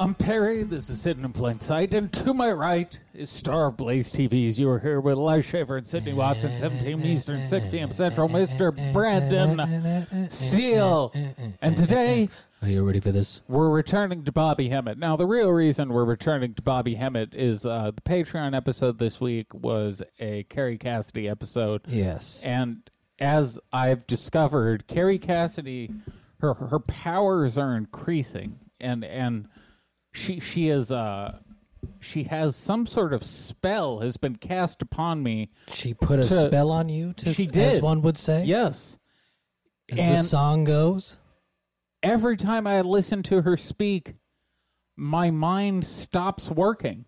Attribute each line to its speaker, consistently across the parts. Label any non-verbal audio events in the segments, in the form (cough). Speaker 1: I'm Perry. This is Hidden in Plain Sight, and to my right is star of Blaze TV's. You are here with Live Shaver and Sydney Watson, 7 p.m. Eastern, 6 p.m. Central, Mr. Brandon Steele. And today,
Speaker 2: Are you ready for this?
Speaker 1: we're returning to Bobby Hemmett. Now, the real reason we're returning to Bobby Hemmett is uh, the Patreon episode this week was a Carrie Cassidy episode.
Speaker 2: Yes.
Speaker 1: And as I've discovered, Carrie Cassidy, her her powers are increasing, and and she she is uh she has some sort of spell has been cast upon me.
Speaker 2: she put a
Speaker 1: to-
Speaker 2: spell on you, to,
Speaker 1: She
Speaker 2: as
Speaker 1: did.
Speaker 2: one would say.
Speaker 1: Yes,
Speaker 2: As
Speaker 1: and-
Speaker 2: the song goes.
Speaker 1: every time I listen to her speak, my mind stops working.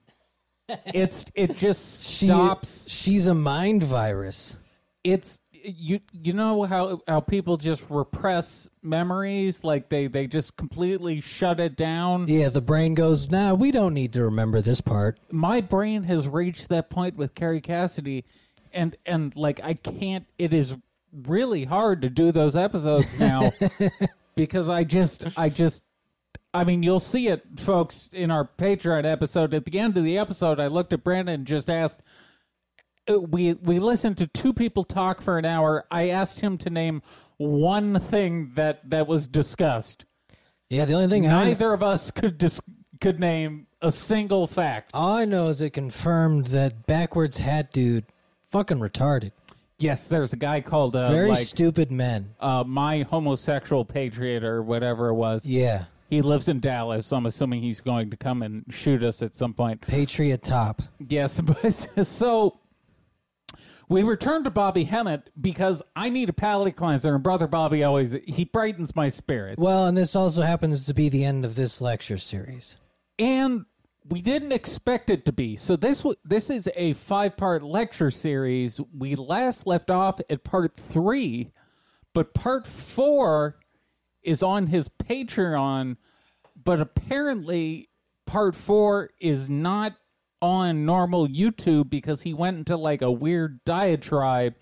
Speaker 1: It's it just
Speaker 2: She,
Speaker 1: stops.
Speaker 2: She's a mind virus.
Speaker 1: it's you you know how how people just repress memories like they they just completely shut it down
Speaker 2: Yeah, the brain goes, nah, we don't need to remember this part.
Speaker 1: my brain has reached that point with Carrie Cassidy and and like I can't it is really hard to do those episodes now because I just I just I mean you'll see it folks in our Patreon episode at the end of the episode I looked at Brandon and just asked uh, we we listened to two people talk for an hour I asked him to name one thing that that was discussed
Speaker 2: Yeah, the only thing I,
Speaker 1: neither of us could dis- could name a single fact
Speaker 2: all I know is it confirmed that backwards hat dude fucking retarded.
Speaker 1: Yes, there's a guy called uh,
Speaker 2: Very
Speaker 1: like
Speaker 2: stupid men.
Speaker 1: uh, my homosexual patriot or whatever it was.
Speaker 2: Yeah.
Speaker 1: He lives in Dallas. So I'm assuming he's going to come and shoot us at some point.
Speaker 2: Patriot top.
Speaker 1: Yes, (laughs) but so we return to Bobby Hemmett because I need a palate cleanser, and Brother Bobby always he brightens my spirits.
Speaker 2: Well, and this also happens to be the end of this lecture series.
Speaker 1: and we didn't expect it to be. So this w- this is a five part lecture series. We last left off at part three, but part four is on his Patreon. But apparently, part four is not on normal YouTube because he went into like a weird diatribe.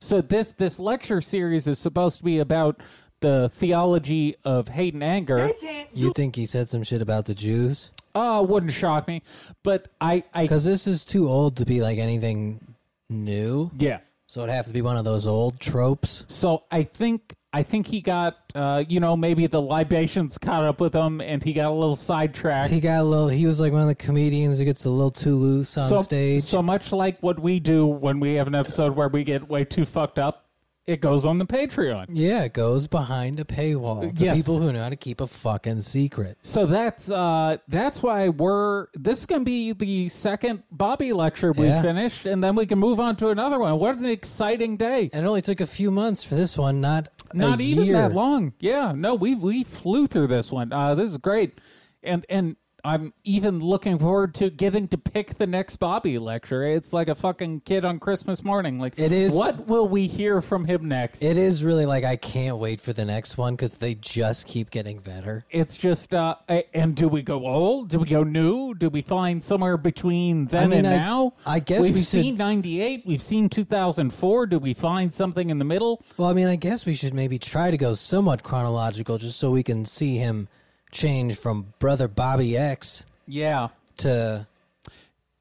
Speaker 1: So this this lecture series is supposed to be about the theology of hate and anger.
Speaker 2: You think he said some shit about the Jews?
Speaker 1: Oh, wouldn't shock me. But I, I
Speaker 2: Because this is too old to be like anything new.
Speaker 1: yeah.
Speaker 2: So it'd have to be one of those old tropes.
Speaker 1: So I think I think he got uh, you know maybe the libations caught up with him and he got a little sidetracked.
Speaker 2: He got a little. He was like one of the comedians who gets a little too loose on
Speaker 1: so,
Speaker 2: stage.
Speaker 1: so much like what we do when we have an episode where we get way too fucked up, it goes on the Patreon.
Speaker 2: yeah, it goes behind a paywall to
Speaker 1: Yes.
Speaker 2: people who know how to keep a fucking secret.
Speaker 1: So that's uh that's why we're this is gonna be the second Bobby lecture we
Speaker 2: Yeah.
Speaker 1: finished, and then we can move on to another one. What an exciting day.
Speaker 2: And it only took a few months for this one, not a
Speaker 1: not even
Speaker 2: year.
Speaker 1: that long. Yeah, no, we we flew through this one. Uh, this is great, and and I'm even looking forward to getting to pick the next Bobby lecture. It's like a fucking kid on Christmas morning. Like
Speaker 2: It is-
Speaker 1: What will we hear from him next?
Speaker 2: It is really like I can't wait for the next one because they just keep getting better.
Speaker 1: it's just, uh, a- and do we go old? Do we go new? Do we find somewhere between then
Speaker 2: mean,
Speaker 1: and
Speaker 2: I-
Speaker 1: now?
Speaker 2: I guess
Speaker 1: we've
Speaker 2: we should-
Speaker 1: seen '98, we've seen 2004. Do we find something in the middle?
Speaker 2: Well, I mean, I guess we should maybe try to go somewhat chronological, just so we can see him change from brother Bobby X
Speaker 1: Yeah,
Speaker 2: to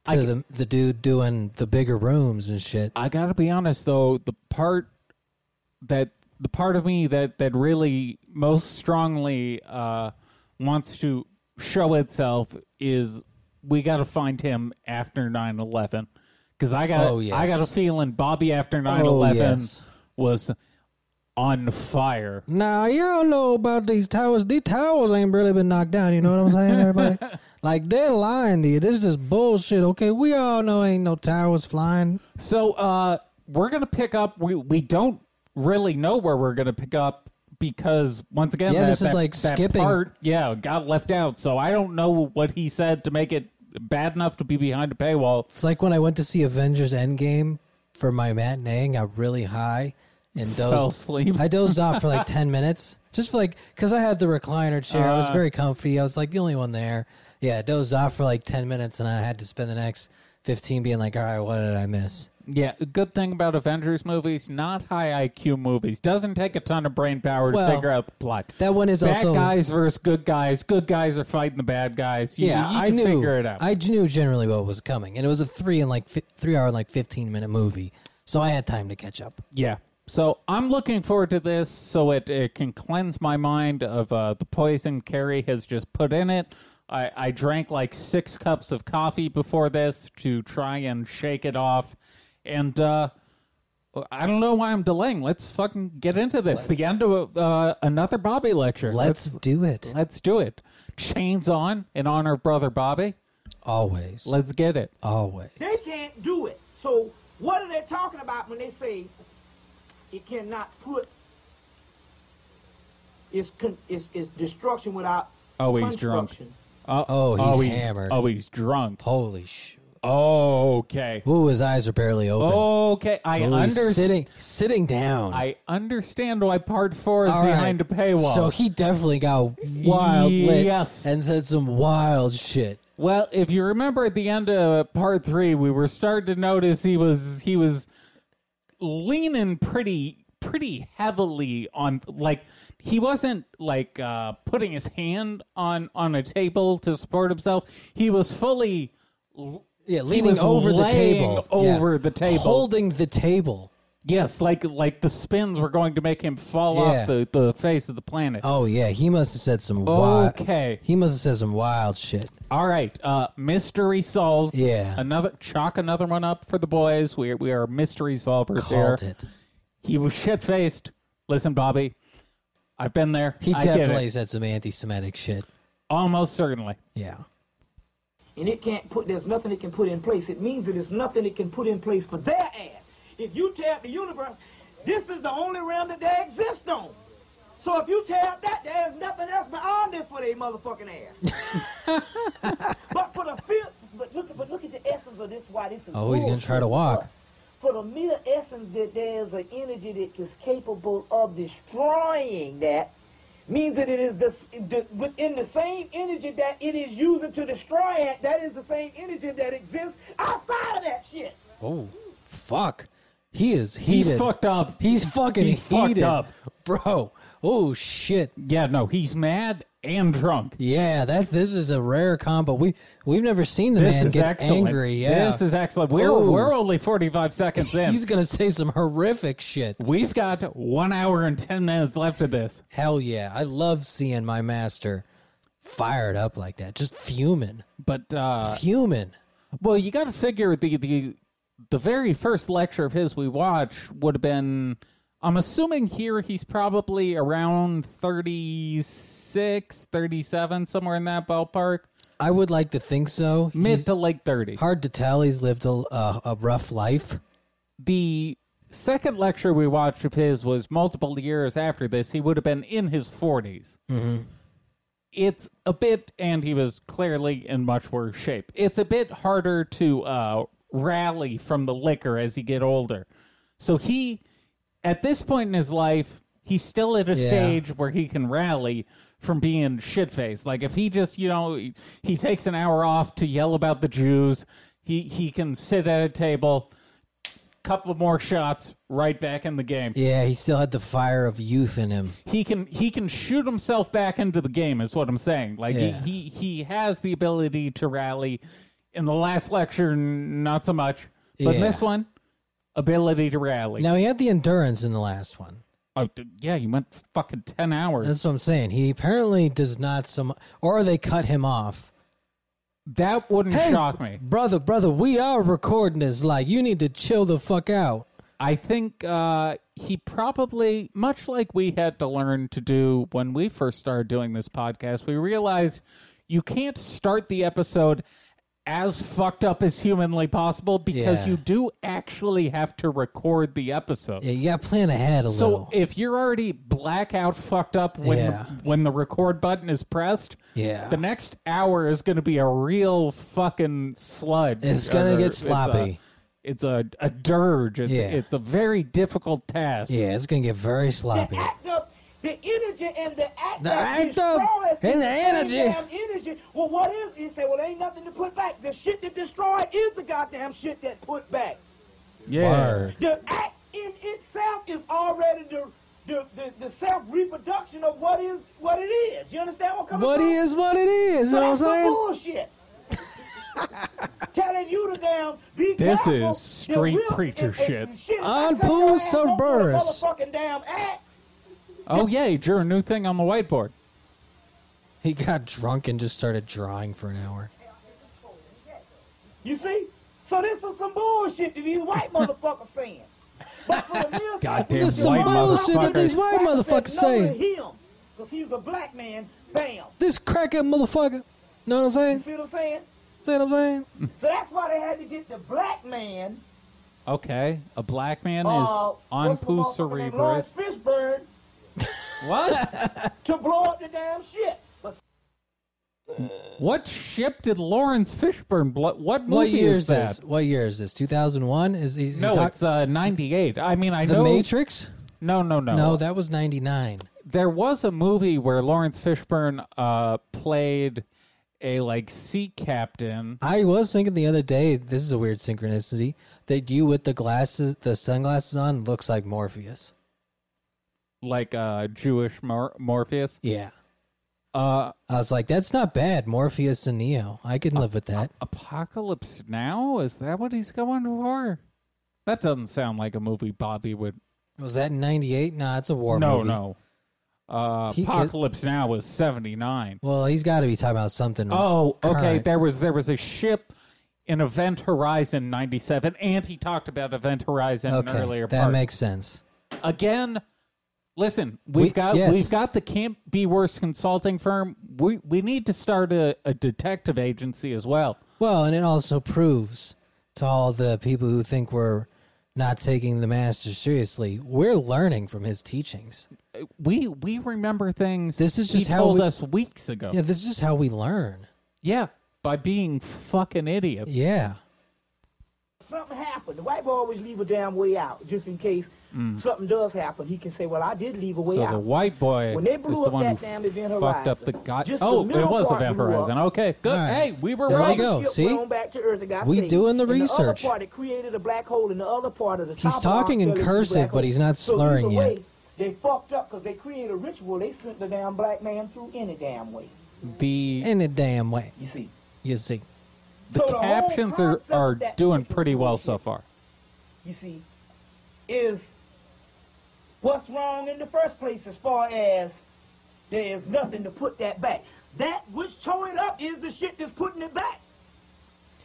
Speaker 2: to the the dude doing the bigger rooms and shit.
Speaker 1: I gotta be honest though, the part that the part of me that that really most strongly uh, wants to show itself is we gotta find him after 9-11. because I got
Speaker 2: Oh, yes. Oh,
Speaker 1: I got a feeling Bobby after 9-11
Speaker 2: yes.
Speaker 1: was on fire.
Speaker 2: Now y'all know about these towers. These towers ain't really been knocked down. You know what I'm saying, (laughs) everybody? like they're lying to you. This is just bullshit. Okay, we all know ain't no towers flying.
Speaker 1: So uh, we're gonna pick up. We we don't really know where we're gonna pick up because once again,
Speaker 2: Yeah,
Speaker 1: that-
Speaker 2: this is
Speaker 1: that-
Speaker 2: like
Speaker 1: that
Speaker 2: skipping.
Speaker 1: Part, yeah, got left out. So I don't know what he said to make it bad enough to be behind a paywall.
Speaker 2: It's like when I went to see Avengers Endgame for my matinee and got really high and dozed.
Speaker 1: Fell asleep.
Speaker 2: I dozed off
Speaker 1: (laughs)
Speaker 2: for like ten minutes, just for like because I had the recliner chair. I
Speaker 1: Uh-huh.
Speaker 2: was very comfy. I was like the only one there. Yeah, I dozed off for like ten minutes, and I had to spend the next 15 being like, all right, what did I miss?
Speaker 1: Yeah, a good thing about Avengers movies, not high IQ movies. Doesn't take a ton of brain power to
Speaker 2: Well,
Speaker 1: figure out the plot.
Speaker 2: That one is
Speaker 1: bad
Speaker 2: also.
Speaker 1: guys versus good guys. Good guys are fighting the bad guys. You,
Speaker 2: yeah,
Speaker 1: you
Speaker 2: I
Speaker 1: can
Speaker 2: knew.
Speaker 1: figure it out.
Speaker 2: I knew generally what was coming, and it was a three and like fi- three hour and like fifteen minute movie, so I had time to catch up.
Speaker 1: yeah. So I'm looking forward to this, so it, it can cleanse my mind of uh, the poison Carrie has just put in it. I, I drank like six cups of coffee before this to try and shake it off, and uh, I don't know why I'm delaying. Let's fucking get into this. the end of uh, another Bobby lecture.
Speaker 2: Let's do it
Speaker 1: Let's do it. Chains on in honor of brother Bobby.
Speaker 2: always,
Speaker 1: Let's get it.
Speaker 2: always.
Speaker 3: They can't do it. So what are they talking about when they say it cannot put its con- its, its destruction without
Speaker 1: Oh, he's drunk.
Speaker 3: construction?
Speaker 1: Uh,
Speaker 2: Oh, he's
Speaker 1: oh,
Speaker 2: hammered.
Speaker 1: Oh, he's drunk.
Speaker 2: Holy shoot!
Speaker 1: Oh, okay.
Speaker 2: Ooh, his eyes are barely open.
Speaker 1: Okay, I
Speaker 2: Ooh, he's
Speaker 1: understand.
Speaker 2: sitting sitting down.
Speaker 1: Oh, I understand why part four is
Speaker 2: All right.
Speaker 1: behind a paywall.
Speaker 2: So he definitely got wild lit
Speaker 1: Yes.
Speaker 2: and said some wild shit.
Speaker 1: well, if you remember at the end of part three, we were starting to notice he was he was leaning pretty pretty heavily on like he wasn't like uh putting his hand on on a table to support himself he was fully
Speaker 2: Yeah,
Speaker 1: He
Speaker 2: leaning
Speaker 1: was
Speaker 2: over the
Speaker 1: laying
Speaker 2: table.
Speaker 1: over
Speaker 2: Yeah.
Speaker 1: the table.
Speaker 2: Holding the table.
Speaker 1: Yes, like like the spins were going to make him fall
Speaker 2: Yeah.
Speaker 1: off the, the face of the planet.
Speaker 2: Oh yeah, he must have said some wild
Speaker 1: okay.
Speaker 2: He must have said some wild shit.
Speaker 1: All right. Uh mystery solved.
Speaker 2: Yeah.
Speaker 1: Another chalk another one up for the boys. We we are mystery solvers
Speaker 2: Called
Speaker 1: here.
Speaker 2: it.
Speaker 1: He was shit faced. Listen, Bobby. I've been there.
Speaker 2: He
Speaker 1: I get it.
Speaker 2: definitely said some anti Semitic shit.
Speaker 1: almost certainly.
Speaker 2: Yeah.
Speaker 3: and it can't put there's nothing it can put in place. It means that there's nothing it can put in place for their ass. If you tear up the universe, this is the only realm that they exist on. So if you tear up that, there's nothing else beyond it for their motherfucking ass.
Speaker 2: (laughs)
Speaker 3: but for the feel, but look, but look at the essence of this. Why this is?
Speaker 2: Oh, he's gonna
Speaker 3: bullshit.
Speaker 2: try to walk.
Speaker 3: For the mere essence that there's an energy that is capable of destroying that means that it is the, the, within the same energy that it is using to destroy it, that is the same energy that exists outside of that shit.
Speaker 2: Oh fuck. He is heated.
Speaker 1: He's fucked up.
Speaker 2: He's fucking
Speaker 1: He's fucked
Speaker 2: heated.
Speaker 1: up.
Speaker 2: Bro. Oh shit.
Speaker 1: yeah, no, he's mad and drunk.
Speaker 2: Yeah, that this is a rare combo. We we've never seen the
Speaker 1: This
Speaker 2: man
Speaker 1: is
Speaker 2: get
Speaker 1: excellent.
Speaker 2: angry. Yeah.
Speaker 1: This is excellent. We're
Speaker 2: Ooh.
Speaker 1: we're only forty five seconds in.
Speaker 2: He's gonna say some horrific shit.
Speaker 1: We've got one hour and ten minutes left of this.
Speaker 2: Hell yeah. I love seeing my master fired up like that. Just fuming.
Speaker 1: But uh
Speaker 2: Fuming.
Speaker 1: well, you got to figure the the the very first lecture of his we watched would have been. I'm assuming here he's probably around 36, 37, somewhere in that ballpark,
Speaker 2: I would like to think so.
Speaker 1: mid
Speaker 2: He's
Speaker 1: to late 30s.
Speaker 2: hard to tell. He's lived a, a, a rough life.
Speaker 1: The second lecture we watched of his was multiple years after this. He would have been in his 40s. It's a bit, and he was clearly in much worse shape. It's a bit harder to uh, rally from the liquor as you get older. So he, at this point in his life, he's still at a stage where he can rally from being shit faced. Like if he just, you know, he- he takes an hour off to yell about the Jews, he he can sit at a table, couple more shots, right back in the game.
Speaker 2: Yeah, he still had the fire of youth in him.
Speaker 1: He can he can shoot himself back into the game. Is what I'm saying. Like
Speaker 2: Yeah.
Speaker 1: he, he he has the ability to rally. In the last lecture, n- not so much, but in
Speaker 2: Yeah.
Speaker 1: this one, ability to rally.
Speaker 2: Now he had the endurance in the last one.
Speaker 1: Oh, d- yeah, you went fucking 10 hours.
Speaker 2: That's what I'm saying. He apparently does not some, or they cut him off.
Speaker 1: that wouldn't shock me.
Speaker 2: brother, brother. We are recording this. Like, you need to chill the fuck out.
Speaker 1: I think uh, he probably, much like we had to learn to do when we first started doing this podcast, we realized you can't start the episode as fucked up as humanly possible because
Speaker 2: Yeah.
Speaker 1: you do actually have to record the episode.
Speaker 2: Yeah, you got to plan ahead a
Speaker 1: So
Speaker 2: little.
Speaker 1: if you're already blackout fucked up when
Speaker 2: Yeah.
Speaker 1: the, when the record button is pressed,
Speaker 2: Yeah.
Speaker 1: the next hour is going to be a real fucking sludge.
Speaker 2: It's gonna
Speaker 1: Or
Speaker 2: get
Speaker 1: it's a-
Speaker 2: sloppy.
Speaker 1: It's a, a dirge. It's,
Speaker 2: Yeah.
Speaker 1: it's a very difficult task.
Speaker 2: yeah, it's gonna get very sloppy.
Speaker 3: Act up The energy and the act
Speaker 2: The
Speaker 3: that
Speaker 2: act of-
Speaker 3: destroys
Speaker 2: and
Speaker 3: is
Speaker 2: the
Speaker 3: same
Speaker 2: energy.
Speaker 3: damn energy. Well, what is it? He said, well, ain't nothing to put back. The shit that destroyed is the goddamn shit that put back.
Speaker 1: Yeah.
Speaker 2: Word.
Speaker 3: The act in itself is already the the, the, the self reproduction of what is what it is. You understand what I'm coming
Speaker 2: What
Speaker 3: from?
Speaker 2: is what it is. You know what I'm
Speaker 3: That's some
Speaker 2: saying? (laughs)
Speaker 3: bullshit. Telling you to damn be
Speaker 1: This
Speaker 3: careful.
Speaker 1: is street
Speaker 3: The real-
Speaker 1: preacher
Speaker 3: if- if-
Speaker 1: shit.
Speaker 3: shit.
Speaker 2: On
Speaker 3: pool
Speaker 2: pool surveyors.
Speaker 3: Motherfucking damn act.
Speaker 1: Oh yeah, he drew a new thing on the whiteboard.
Speaker 2: He got drunk and just started drawing for an hour.
Speaker 3: You see? So this is some bullshit that these white motherfuckers saying. But for the mere fact that
Speaker 1: Goddamn
Speaker 2: This
Speaker 3: these
Speaker 2: is some
Speaker 1: white
Speaker 2: bullshit that
Speaker 1: motherfuckers.
Speaker 2: these white motherfuckers
Speaker 3: said no to
Speaker 2: say.
Speaker 3: Him, because he's a black man. Bam.
Speaker 2: This crackhead motherfucker. Know what I'm
Speaker 3: You
Speaker 2: saying?
Speaker 3: feel what I'm saying?
Speaker 2: See what I'm saying?
Speaker 3: So that's why they had to get the black man.
Speaker 1: Okay, a black man
Speaker 3: Uh,
Speaker 1: is on
Speaker 3: what's the
Speaker 1: poo
Speaker 3: motherfucker named Lawrence
Speaker 1: cerebrus.
Speaker 3: Fishburne
Speaker 1: What?
Speaker 3: to blow up the damn shit. But
Speaker 1: what ship did Lawrence Fishburne? Blo- what movie
Speaker 2: What year is
Speaker 1: that?
Speaker 2: this? What year is this? 2001? Is, is he
Speaker 1: No,
Speaker 2: talk-
Speaker 1: it's uh, ninety-eight. I mean, I
Speaker 2: The
Speaker 1: know.
Speaker 2: Matrix?
Speaker 1: No, no, no.
Speaker 2: No, that was 99.
Speaker 1: there was a movie where Lawrence Fishburne uh, played a like sea captain.
Speaker 2: I was thinking the other day, this is a weird synchronicity, that you with the glasses, the sunglasses on, looks like Morpheus.
Speaker 1: like uh Jewish Mor- Morpheus.
Speaker 2: Yeah.
Speaker 1: Uh
Speaker 2: I was like, that's not bad. Morpheus and Neo. I can live with that.
Speaker 1: Apocalypse Now is that what he's going for? That doesn't sound like a movie Bobby would
Speaker 2: Was that in 98? Nah, it's a war
Speaker 1: No,
Speaker 2: movie.
Speaker 1: no. Uh
Speaker 2: He could-
Speaker 1: Apocalypse Now was 79.
Speaker 2: Well, he's got to be talking about something.
Speaker 1: Oh, okay.
Speaker 2: current.
Speaker 1: There was there was a ship in Event Horizon 97 and he talked about Event Horizon in an
Speaker 2: okay.
Speaker 1: earlier
Speaker 2: that
Speaker 1: part.
Speaker 2: makes sense.
Speaker 1: Again, listen, we've
Speaker 2: We-
Speaker 1: got
Speaker 2: yes.
Speaker 1: we've got the Can't Be Worse consulting firm. We we need to start a, a detective agency as well.
Speaker 2: Well, and it also proves to all the people who think we're not taking the master seriously, we're learning from his teachings.
Speaker 1: we we remember things.
Speaker 2: This is just
Speaker 1: he
Speaker 2: how
Speaker 1: told
Speaker 2: we-
Speaker 1: us weeks ago.
Speaker 2: Yeah,
Speaker 1: Yeah.
Speaker 2: this is just how we learn.
Speaker 1: by being fucking idiots.
Speaker 2: Yeah.
Speaker 3: something happened. The white boy always leave a damn way out, just in case something does happen. He can say, well, I did leave a way
Speaker 1: Mm. So
Speaker 3: out.
Speaker 1: the white boy
Speaker 3: When they
Speaker 1: is
Speaker 3: blew
Speaker 1: the
Speaker 3: up
Speaker 1: one
Speaker 3: that
Speaker 1: who
Speaker 3: damn Event
Speaker 1: fucked up the
Speaker 3: Horizon,
Speaker 1: god.
Speaker 3: just the
Speaker 1: Oh, it
Speaker 3: middle
Speaker 1: was
Speaker 3: part
Speaker 1: Event
Speaker 3: blew up.
Speaker 1: Horizon. Okay, good.
Speaker 2: All right.
Speaker 1: Hey, we were
Speaker 2: There we
Speaker 1: right.
Speaker 2: go.
Speaker 3: Ship
Speaker 2: see?
Speaker 3: went on back to Earth and got
Speaker 2: We
Speaker 3: saved.
Speaker 2: doing the
Speaker 3: And The
Speaker 2: research.
Speaker 3: other part, it created a black hole in the other part of the
Speaker 2: He's
Speaker 3: top
Speaker 2: talking in
Speaker 3: arm, so it was a
Speaker 2: cursive,
Speaker 3: black
Speaker 2: but he's
Speaker 3: hole.
Speaker 2: not
Speaker 3: So
Speaker 2: slurring
Speaker 3: either
Speaker 2: yet.
Speaker 3: Way, they fucked up because they created a ritual. They sent the damn black man through any damn way.
Speaker 1: The
Speaker 2: In a damn way.
Speaker 3: You see.
Speaker 2: You see.
Speaker 1: the
Speaker 3: So the whole
Speaker 1: captions are
Speaker 3: concept
Speaker 1: are
Speaker 3: that-
Speaker 1: doing pretty well so far.
Speaker 3: you see, is what's wrong in the first place as far as there's nothing to put that back. That which tore it up is the shit that's putting it back.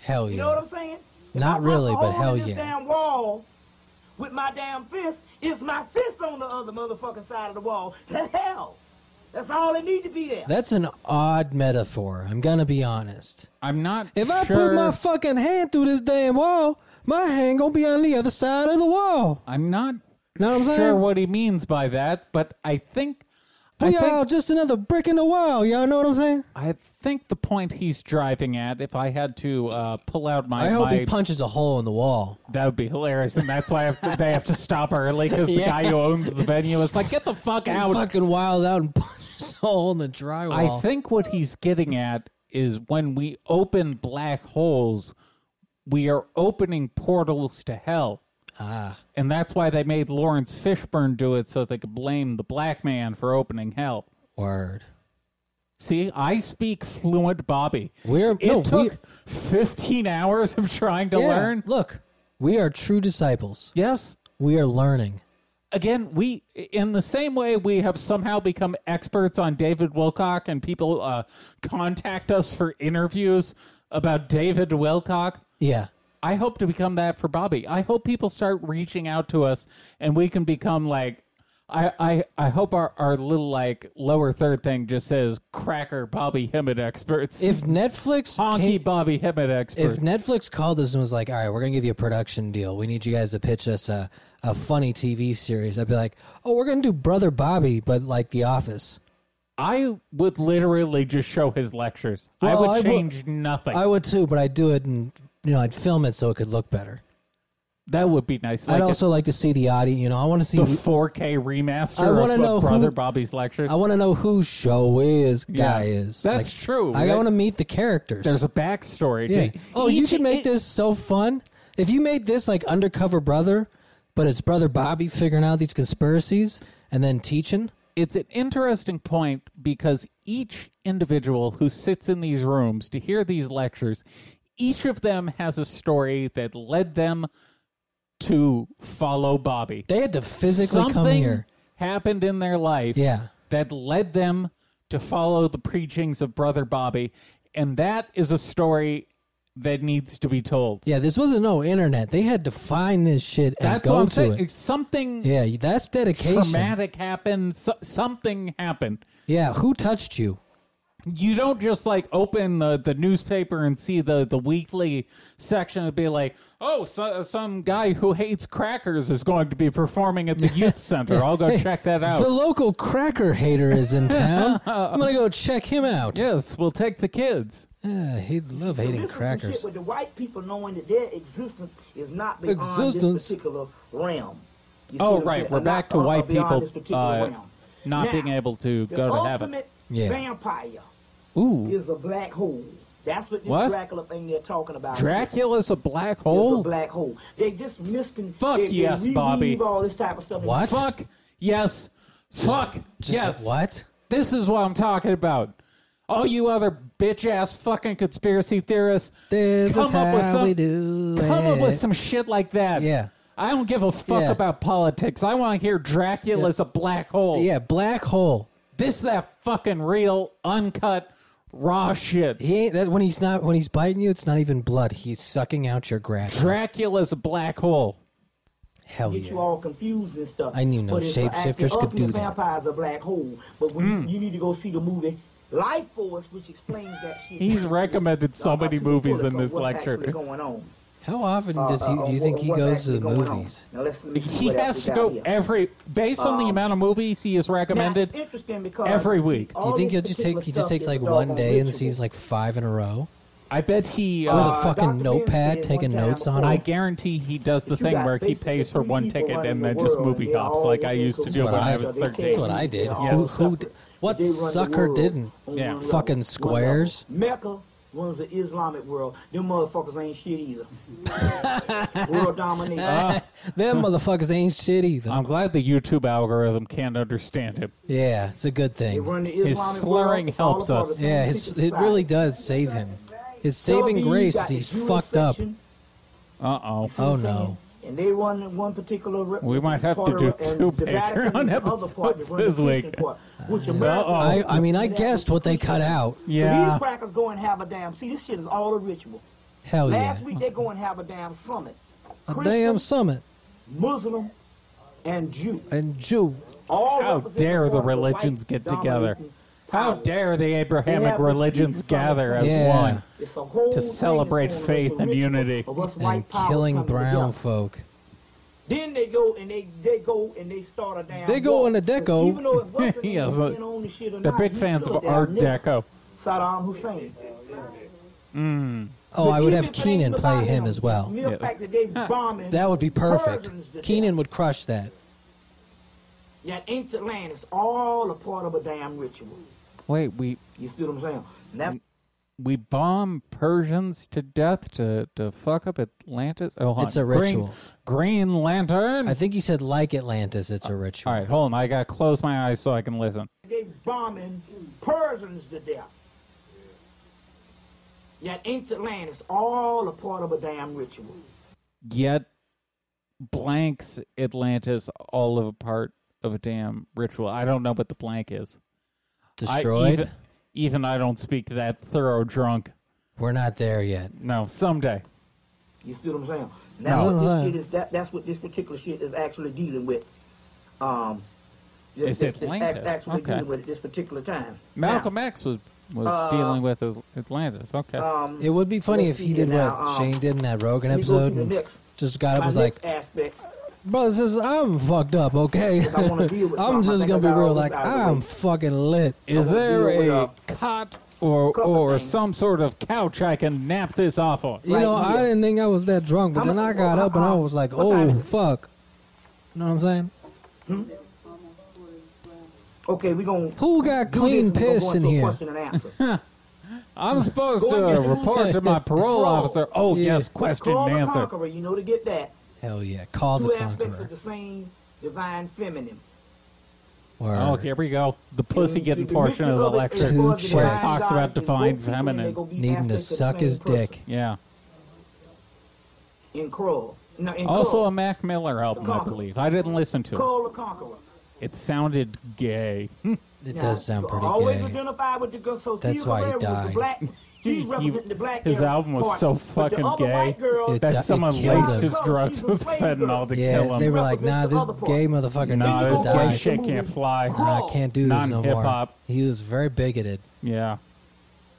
Speaker 2: Hell yeah.
Speaker 3: You know what I'm saying? If
Speaker 2: Not
Speaker 3: I rock
Speaker 2: really,
Speaker 3: a
Speaker 2: but
Speaker 3: hole
Speaker 2: hell
Speaker 3: in this
Speaker 2: yeah.
Speaker 3: damn wall with my damn fist, it's my fist on the other motherfucking side of the wall. The hell. That's all it need to be there.
Speaker 2: That's an odd metaphor. I'm going to be honest.
Speaker 1: I'm not
Speaker 2: If
Speaker 1: sure.
Speaker 2: I put my fucking hand through this damn wall, my hand going to be on the other side of the wall.
Speaker 1: I'm not
Speaker 2: Know what I'm
Speaker 1: sure
Speaker 2: saying?
Speaker 1: what he means by that, but I think I
Speaker 2: We
Speaker 1: think
Speaker 2: all just another brick in the wall. Y'all know what I'm saying?
Speaker 1: I think the point he's driving at, if I had to uh, pull out my
Speaker 2: I hope
Speaker 1: my
Speaker 2: he punches a hole in the wall.
Speaker 1: That would be hilarious, and that's why I have to, they have to stop early because the
Speaker 2: (laughs) Yeah.
Speaker 1: guy who owns the venue is like, "Get the fuck out!"
Speaker 2: fucking wild out and (laughs) punches a hole in the drywall.
Speaker 1: I think what he's getting at is when we open black holes, we are opening portals to hell,
Speaker 2: ah,
Speaker 1: and that's why they made Lawrence Fishburne do it so they could blame the black man for opening hell.
Speaker 2: word.
Speaker 1: See, I speak fluent Bobby.
Speaker 2: We're
Speaker 1: It
Speaker 2: no,
Speaker 1: took
Speaker 2: we,
Speaker 1: fifteen hours of trying to
Speaker 2: yeah,
Speaker 1: learn.
Speaker 2: Look, we are true disciples.
Speaker 1: Yes.
Speaker 2: We are learning.
Speaker 1: again, we in the same way we have somehow become experts on David Wilcock, and people uh, contact us for interviews about David Wilcock.
Speaker 2: Yeah,
Speaker 1: I hope to become that for Bobby. I hope people start reaching out to us, and we can become like. I, I, I hope our, our little like lower third thing just says cracker Bobby Hemet experts.
Speaker 2: if Netflix
Speaker 1: Honky
Speaker 2: came-
Speaker 1: Bobby Hemet experts.
Speaker 2: if Netflix called us and was like, "All right, we're gonna give you a production deal. We need you guys to pitch us a a funny TV series," I'd be like, "Oh, we're gonna do Brother Bobby, but like The Office."
Speaker 1: I would literally just show his lectures.
Speaker 2: Well,
Speaker 1: I
Speaker 2: I
Speaker 1: would
Speaker 2: would-
Speaker 1: change nothing.
Speaker 2: I would too, but I'd do it and you know I'd film it so it could look better.
Speaker 1: That would be nice.
Speaker 2: I'd
Speaker 1: Like
Speaker 2: also like to see the audience. You know, I want to see.
Speaker 1: the 4K remaster
Speaker 2: I wanna
Speaker 1: of,
Speaker 2: know
Speaker 1: of Brother
Speaker 2: who-
Speaker 1: Bobby's lectures.
Speaker 2: I want to know who show is
Speaker 1: Yeah.
Speaker 2: guy is.
Speaker 1: That's
Speaker 2: Like,
Speaker 1: true.
Speaker 2: I
Speaker 1: That-
Speaker 2: want to meet the characters.
Speaker 1: There's a backstory.
Speaker 2: yeah.
Speaker 1: To
Speaker 2: Oh, you
Speaker 1: each- e-,
Speaker 2: could make this so fun if you made this like undercover brother, but it's brother Bobby figuring out these conspiracies and then teaching.
Speaker 1: It's an interesting point because each individual who sits in these rooms to hear these lectures, each of them has a story that led them to follow Bobby.
Speaker 2: They had to physically
Speaker 1: Something
Speaker 2: come here.
Speaker 1: happened in their life
Speaker 2: Yeah.
Speaker 1: that led them to follow the preachings of Brother Bobby, and that is a story that needs to be told.
Speaker 2: Yeah, this wasn't no internet. They had to find this shit and
Speaker 1: That's
Speaker 2: go
Speaker 1: what I'm
Speaker 2: to
Speaker 1: saying.
Speaker 2: it.
Speaker 1: Something
Speaker 2: Yeah, that's dedication.
Speaker 1: traumatic happened. So- something happened.
Speaker 2: Yeah, who touched you?
Speaker 1: You don't just like open the, the newspaper and see the, the weekly section and be like, oh, so, some guy who hates crackers is going to be performing
Speaker 2: (laughs)
Speaker 1: at the youth center. I'll go
Speaker 2: Hey,
Speaker 1: check
Speaker 2: (laughs)
Speaker 1: that out.
Speaker 2: The local cracker hater is
Speaker 1: (laughs)
Speaker 2: in town. I'm gonna go check him out.
Speaker 1: yes, we'll take the kids.
Speaker 2: Yeah, he love hating
Speaker 3: This is some
Speaker 2: crackers.
Speaker 3: Shit with the white people knowing that their existence is not beyond
Speaker 2: Existence?
Speaker 3: this particular realm. You see
Speaker 1: Oh,
Speaker 3: what I'm
Speaker 1: right.
Speaker 3: saying?
Speaker 1: We're
Speaker 3: Not
Speaker 1: back to
Speaker 3: of-
Speaker 1: white
Speaker 3: beyond
Speaker 1: people,
Speaker 3: this particular
Speaker 1: uh,
Speaker 3: realm.
Speaker 1: Not
Speaker 3: Now,
Speaker 1: being able to
Speaker 3: the
Speaker 1: go to heaven.
Speaker 3: ultimate
Speaker 2: Yeah.
Speaker 3: vampire
Speaker 1: Ooh,
Speaker 3: is a black hole. That's what this
Speaker 1: What?
Speaker 3: Dracula thing they're talking about.
Speaker 1: Dracula's a black
Speaker 3: Is a
Speaker 1: hole?
Speaker 3: black hole. They just miscon.
Speaker 1: Oh. Fuck
Speaker 3: they, they
Speaker 1: yes,
Speaker 3: reweave
Speaker 1: Bobby.
Speaker 3: All this type of stuff.
Speaker 2: What?
Speaker 1: Fuck. Yes. Fuck.
Speaker 2: Just
Speaker 1: yes.
Speaker 2: what?
Speaker 1: This is what I'm talking about. All you other bitch ass fucking conspiracy theorists,
Speaker 2: This
Speaker 1: come
Speaker 2: is
Speaker 1: up with
Speaker 2: how
Speaker 1: some,
Speaker 2: we do
Speaker 1: come up
Speaker 2: it.
Speaker 1: with some shit like that.
Speaker 2: Yeah.
Speaker 1: I don't give a fuck
Speaker 2: Yeah.
Speaker 1: about politics. I want to hear Dracula's a black hole.
Speaker 2: Yeah, black hole.
Speaker 1: This that fucking real, uncut, raw shit.
Speaker 2: He ain't that when he's not when he's biting you. It's not even blood. He's sucking out your grass.
Speaker 1: Dracula's a black hole.
Speaker 2: Hell
Speaker 3: get you
Speaker 2: yeah.
Speaker 3: all confused and stuff.
Speaker 2: I knew no
Speaker 3: But it's the
Speaker 2: shapeshifters
Speaker 3: actual
Speaker 2: could do
Speaker 3: ultimate
Speaker 2: that.
Speaker 3: Vampire's a black hole, but when
Speaker 1: Mm.
Speaker 3: you, you need to go see the movie Life Force, which explains that shit. (laughs)
Speaker 1: He's recommended so
Speaker 3: Uh,
Speaker 1: many
Speaker 3: people
Speaker 1: movies
Speaker 3: look
Speaker 1: in
Speaker 3: at
Speaker 1: this
Speaker 3: what's actually
Speaker 1: lecture.
Speaker 3: going on.
Speaker 2: How often
Speaker 3: Uh,
Speaker 2: does he?
Speaker 3: uh,
Speaker 2: Do you
Speaker 3: uh,
Speaker 2: think he
Speaker 3: what's
Speaker 2: goes to the
Speaker 3: actually going on.
Speaker 2: movies?
Speaker 3: Now, let's- let me see
Speaker 1: He
Speaker 3: what else
Speaker 1: has
Speaker 3: we
Speaker 1: to
Speaker 3: got
Speaker 1: go
Speaker 3: here.
Speaker 1: every based on the
Speaker 3: Um,
Speaker 1: amount of movies he is
Speaker 3: Now,
Speaker 1: recommended.
Speaker 3: it's interesting because
Speaker 1: every week.
Speaker 2: Do
Speaker 3: all
Speaker 2: you think
Speaker 3: this
Speaker 2: he'll just take
Speaker 3: particular
Speaker 2: he just
Speaker 3: stuff
Speaker 2: takes
Speaker 3: is
Speaker 2: like
Speaker 3: doggone
Speaker 2: one day and
Speaker 3: ritual.
Speaker 2: sees like five in a row?
Speaker 1: I bet he.
Speaker 3: Uh,
Speaker 1: Uh,
Speaker 2: With a fucking
Speaker 3: Dr.
Speaker 2: notepad
Speaker 3: Pierce said
Speaker 2: taking
Speaker 3: one time
Speaker 2: notes on
Speaker 3: before,
Speaker 1: I guarantee he does the
Speaker 3: You
Speaker 1: thing
Speaker 3: got
Speaker 1: where he
Speaker 3: basically
Speaker 1: pays for
Speaker 3: three
Speaker 1: one
Speaker 3: people
Speaker 1: ticket
Speaker 3: running
Speaker 1: and
Speaker 3: the
Speaker 1: then just
Speaker 3: world,
Speaker 1: movie
Speaker 3: and they're
Speaker 1: hops
Speaker 3: all
Speaker 1: like I
Speaker 3: in
Speaker 1: used to do
Speaker 2: That's
Speaker 1: when
Speaker 2: what
Speaker 1: I
Speaker 2: I,
Speaker 1: was
Speaker 3: They
Speaker 2: that's
Speaker 1: 13.
Speaker 2: what I did.
Speaker 3: Yeah.
Speaker 2: Who, who, d- what
Speaker 3: They run the
Speaker 2: sucker
Speaker 3: world
Speaker 2: didn't?
Speaker 3: on
Speaker 1: Yeah.
Speaker 3: one level,
Speaker 2: Fucking
Speaker 3: one
Speaker 2: squares.
Speaker 3: level. Mecca runs the Islamic world. Them motherfuckers ain't shit either.
Speaker 2: (laughs)
Speaker 3: world domination.
Speaker 1: Uh,
Speaker 2: Them motherfuckers ain't shit either.
Speaker 1: I'm glad the YouTube algorithm can't understand him.
Speaker 2: yeah, it's a good
Speaker 3: they
Speaker 2: thing.
Speaker 3: run the Islamic
Speaker 1: his slurring
Speaker 3: world. It's all
Speaker 1: helps
Speaker 3: a part
Speaker 1: us.
Speaker 3: of the
Speaker 2: Yeah,
Speaker 3: same
Speaker 2: his,
Speaker 3: secret
Speaker 2: it really
Speaker 3: society.
Speaker 2: does save him. His
Speaker 3: Tel
Speaker 2: saving
Speaker 3: Aviv
Speaker 2: grace
Speaker 3: got
Speaker 2: is
Speaker 3: the
Speaker 2: he's
Speaker 3: Jewish
Speaker 2: fucked up.
Speaker 3: section,
Speaker 1: Uh oh.
Speaker 2: Oh no.
Speaker 3: And they run one particular. re-
Speaker 1: We might have to
Speaker 3: part of-
Speaker 1: do
Speaker 3: and
Speaker 1: two
Speaker 3: the Vatican is
Speaker 1: Patreon
Speaker 3: the other part that
Speaker 1: episodes
Speaker 3: runs the
Speaker 1: this
Speaker 3: Christian
Speaker 1: week.
Speaker 3: part, which America-
Speaker 1: Uh-oh.
Speaker 2: I I mean I guessed what they cut out.
Speaker 1: Yeah.
Speaker 3: These crackers go and have a damn. See, this shit is all a ritual.
Speaker 1: Oh,
Speaker 2: Hell yeah.
Speaker 3: Last week they go and have a damn summit.
Speaker 2: A
Speaker 3: Christian,
Speaker 2: damn summit
Speaker 3: Muslim, and Jew.
Speaker 2: and Jew.
Speaker 3: All
Speaker 1: How
Speaker 3: represent
Speaker 1: dare
Speaker 3: part
Speaker 1: the
Speaker 3: of white
Speaker 1: religions get together?
Speaker 3: domination
Speaker 1: How
Speaker 3: power.
Speaker 1: dare the Abrahamic
Speaker 3: Yeah,
Speaker 1: religions
Speaker 3: but you-
Speaker 1: gather as
Speaker 2: Yeah.
Speaker 1: one?
Speaker 3: It's a whole thing
Speaker 1: celebrate
Speaker 3: that's going
Speaker 1: faith
Speaker 3: on. It's a
Speaker 1: and
Speaker 3: ritual
Speaker 1: unity.
Speaker 3: of us white
Speaker 2: And
Speaker 3: power
Speaker 2: killing
Speaker 3: coming
Speaker 2: brown
Speaker 3: together.
Speaker 2: folk.
Speaker 3: Then they go and they they go and they start a damn.
Speaker 2: They go
Speaker 3: war.
Speaker 2: in the deco.
Speaker 3: Even
Speaker 1: (laughs)
Speaker 3: though it wasn't
Speaker 1: Yes,
Speaker 3: in
Speaker 1: uh,
Speaker 3: on the shit or
Speaker 1: They're
Speaker 3: not,
Speaker 1: big
Speaker 3: he
Speaker 1: fans
Speaker 3: stood
Speaker 1: of
Speaker 3: there,
Speaker 1: Art
Speaker 3: Nick
Speaker 1: Deco.
Speaker 3: Saddam Hussein.
Speaker 2: Oh, I would have
Speaker 3: Even if it ain't
Speaker 2: Keenan play
Speaker 3: about
Speaker 2: him as well.
Speaker 3: mere
Speaker 1: Yeah.
Speaker 3: fact that they bombing
Speaker 2: That would be perfect.
Speaker 3: Persians to death.
Speaker 2: Keenan would crush that.
Speaker 3: That ancient land is all a part of a damn ritual.
Speaker 1: Wait, we
Speaker 3: You see what I'm saying? And
Speaker 1: Mm.
Speaker 3: that's
Speaker 1: we bomb Persians to death to, to fuck up Atlantis. Oh, hold on.
Speaker 2: It's a
Speaker 1: Green-
Speaker 2: ritual.
Speaker 1: Green, Lantern.
Speaker 2: I think he said like Atlantis, it's a ritual.
Speaker 1: All right, hold on. I gotta close my eyes so I can listen.
Speaker 3: they bombing Persians to death. That ancient land is all a part of a damn ritual.
Speaker 1: Yet, blanks Atlantis all of a part of a damn ritual. I don't know what the blank is. I-
Speaker 2: Destroyed?
Speaker 1: even, even I don't speak that thorough drunk.
Speaker 2: We're not there yet.
Speaker 1: No, someday.
Speaker 3: You see what I'm saying? And That's,
Speaker 2: No.
Speaker 3: what
Speaker 2: No,
Speaker 3: this
Speaker 2: no.
Speaker 3: shit is, that, that's what this particular shit is actually dealing with. Um,
Speaker 1: It's
Speaker 3: this- this act-
Speaker 1: Atlantis.
Speaker 3: Actually
Speaker 1: Okay.
Speaker 3: dealing with at this particular time.
Speaker 1: Malcolm X was was
Speaker 3: Uh,
Speaker 1: dealing with Atl- Atlantis. Okay.
Speaker 3: Now, um,
Speaker 2: It would be funny if
Speaker 3: let's
Speaker 2: he
Speaker 3: see
Speaker 2: did
Speaker 3: here now,
Speaker 2: what
Speaker 3: um,
Speaker 2: Shane did in that Rogan
Speaker 3: let me go
Speaker 2: episode
Speaker 3: to the
Speaker 2: and
Speaker 3: next.
Speaker 2: just got up and
Speaker 3: my
Speaker 2: was like,
Speaker 3: next aspect.
Speaker 2: bro, this is, I'm fucked up, okay?
Speaker 3: If I wanna deal
Speaker 2: (laughs)
Speaker 3: with
Speaker 2: I'm
Speaker 3: something, I
Speaker 2: just
Speaker 3: think
Speaker 2: gonna
Speaker 3: I
Speaker 2: be
Speaker 3: got all
Speaker 2: real,
Speaker 3: this
Speaker 2: like,
Speaker 3: out of the
Speaker 2: I'm
Speaker 3: way.
Speaker 2: fucking lit.
Speaker 1: Is
Speaker 3: I wanna
Speaker 1: there
Speaker 3: deal
Speaker 1: a
Speaker 3: with,
Speaker 1: cot or
Speaker 3: uh, Couple
Speaker 1: or
Speaker 3: things.
Speaker 1: some sort of couch I can nap this off on.
Speaker 2: You
Speaker 3: Right
Speaker 2: know, I
Speaker 3: here.
Speaker 2: didn't think I was that drunk, but
Speaker 3: How
Speaker 2: then
Speaker 3: mu-
Speaker 2: I got
Speaker 3: well,
Speaker 2: up and I
Speaker 3: how-
Speaker 2: was like,
Speaker 3: what time
Speaker 2: oh,
Speaker 3: is it?
Speaker 2: fuck. You know what I'm saying?
Speaker 3: Okay, we're going to
Speaker 2: Who got clean piss in here?
Speaker 3: Question and
Speaker 2: (laughs)
Speaker 3: answer.
Speaker 1: I'm supposed to
Speaker 3: Go ahead.
Speaker 1: report to my
Speaker 3: (laughs)
Speaker 1: parole
Speaker 3: Bro.
Speaker 1: officer. Oh
Speaker 2: Yeah.
Speaker 1: yes, question
Speaker 3: Call
Speaker 1: and
Speaker 3: the
Speaker 1: answer.
Speaker 3: conqueror, you know, to get that.
Speaker 2: Hell yeah. Call the
Speaker 3: Two aspects of
Speaker 2: conqueror.
Speaker 3: the same divine feminine.
Speaker 2: Word.
Speaker 1: Oh, here we go. The pussy getting
Speaker 3: The
Speaker 1: portion
Speaker 3: mystery
Speaker 1: of the
Speaker 3: it
Speaker 1: lecture
Speaker 3: is
Speaker 2: Two
Speaker 1: where
Speaker 3: caused
Speaker 1: it
Speaker 3: divine
Speaker 2: chicks.
Speaker 1: talks
Speaker 3: God
Speaker 1: about
Speaker 3: in both
Speaker 1: divine
Speaker 3: people, and they
Speaker 1: feminine.
Speaker 3: gonna be
Speaker 2: Needing to
Speaker 3: aspects of the
Speaker 2: suck
Speaker 3: same
Speaker 2: his
Speaker 3: person.
Speaker 2: dick.
Speaker 1: Yeah.
Speaker 3: In Kroll. No, in
Speaker 1: Also
Speaker 3: Kroll.
Speaker 1: a Mac Miller album, I believe. I didn't listen to it.
Speaker 3: Kroll the Conqueror.
Speaker 1: It sounded gay.
Speaker 2: (laughs) It
Speaker 3: Now,
Speaker 2: does sound pretty
Speaker 3: Always
Speaker 2: gay.
Speaker 3: identify with the girl. So
Speaker 2: That's
Speaker 3: Tia
Speaker 2: why he
Speaker 3: Carrera was the
Speaker 1: (laughs)
Speaker 2: died.
Speaker 3: Black, she's
Speaker 1: He-
Speaker 3: representing the black
Speaker 1: his
Speaker 3: area
Speaker 1: album was
Speaker 3: part.
Speaker 1: so
Speaker 3: But the
Speaker 1: fucking
Speaker 3: other
Speaker 1: gay.
Speaker 3: white girls-
Speaker 2: It
Speaker 1: that
Speaker 2: di- it
Speaker 1: someone
Speaker 2: killed
Speaker 1: laced
Speaker 2: him.
Speaker 1: his drugs with
Speaker 3: He's a slave
Speaker 1: fentanyl to kill
Speaker 2: Yeah,
Speaker 1: him.
Speaker 2: they were like, nah, this
Speaker 3: Represents the
Speaker 2: gay
Speaker 3: other
Speaker 2: motherfucker
Speaker 1: nah,
Speaker 2: needs
Speaker 1: this
Speaker 2: to
Speaker 3: guy
Speaker 1: gay
Speaker 2: die.
Speaker 1: shit can't fly.
Speaker 2: Nah, I can't do this no more.
Speaker 1: Non-hip-hop.
Speaker 2: He was very bigoted.
Speaker 1: Yeah.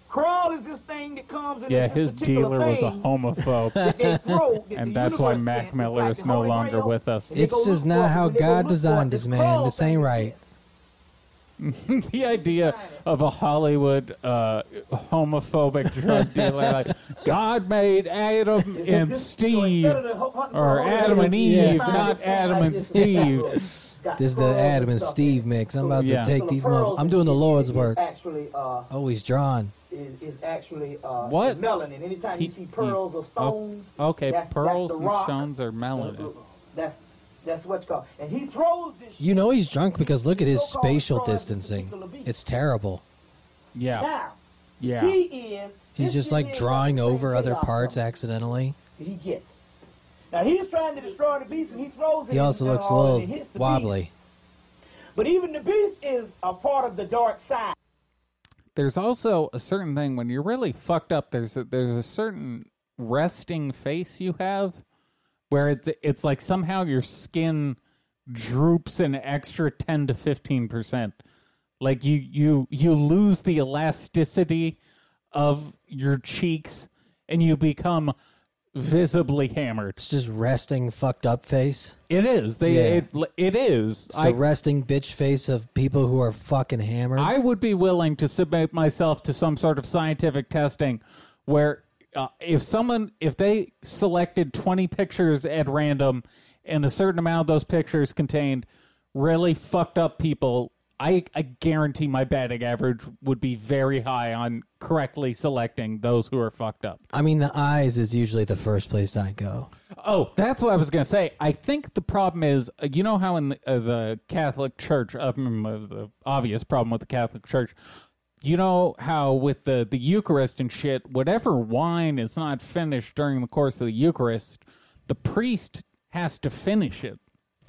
Speaker 3: Crawl is this thing that comes in
Speaker 1: Yeah,
Speaker 3: this
Speaker 1: his
Speaker 3: particular
Speaker 1: dealer was a
Speaker 3: thing
Speaker 1: homophobe. (laughs)
Speaker 3: that they
Speaker 2: (laughs)
Speaker 3: throw, that
Speaker 1: And
Speaker 3: the
Speaker 1: that's why
Speaker 3: universe
Speaker 1: Mac
Speaker 3: sends. It's
Speaker 1: Miller
Speaker 3: like
Speaker 1: is
Speaker 3: the
Speaker 1: no
Speaker 3: Holy
Speaker 1: longer
Speaker 3: Grail,
Speaker 1: with us.
Speaker 3: and they
Speaker 2: It's
Speaker 3: go
Speaker 2: just
Speaker 3: look for
Speaker 2: not
Speaker 3: it,
Speaker 2: how
Speaker 3: and they go look
Speaker 2: God
Speaker 3: for it.
Speaker 2: designed us,
Speaker 3: This
Speaker 2: man.
Speaker 3: crawl
Speaker 2: This
Speaker 3: thing
Speaker 2: ain't
Speaker 3: is
Speaker 2: right.
Speaker 1: the idea of a Hollywood uh, homophobic drug dealer, like God made Adam and
Speaker 3: This-
Speaker 1: Steve,
Speaker 3: instead of the ho- hunting
Speaker 1: or
Speaker 3: for
Speaker 1: Adam and
Speaker 2: Yeah.
Speaker 1: Eve, not Adam and Steve.
Speaker 2: This is the Adam and Steve mix. I'm about
Speaker 1: Yeah.
Speaker 2: to take these motherfuckers. I'm doing the Lord's work. Always drawn.
Speaker 3: uh, is, is actually uh,
Speaker 1: What?
Speaker 3: is melanin. Anytime
Speaker 1: He-
Speaker 3: you see
Speaker 1: he's-
Speaker 3: pearls or stones,
Speaker 1: oh, okay,
Speaker 3: that's- that's
Speaker 1: pearls
Speaker 3: the
Speaker 1: and
Speaker 3: rock.
Speaker 1: stones are melanin.
Speaker 3: That's that's what's called. And he throws this.
Speaker 2: You know he's drunk because look at his spatial distancing. It's terrible.
Speaker 1: Yeah,
Speaker 3: now.
Speaker 1: yeah.
Speaker 3: He is.
Speaker 2: He's
Speaker 3: this
Speaker 2: just
Speaker 3: shit
Speaker 2: like
Speaker 3: is
Speaker 2: drawing
Speaker 3: what they
Speaker 2: over
Speaker 3: say
Speaker 2: other
Speaker 3: about
Speaker 2: parts
Speaker 3: him.
Speaker 2: accidentally.
Speaker 3: He gets. Now he's trying to destroy the beast, and he throws. it
Speaker 2: He also
Speaker 3: into
Speaker 2: looks a
Speaker 3: all, and it
Speaker 2: little
Speaker 3: hits the beast.
Speaker 2: wobbly.
Speaker 3: But even the beast is a part of the dark side.
Speaker 1: There's also a certain thing when you're really fucked up. There's a, there's a certain resting face you have, where it's it's like somehow your skin droops an extra ten to fifteen percent. Like you you you lose the elasticity of your cheeks, and you become visibly hammered.
Speaker 2: It's just resting, fucked up face.
Speaker 1: It is. They it it is.
Speaker 2: It's the
Speaker 1: I
Speaker 2: resting bitch face of people who are fucking hammered.
Speaker 1: I would be willing to submit myself to some sort of scientific testing where uh, if someone if they selected 20 pictures at random and a certain amount of those pictures contained really fucked up people I, I guarantee my batting average would be very high on correctly selecting those who are fucked up.
Speaker 2: I mean, the eyes is usually the first place I go.
Speaker 1: Oh, that's what I was going to say. I think the problem is, uh, you know how in the, uh, the Catholic Church, uh, mm, uh, the obvious problem with the Catholic Church, you know how with the, the Eucharist and shit, whatever wine is not finished during the course of the Eucharist, the priest has to finish it.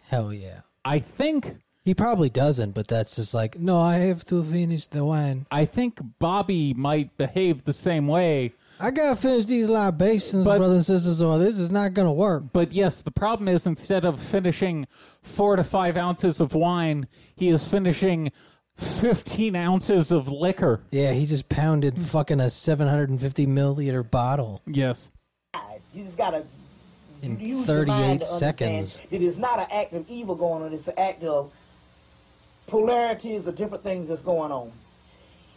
Speaker 2: Hell yeah.
Speaker 1: I think
Speaker 2: He probably doesn't, but that's just like, no, I have to finish the wine.
Speaker 1: I think Bobby might behave the same way.
Speaker 2: I gotta finish these libations,
Speaker 1: But-
Speaker 2: brothers and sisters, or this is not gonna work.
Speaker 1: But yes, the problem is instead of finishing four to five ounces of wine, he is finishing 15 ounces of liquor.
Speaker 2: Yeah, he just pounded fucking a 750 milliliter bottle.
Speaker 1: Yes.
Speaker 3: You just gotta
Speaker 2: In
Speaker 3: use your
Speaker 2: 38
Speaker 3: mind to understand
Speaker 2: seconds.
Speaker 3: It is not an act of evil going on. It's an act of polarities or different things that's going on.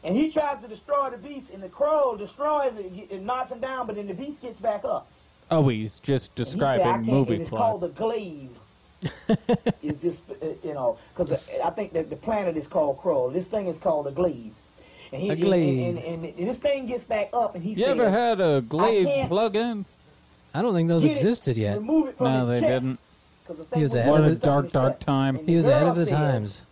Speaker 3: And he tries to destroy the beast, and the crow destroys it and knocks him down, but then the beast gets back up.
Speaker 1: Oh, he's just
Speaker 3: And he said, "I
Speaker 1: describing
Speaker 3: can't,"
Speaker 1: movie
Speaker 3: and it's
Speaker 1: plots.
Speaker 3: called the
Speaker 1: (laughs)
Speaker 3: glaive. it's just, uh, you know, because I think that the planet is called Kroll. This thing is called a glaive. And he,
Speaker 2: A glaive.
Speaker 3: And, and, and this thing gets back up, and he
Speaker 1: you
Speaker 3: says,
Speaker 1: ever had a
Speaker 3: I
Speaker 1: Glade
Speaker 3: can't-
Speaker 1: plug-in?
Speaker 2: I don't think those
Speaker 3: "Get it,
Speaker 2: existed yet.
Speaker 3: remove it from
Speaker 1: No,
Speaker 3: his
Speaker 1: they
Speaker 3: chest."
Speaker 1: didn't.
Speaker 3: 'Cause the
Speaker 2: He was
Speaker 3: thing
Speaker 2: ahead of
Speaker 3: was
Speaker 2: it.
Speaker 1: Dark, dark time.
Speaker 2: He was ahead of the times.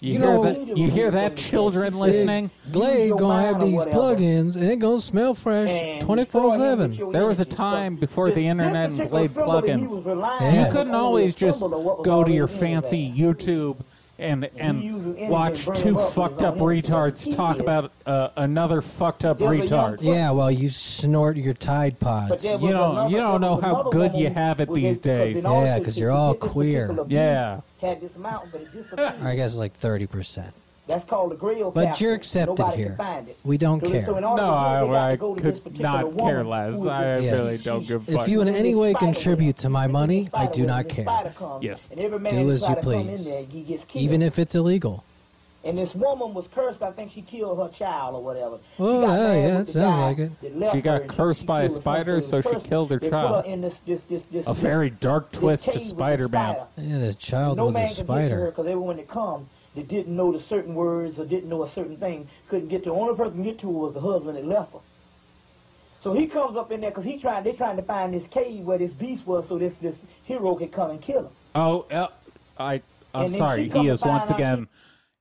Speaker 1: You,
Speaker 2: You
Speaker 1: hear
Speaker 2: know-
Speaker 1: that? You hear that, children listening?
Speaker 2: Glade
Speaker 3: your
Speaker 2: gonna have
Speaker 3: mind or
Speaker 2: these
Speaker 3: whatever.
Speaker 2: plugins, and it gonna smell fresh 24 7.
Speaker 1: There was a time before the internet and Glade plugins.
Speaker 2: Yeah.
Speaker 1: You couldn't always just go to your fancy YouTube and and
Speaker 3: uses
Speaker 1: watch
Speaker 3: anything,
Speaker 1: two
Speaker 3: bring 'em up,
Speaker 1: fucked
Speaker 3: it's
Speaker 1: up
Speaker 3: on him, it's on
Speaker 1: retards
Speaker 3: TV.
Speaker 1: talk about uh, another fucked up
Speaker 3: Yeah, but you-
Speaker 1: retard.
Speaker 2: Yeah, well, you snort your Tide Pods.
Speaker 1: You don't- you don't know how good you have it these days.
Speaker 2: Yeah, 'cause you're all queer.
Speaker 1: Yeah.
Speaker 3: Had this mountain, but it disappeared.
Speaker 2: Or I guess like 30%.
Speaker 3: That's called the grill.
Speaker 2: But
Speaker 3: capsule.
Speaker 2: you're accepted
Speaker 3: Nobody can
Speaker 2: here.
Speaker 3: find it.
Speaker 2: We don't
Speaker 3: So-
Speaker 2: care.
Speaker 3: so in order
Speaker 1: No,
Speaker 3: to do it, they got
Speaker 1: I, I
Speaker 3: to go to this
Speaker 1: could
Speaker 3: particular
Speaker 1: not
Speaker 3: woman
Speaker 1: care
Speaker 3: who
Speaker 1: less.
Speaker 3: is
Speaker 1: I
Speaker 3: this-
Speaker 2: Yes.
Speaker 1: really don't give a
Speaker 2: If
Speaker 1: fuck.
Speaker 2: you in
Speaker 3: This
Speaker 2: any way
Speaker 3: spider
Speaker 2: contribute
Speaker 3: web.
Speaker 2: to my
Speaker 3: This
Speaker 2: money, I
Speaker 3: spider
Speaker 2: do
Speaker 3: web,
Speaker 2: not
Speaker 3: this
Speaker 2: care.
Speaker 3: spider comes,
Speaker 1: Yes.
Speaker 3: and every man
Speaker 2: Do
Speaker 3: who
Speaker 2: as
Speaker 3: try
Speaker 2: you
Speaker 3: to come in
Speaker 2: please.
Speaker 3: there, he gets killed.
Speaker 2: Even if it's illegal.
Speaker 3: And this woman was cursed. I think she killed her child or whatever. She
Speaker 2: Oh,
Speaker 3: got
Speaker 2: yeah,
Speaker 3: mad
Speaker 2: yeah,
Speaker 3: with
Speaker 2: that
Speaker 3: the
Speaker 2: sounds
Speaker 3: guy
Speaker 2: like it.
Speaker 3: that left
Speaker 1: She got
Speaker 3: her and
Speaker 1: cursed by a
Speaker 3: killed her son
Speaker 1: spider,
Speaker 3: because
Speaker 1: so
Speaker 3: of the
Speaker 1: she
Speaker 3: curse.
Speaker 1: killed her
Speaker 3: They put
Speaker 1: child.
Speaker 3: her in this, this, this, this,
Speaker 1: A
Speaker 3: this-
Speaker 1: very dark
Speaker 3: this
Speaker 1: twist to
Speaker 3: cave with the
Speaker 1: Spider-Man.
Speaker 3: spider.
Speaker 2: Yeah, this child
Speaker 3: No
Speaker 2: was a
Speaker 3: man could get to her
Speaker 2: spider.
Speaker 3: because everyone that come that didn't know the certain words or didn't know a certain thing couldn't get to her. Only person who could get to her was the husband that left her. So he comes up in there because he trying they trying to find this cave where this beast was so this this hero could come and kill him.
Speaker 1: Oh, uh, I I'm
Speaker 3: And then
Speaker 1: sorry.
Speaker 3: she come
Speaker 1: He is
Speaker 3: to find
Speaker 1: once
Speaker 3: out-
Speaker 1: again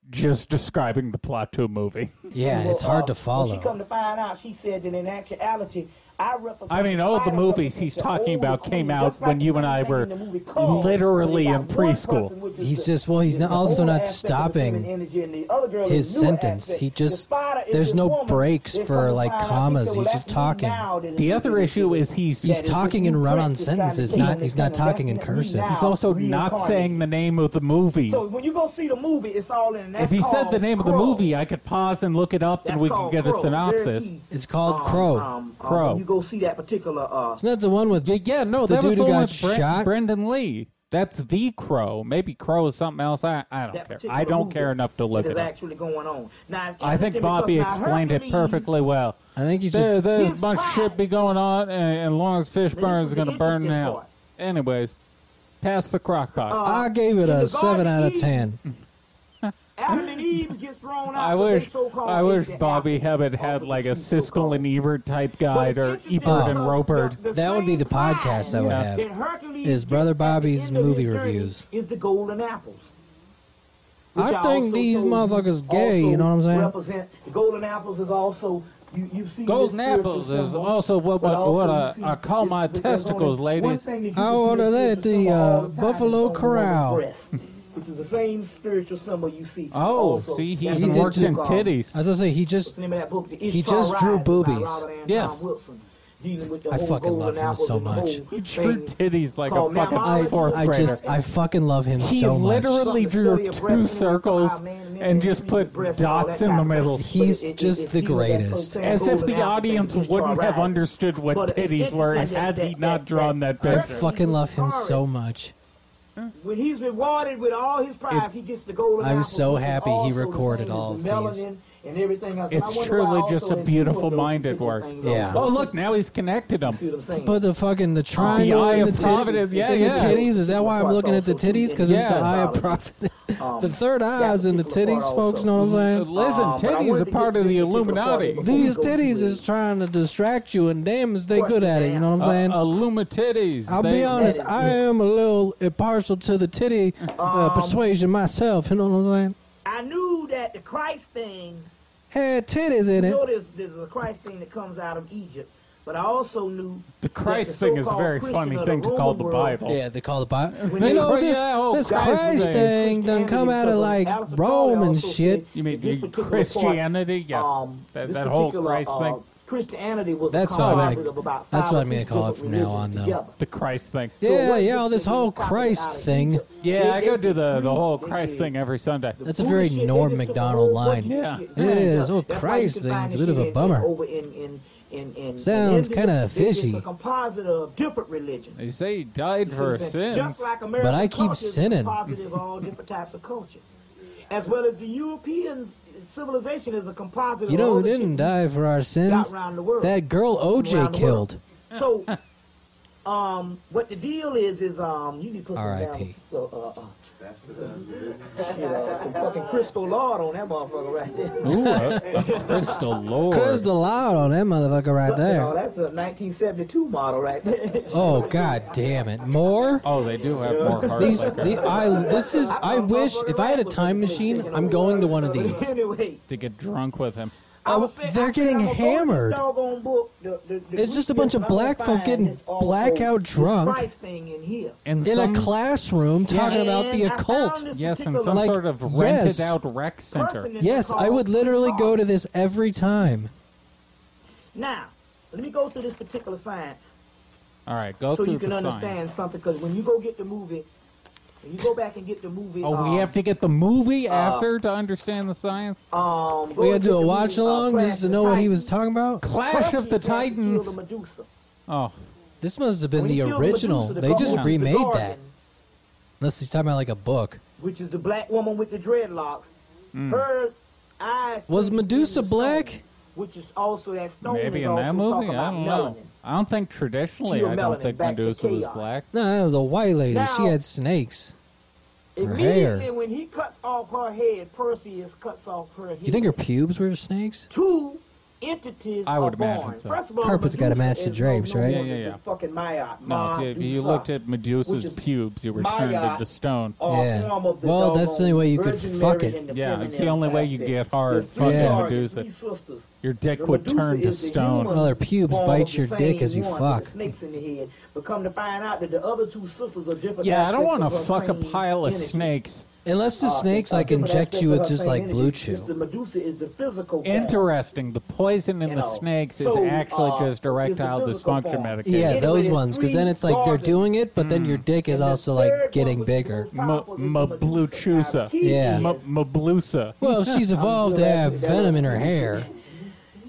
Speaker 1: just describing the plot to a
Speaker 3: (laughs)
Speaker 1: movie.
Speaker 2: Yeah,
Speaker 3: Well,
Speaker 2: it's hard to
Speaker 3: uh, When she come
Speaker 2: follow.
Speaker 3: to find out, she said that in actuality, I represent.
Speaker 1: I mean, all the
Speaker 3: Spider
Speaker 1: movies
Speaker 3: represents
Speaker 1: he's
Speaker 3: the
Speaker 1: talking
Speaker 3: old
Speaker 1: about came
Speaker 3: queen,
Speaker 1: out
Speaker 3: just like
Speaker 1: when
Speaker 3: the
Speaker 1: you and I
Speaker 3: same thing
Speaker 1: were
Speaker 3: in the movie Call,
Speaker 1: literally
Speaker 3: where they
Speaker 1: in
Speaker 3: got one person,
Speaker 1: preschool.
Speaker 3: which is
Speaker 2: He's
Speaker 3: the-
Speaker 2: just- well, he's
Speaker 3: is
Speaker 2: not-
Speaker 3: the
Speaker 2: also
Speaker 3: old
Speaker 2: not
Speaker 3: aspect of the feminine
Speaker 2: stopping
Speaker 3: energy and the other girl is
Speaker 2: his
Speaker 3: the new
Speaker 2: sentence.
Speaker 3: aspect.
Speaker 2: He
Speaker 3: The
Speaker 2: just-
Speaker 3: spider is
Speaker 2: there's
Speaker 3: this
Speaker 2: no
Speaker 3: woman
Speaker 2: breaks
Speaker 3: that's
Speaker 2: for,
Speaker 3: come to
Speaker 2: like,
Speaker 3: find out, she
Speaker 2: commas.
Speaker 3: said,
Speaker 2: He's
Speaker 3: well, that's
Speaker 2: just
Speaker 3: me
Speaker 2: talking.
Speaker 3: now that is
Speaker 1: The
Speaker 3: doing
Speaker 1: other
Speaker 3: this
Speaker 1: issue
Speaker 3: shit.
Speaker 1: is he's-
Speaker 3: That
Speaker 1: He's
Speaker 3: is this
Speaker 2: talking in
Speaker 3: new
Speaker 2: run-on
Speaker 3: practice trying to
Speaker 2: sentences,
Speaker 3: take on
Speaker 2: not-
Speaker 3: this
Speaker 2: he's not
Speaker 3: kind of
Speaker 2: talking in
Speaker 3: destiny.
Speaker 2: cursive.
Speaker 3: Now
Speaker 2: He's
Speaker 1: He's also not
Speaker 3: reincarnated.
Speaker 1: saying the name of the movie.
Speaker 3: So when you go see the movie, it's all in.
Speaker 1: if he said the name of the movie, I could pause and look it up, and we could get a synopsis.
Speaker 2: It's called
Speaker 3: Um,
Speaker 2: Crow.
Speaker 1: Crow.
Speaker 3: you go see that particular. Uh,
Speaker 2: It's not the one with
Speaker 1: Yeah, yeah, no,
Speaker 2: The
Speaker 1: that was
Speaker 2: dude
Speaker 1: the
Speaker 2: who
Speaker 1: one
Speaker 2: got
Speaker 1: with Bren-
Speaker 2: shot?
Speaker 1: Brendan Lee. That's the Crow. Maybe Crow is something else. I, I don't
Speaker 3: that
Speaker 1: care.
Speaker 3: particular
Speaker 1: I don't
Speaker 3: movie
Speaker 1: care enough to look
Speaker 3: that
Speaker 1: it
Speaker 3: is
Speaker 1: up.
Speaker 3: actually going on. Now, it's
Speaker 1: I think
Speaker 3: interesting
Speaker 1: Bobby
Speaker 3: because now
Speaker 1: explained it
Speaker 3: Hercules-
Speaker 1: perfectly well.
Speaker 2: I think he's
Speaker 1: There,
Speaker 2: just
Speaker 1: there's a
Speaker 3: He's
Speaker 1: bunch of shit
Speaker 3: fine.
Speaker 1: be going on, and, and Lawrence Fishburne is
Speaker 3: the
Speaker 1: going to burn
Speaker 3: interesting
Speaker 1: out.
Speaker 3: part.
Speaker 1: Anyways, pass the crock pot.
Speaker 3: Oh.
Speaker 2: I gave it
Speaker 3: in
Speaker 2: a
Speaker 3: the
Speaker 2: seven
Speaker 3: Garden
Speaker 2: out
Speaker 3: of
Speaker 2: of ten.
Speaker 3: Adam and Eve gets
Speaker 1: (laughs)
Speaker 3: thrown out.
Speaker 1: I
Speaker 3: for
Speaker 1: wish,
Speaker 3: their so-called
Speaker 1: I wish
Speaker 3: ancient
Speaker 1: Bobby
Speaker 3: apple.
Speaker 1: Hebbitt
Speaker 3: Or
Speaker 1: had
Speaker 3: for
Speaker 1: like
Speaker 3: the
Speaker 1: a
Speaker 3: so-called-
Speaker 1: Siskel and Ebert type
Speaker 3: But
Speaker 1: guide,
Speaker 3: it's
Speaker 1: or
Speaker 3: interesting
Speaker 1: Ebert and
Speaker 3: because
Speaker 1: Robert.
Speaker 3: the- the
Speaker 2: That would be the
Speaker 3: same
Speaker 2: podcast I would
Speaker 1: Yeah.
Speaker 2: have.
Speaker 3: that Hercules
Speaker 2: Is Brother
Speaker 3: gets at the
Speaker 2: Bobby's
Speaker 3: end of
Speaker 2: movie
Speaker 3: his journey
Speaker 2: reviews.
Speaker 3: Is the golden apples.
Speaker 2: I
Speaker 3: Which
Speaker 2: think
Speaker 3: also
Speaker 2: these
Speaker 3: told you
Speaker 2: motherfuckers gay,
Speaker 3: also
Speaker 2: you know what I'm saying?
Speaker 3: Represent golden apples is also you, you see
Speaker 1: Golden
Speaker 3: this spiritual
Speaker 1: apples is
Speaker 3: symbol,
Speaker 1: also what-
Speaker 3: but
Speaker 1: what- what
Speaker 3: also
Speaker 1: I-
Speaker 3: you see
Speaker 1: I call
Speaker 3: this-
Speaker 1: my
Speaker 3: because only
Speaker 1: testicles,
Speaker 3: one
Speaker 1: ladies.
Speaker 3: thing that you
Speaker 2: I
Speaker 3: can
Speaker 2: order
Speaker 3: see
Speaker 2: that
Speaker 3: this
Speaker 2: at the,
Speaker 3: symbol all
Speaker 2: uh,
Speaker 3: time is
Speaker 2: Buffalo
Speaker 3: on the woman's
Speaker 2: Corral.
Speaker 3: breast, Which is the same spiritual symbol you see.
Speaker 1: (laughs) Oh,
Speaker 3: also.
Speaker 1: see, he
Speaker 3: That's
Speaker 2: He
Speaker 1: even
Speaker 2: did
Speaker 1: worked
Speaker 2: just-
Speaker 1: in
Speaker 2: I
Speaker 1: titties.
Speaker 2: was gonna say he just
Speaker 3: Name of that book, The
Speaker 2: He
Speaker 3: Ishtar
Speaker 2: just drew
Speaker 3: Rises by
Speaker 2: boobies.
Speaker 3: Robert Anton
Speaker 1: Yes.
Speaker 3: Wilson, dealing with the
Speaker 2: I
Speaker 3: whole
Speaker 2: fucking
Speaker 3: golden
Speaker 2: love him
Speaker 3: apples
Speaker 2: so
Speaker 3: and the
Speaker 2: much.
Speaker 3: whole
Speaker 1: He drew
Speaker 3: thing.
Speaker 1: titties like a
Speaker 3: called
Speaker 1: fucking
Speaker 3: mammology.
Speaker 1: fourth
Speaker 2: I
Speaker 1: grader.
Speaker 2: just I fucking love him
Speaker 1: He
Speaker 2: so much.
Speaker 1: literally
Speaker 3: Something silly
Speaker 1: drew
Speaker 3: of
Speaker 1: two
Speaker 3: breast
Speaker 1: circles
Speaker 3: and then
Speaker 1: and
Speaker 3: you
Speaker 1: just
Speaker 3: see
Speaker 1: put
Speaker 3: the breast and all
Speaker 1: dots
Speaker 3: that
Speaker 1: in the
Speaker 3: kind of
Speaker 1: middle.
Speaker 3: stuff.
Speaker 2: He's
Speaker 3: But it- it-
Speaker 2: just
Speaker 3: it
Speaker 2: the
Speaker 3: seems that
Speaker 2: greatest.
Speaker 3: folks ain't
Speaker 1: As if
Speaker 3: golden
Speaker 1: the
Speaker 3: apples,
Speaker 1: audience
Speaker 3: they just
Speaker 1: wouldn't
Speaker 3: try
Speaker 1: have
Speaker 3: riding.
Speaker 1: understood what
Speaker 3: But it-
Speaker 1: titties
Speaker 3: it-
Speaker 1: were
Speaker 3: that-
Speaker 1: had
Speaker 3: that-
Speaker 1: he not
Speaker 3: that-
Speaker 1: drawn that
Speaker 2: I
Speaker 3: that-
Speaker 1: picture.
Speaker 2: fucking love him so much.
Speaker 3: When he's rewarded with all his prize,
Speaker 1: It's-
Speaker 3: he gets the golden
Speaker 2: I'm
Speaker 3: apple,
Speaker 2: so
Speaker 3: which is
Speaker 2: happy he
Speaker 3: also the
Speaker 2: recorded
Speaker 3: same as
Speaker 2: all
Speaker 3: the
Speaker 2: of these.
Speaker 3: melanin And everything else.
Speaker 1: It's
Speaker 3: I wonder why
Speaker 1: truly
Speaker 3: also
Speaker 1: just a
Speaker 3: they do
Speaker 1: beautiful
Speaker 3: those
Speaker 1: mind at
Speaker 3: particular
Speaker 1: work.
Speaker 3: things
Speaker 2: Yeah.
Speaker 3: also.
Speaker 1: Oh, look, now he's connected
Speaker 3: See
Speaker 1: him.
Speaker 3: what I'm saying?
Speaker 2: But the fucking the triangle
Speaker 1: eye
Speaker 2: and
Speaker 1: of
Speaker 2: the, tit-
Speaker 1: Providence, yeah,
Speaker 2: and the
Speaker 1: yeah.
Speaker 2: titties. Is that why I'm looking at the titties? Because it's the
Speaker 1: Yeah.
Speaker 2: eye of (laughs) Providence. the third eye is in Um, the titties, folks. Know what I'm saying?
Speaker 1: Listen,
Speaker 3: Um, but I
Speaker 1: titties
Speaker 3: wanted
Speaker 1: are
Speaker 3: to
Speaker 1: part
Speaker 3: get
Speaker 1: of the
Speaker 3: this particular
Speaker 1: Illuminati.
Speaker 3: part of it.
Speaker 2: These titties is trying to distract you, and damn, is they good at it. You know what I'm saying?
Speaker 1: Uh, Illuma titties.
Speaker 2: I'll
Speaker 1: They-
Speaker 2: be honest. I am a little impartial to the titty uh,
Speaker 3: Um,
Speaker 2: persuasion myself. You know what I'm saying?
Speaker 3: I knew that the Christ thing
Speaker 2: Had titties in
Speaker 3: You
Speaker 2: it.
Speaker 3: know there's, there's a Christ thing that comes out of Egypt, but I also knew
Speaker 1: The
Speaker 3: that
Speaker 1: Christ
Speaker 3: the
Speaker 1: thing is a
Speaker 3: so-called
Speaker 1: very
Speaker 3: Christian
Speaker 1: funny
Speaker 3: of
Speaker 1: thing to
Speaker 3: Roman
Speaker 1: call the
Speaker 3: world-
Speaker 1: Bible.
Speaker 2: Yeah, they call it Bible.
Speaker 1: they
Speaker 2: You know
Speaker 1: call-
Speaker 2: this
Speaker 1: yeah, oh,
Speaker 2: this
Speaker 1: Christ
Speaker 2: Christ
Speaker 1: thing.
Speaker 2: thing done
Speaker 3: Christianity
Speaker 2: come out of
Speaker 3: because
Speaker 2: like
Speaker 3: Aristotle
Speaker 2: Rome and
Speaker 3: also
Speaker 2: shit.
Speaker 3: said
Speaker 1: You mean
Speaker 3: that this
Speaker 1: you-
Speaker 3: particular part,
Speaker 1: Christianity? Yes.
Speaker 3: um,
Speaker 1: That-
Speaker 3: this
Speaker 1: that whole
Speaker 3: particular,
Speaker 1: Christ
Speaker 3: uh,
Speaker 1: thing.
Speaker 3: Christianity was
Speaker 2: That's
Speaker 3: a
Speaker 2: what I'm gonna-
Speaker 3: conglomerate of about
Speaker 2: that's
Speaker 3: five
Speaker 2: what
Speaker 3: or
Speaker 2: I'm gonna
Speaker 3: six
Speaker 2: call it
Speaker 3: different
Speaker 2: from now
Speaker 3: religions
Speaker 2: on, though.
Speaker 3: together.
Speaker 1: The Christ thing.
Speaker 3: So
Speaker 2: Yeah,
Speaker 3: what
Speaker 2: yeah, all
Speaker 3: you
Speaker 2: this
Speaker 3: think
Speaker 2: whole
Speaker 3: is copied
Speaker 2: Christ
Speaker 3: out of
Speaker 2: thing.
Speaker 3: Egypt.
Speaker 1: Yeah, I
Speaker 3: They-
Speaker 1: go
Speaker 3: they
Speaker 1: do the, the whole
Speaker 3: did.
Speaker 1: Christ thing every Sunday.
Speaker 2: That's a very
Speaker 3: Bullshit, they
Speaker 2: Norm
Speaker 3: just took a
Speaker 2: Macdonald
Speaker 3: whole
Speaker 2: line.
Speaker 3: bunch of
Speaker 1: Yeah.
Speaker 3: shit.
Speaker 2: It is.
Speaker 3: That's
Speaker 2: Oh,
Speaker 3: why you
Speaker 2: Christ
Speaker 3: can
Speaker 2: thing
Speaker 3: find
Speaker 2: is a
Speaker 3: this
Speaker 2: bit of a
Speaker 3: shit
Speaker 2: bummer.
Speaker 3: over in- in- in- in- in
Speaker 2: Sounds
Speaker 3: India.
Speaker 2: kinda
Speaker 3: It's just
Speaker 2: fishy.
Speaker 3: A composite of different religions.
Speaker 1: They say he died for our
Speaker 3: Just
Speaker 1: sins.
Speaker 3: like American
Speaker 2: But I keep
Speaker 3: culture is
Speaker 2: sinning.
Speaker 3: composite of all different types of culture. As well as the European civilization is a composite
Speaker 2: You
Speaker 3: of all
Speaker 2: know who
Speaker 3: the shit
Speaker 2: didn't
Speaker 3: we
Speaker 2: die for our sins?
Speaker 3: got around the world.
Speaker 2: That girl OJ
Speaker 3: Around the world.
Speaker 2: killed.
Speaker 3: So, um, what the deal is is um, you need to put some
Speaker 2: R.I.P..
Speaker 3: down- uh, uh, uh, you know, some fucking crystal lard on that motherfucker right (laughs) there.
Speaker 1: Ooh, a, a crystal lord.
Speaker 2: Chris DeLoud on that motherfucker right
Speaker 3: Oh,
Speaker 2: there.
Speaker 3: that's a 1972 model right there. (laughs)
Speaker 2: Oh god damn it! More?
Speaker 1: Oh, they do have more heart
Speaker 2: These,
Speaker 1: like
Speaker 2: the,
Speaker 1: that.
Speaker 2: I, this is. I wish if I had a time machine, I'm going to one of these.
Speaker 3: (laughs) Anyway,
Speaker 1: to get drunk with him.
Speaker 3: I
Speaker 2: Oh,
Speaker 3: would say
Speaker 2: they're
Speaker 3: I
Speaker 2: getting
Speaker 3: could have a
Speaker 2: hammered.
Speaker 3: doggone book, the- the- the
Speaker 2: It's just a
Speaker 3: Greek
Speaker 2: bunch of
Speaker 3: myth, but
Speaker 2: black
Speaker 3: I'm
Speaker 2: folk
Speaker 3: gonna
Speaker 2: getting
Speaker 3: find this also
Speaker 2: blackout
Speaker 3: this
Speaker 2: drunk.
Speaker 3: Christ thing in here.
Speaker 1: And
Speaker 2: In a
Speaker 1: some,
Speaker 2: classroom talking
Speaker 1: Yeah.
Speaker 2: about the
Speaker 3: And I
Speaker 2: occult.
Speaker 3: found this
Speaker 1: Yes, and
Speaker 3: particular
Speaker 1: some
Speaker 2: Like,
Speaker 1: sort of rented
Speaker 2: yes.
Speaker 1: out rec center.
Speaker 3: person is
Speaker 2: Yes, I
Speaker 3: called
Speaker 2: would literally
Speaker 3: Christ.
Speaker 2: go to this every time.
Speaker 3: Now, let me go through this particular science
Speaker 1: All right, go
Speaker 3: so
Speaker 1: through
Speaker 3: you can
Speaker 1: the
Speaker 3: understand
Speaker 1: signs.
Speaker 3: something. Because when you go get the movie, when you go back and get the movie.
Speaker 1: Oh,
Speaker 3: um, uh,
Speaker 1: we have to get the movie after to understand the science.
Speaker 3: Um, go
Speaker 2: We
Speaker 3: and
Speaker 2: had to
Speaker 3: get
Speaker 2: do a
Speaker 3: the
Speaker 2: watch
Speaker 3: movie, uh,
Speaker 2: along
Speaker 3: Crash
Speaker 2: just to
Speaker 3: the
Speaker 2: know what he was
Speaker 3: Titans.
Speaker 2: talking about.
Speaker 1: Clash of the
Speaker 3: Hercules had to kill
Speaker 1: Titans.
Speaker 3: the Medusa.
Speaker 1: Oh,
Speaker 2: This must have been
Speaker 3: When
Speaker 2: the
Speaker 3: he killed
Speaker 2: original.
Speaker 3: Medusa,
Speaker 2: They
Speaker 3: the
Speaker 2: just
Speaker 3: Gorgon- the
Speaker 2: remade
Speaker 3: Gorgon,
Speaker 2: that. Unless he's talking about like a book.
Speaker 3: Which is the black woman with the dreadlocks.
Speaker 1: Hmm.
Speaker 3: Her eyes.
Speaker 2: Was Medusa
Speaker 3: stone,
Speaker 2: black?
Speaker 3: Which is also that stone.
Speaker 1: Maybe
Speaker 3: is
Speaker 1: in that
Speaker 3: also
Speaker 1: movie?
Speaker 3: talking
Speaker 1: I
Speaker 3: about
Speaker 1: don't know.
Speaker 3: melanin.
Speaker 1: I don't think traditionally,
Speaker 3: Pure
Speaker 1: I don't
Speaker 3: melanin,
Speaker 1: think
Speaker 3: back to
Speaker 1: Medusa was
Speaker 3: chaos.
Speaker 1: black.
Speaker 2: No, that was a white lady. she
Speaker 3: Now-
Speaker 2: had snakes. For hair.
Speaker 3: Immediately when he cuts off her head, Perseus cuts off her head.
Speaker 2: You think her pubes were snakes?
Speaker 3: two entities
Speaker 1: I would
Speaker 3: are born.
Speaker 1: imagine so.
Speaker 3: First of all,
Speaker 2: Carpet's gotta
Speaker 3: Medusa
Speaker 2: match the
Speaker 3: is
Speaker 2: drapes,
Speaker 3: no
Speaker 2: right?
Speaker 3: more
Speaker 1: Yeah, yeah,
Speaker 3: than
Speaker 1: yeah.
Speaker 3: the Fucking Maya.
Speaker 1: No, if, if you looked at Medusa's
Speaker 3: Which is Oh,
Speaker 1: pubes, you were
Speaker 3: Maya
Speaker 1: turned into stone.
Speaker 2: Yeah. Well, that's the only way you could fuck it.
Speaker 1: Yeah, it's the only way you get hard,
Speaker 2: fucking
Speaker 1: Medusa. Your dick would turn to stone.
Speaker 2: Well, their pubes bite your dick as you fuck.
Speaker 3: Become to find out that the other two sisters are different
Speaker 1: Yeah, I don't want
Speaker 3: want
Speaker 1: to fuck a pile of snakes.
Speaker 2: Unless
Speaker 3: Ah,
Speaker 2: the snakes like inject you with just like blue chew.
Speaker 3: Medusa is the physical form.
Speaker 1: Interesting. The poison in
Speaker 3: You
Speaker 1: the
Speaker 3: know,
Speaker 1: snakes is
Speaker 3: so,
Speaker 1: actually
Speaker 3: uh,
Speaker 1: just erectile
Speaker 3: it's the physical
Speaker 1: dysfunction
Speaker 3: form.
Speaker 1: medication.
Speaker 2: Yeah,
Speaker 3: Anyway,
Speaker 2: those
Speaker 3: there's
Speaker 2: ones, because
Speaker 3: three
Speaker 2: then it's like they're
Speaker 3: gardens.
Speaker 2: doing it, but then your dick is
Speaker 3: And the
Speaker 2: also
Speaker 3: third
Speaker 2: like
Speaker 3: one
Speaker 2: getting
Speaker 3: was the
Speaker 2: bigger.
Speaker 3: most powerful
Speaker 1: M-
Speaker 3: because it was
Speaker 1: Mabluchusa.
Speaker 3: Kiki.
Speaker 2: Yeah.
Speaker 1: M- Mablusa.
Speaker 2: Well, if
Speaker 3: (laughs)
Speaker 2: she's evolved to have
Speaker 3: That was-
Speaker 2: venom in her hair,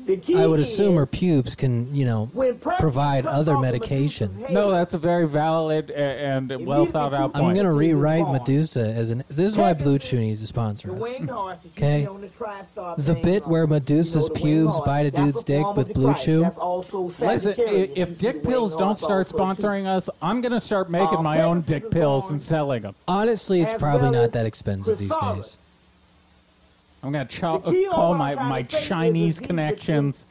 Speaker 3: The key
Speaker 2: I would assume
Speaker 3: is
Speaker 2: her pubes can, you know,
Speaker 3: when Perseus
Speaker 2: provide
Speaker 3: cuts
Speaker 2: other
Speaker 3: off Medusa's
Speaker 2: medication.
Speaker 3: head,
Speaker 1: No, that's a very valid a- and well thought out
Speaker 2: I'm
Speaker 3: Right.
Speaker 1: point.
Speaker 2: gonna rewrite
Speaker 3: Wrong.
Speaker 2: Medusa as an. This is why Blue Chew needs to sponsor us.
Speaker 3: Dwayne Norris, you
Speaker 2: Okay.
Speaker 3: see on The TriStar
Speaker 2: The
Speaker 3: thing,
Speaker 2: bit
Speaker 3: uh,
Speaker 2: where Medusa's
Speaker 3: you know, Dwayne
Speaker 2: pubes
Speaker 3: Norris,
Speaker 2: bite a
Speaker 3: that's
Speaker 2: dude's
Speaker 3: a
Speaker 2: dick
Speaker 3: form
Speaker 2: with
Speaker 3: of
Speaker 2: blue
Speaker 3: Christ.
Speaker 2: chew.
Speaker 3: That's also
Speaker 1: Listen, i-
Speaker 3: Sagittarius. You
Speaker 1: if
Speaker 3: see
Speaker 1: dick
Speaker 3: Dwayne
Speaker 1: pills don't
Speaker 3: Norris
Speaker 1: start
Speaker 3: also, too.
Speaker 1: sponsoring us, I'm going to start
Speaker 3: Oh,
Speaker 1: making my own dick pills and selling them.
Speaker 2: Honestly, it's
Speaker 3: As
Speaker 2: probably
Speaker 3: well as
Speaker 2: not that expensive these
Speaker 3: Chrysalis.
Speaker 2: days.
Speaker 1: I'm going to ch- uh,
Speaker 3: The key
Speaker 1: call
Speaker 3: over
Speaker 1: my,
Speaker 3: our
Speaker 1: my
Speaker 3: faith is
Speaker 1: Chinese
Speaker 3: the key
Speaker 1: connections,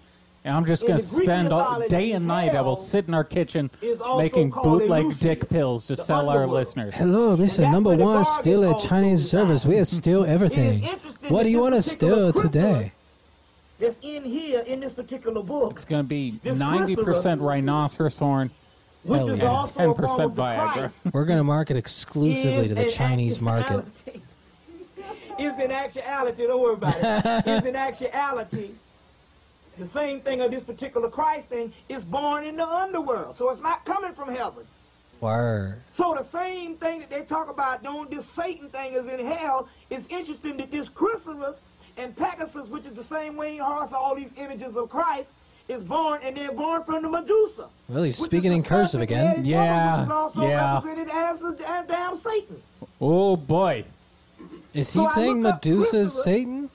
Speaker 1: and I'm just
Speaker 3: In
Speaker 1: going to
Speaker 3: the Greek
Speaker 1: spend all,
Speaker 3: mythology,
Speaker 1: day and night. I will
Speaker 3: hell
Speaker 1: sit in our kitchen
Speaker 3: is also
Speaker 1: making
Speaker 3: called
Speaker 1: bootleg
Speaker 3: Eleusis,
Speaker 1: dick pills to
Speaker 3: the
Speaker 1: sell our
Speaker 3: underworld.
Speaker 1: listeners.
Speaker 2: Hello, this is
Speaker 3: And that's
Speaker 2: number
Speaker 3: where the
Speaker 2: one.
Speaker 3: bargain
Speaker 2: Still a
Speaker 3: goes
Speaker 2: Chinese
Speaker 3: through
Speaker 2: service.
Speaker 3: that.
Speaker 2: We are still everything.
Speaker 3: interesting
Speaker 2: What
Speaker 3: that
Speaker 2: do you
Speaker 3: this
Speaker 2: want to
Speaker 3: particular
Speaker 2: steal today?
Speaker 3: That's in here in this particular book.
Speaker 1: It's going to be
Speaker 3: This
Speaker 1: 90%
Speaker 3: Christopher-
Speaker 1: rhinoceros horn
Speaker 3: which
Speaker 2: Hell
Speaker 3: is
Speaker 2: yeah.
Speaker 1: and
Speaker 3: also a form
Speaker 1: 10%
Speaker 3: of the
Speaker 1: Viagra.
Speaker 3: Christ.
Speaker 2: We're gonna market exclusively
Speaker 3: is
Speaker 2: to the
Speaker 3: in
Speaker 2: Chinese market.
Speaker 3: actuality- (laughs) It's in actuality, don't worry about
Speaker 2: (laughs)
Speaker 3: it. It's in actuality. The same thing of this particular Christ thing is born in the underworld. So it's not coming from heaven.
Speaker 2: Word.
Speaker 3: So the same thing that they talk about doing this Satan thing is in hell. It's interesting that this Chrysalis and Pegasus, which is the same winged horse, all these images of Christ, is born and they're born from the Medusa.
Speaker 2: Well, he's
Speaker 3: which
Speaker 2: speaking
Speaker 3: is
Speaker 2: in
Speaker 3: the
Speaker 2: cursive
Speaker 3: serpent
Speaker 2: again.
Speaker 3: headed
Speaker 1: Yeah,
Speaker 3: woman, which is also
Speaker 1: yeah.
Speaker 3: represented as the da- damn Satan.
Speaker 1: Oh boy.
Speaker 2: Is
Speaker 3: So
Speaker 2: he
Speaker 3: I
Speaker 2: saying
Speaker 3: looked up
Speaker 2: Medusa is
Speaker 3: Christopher-
Speaker 2: Satan?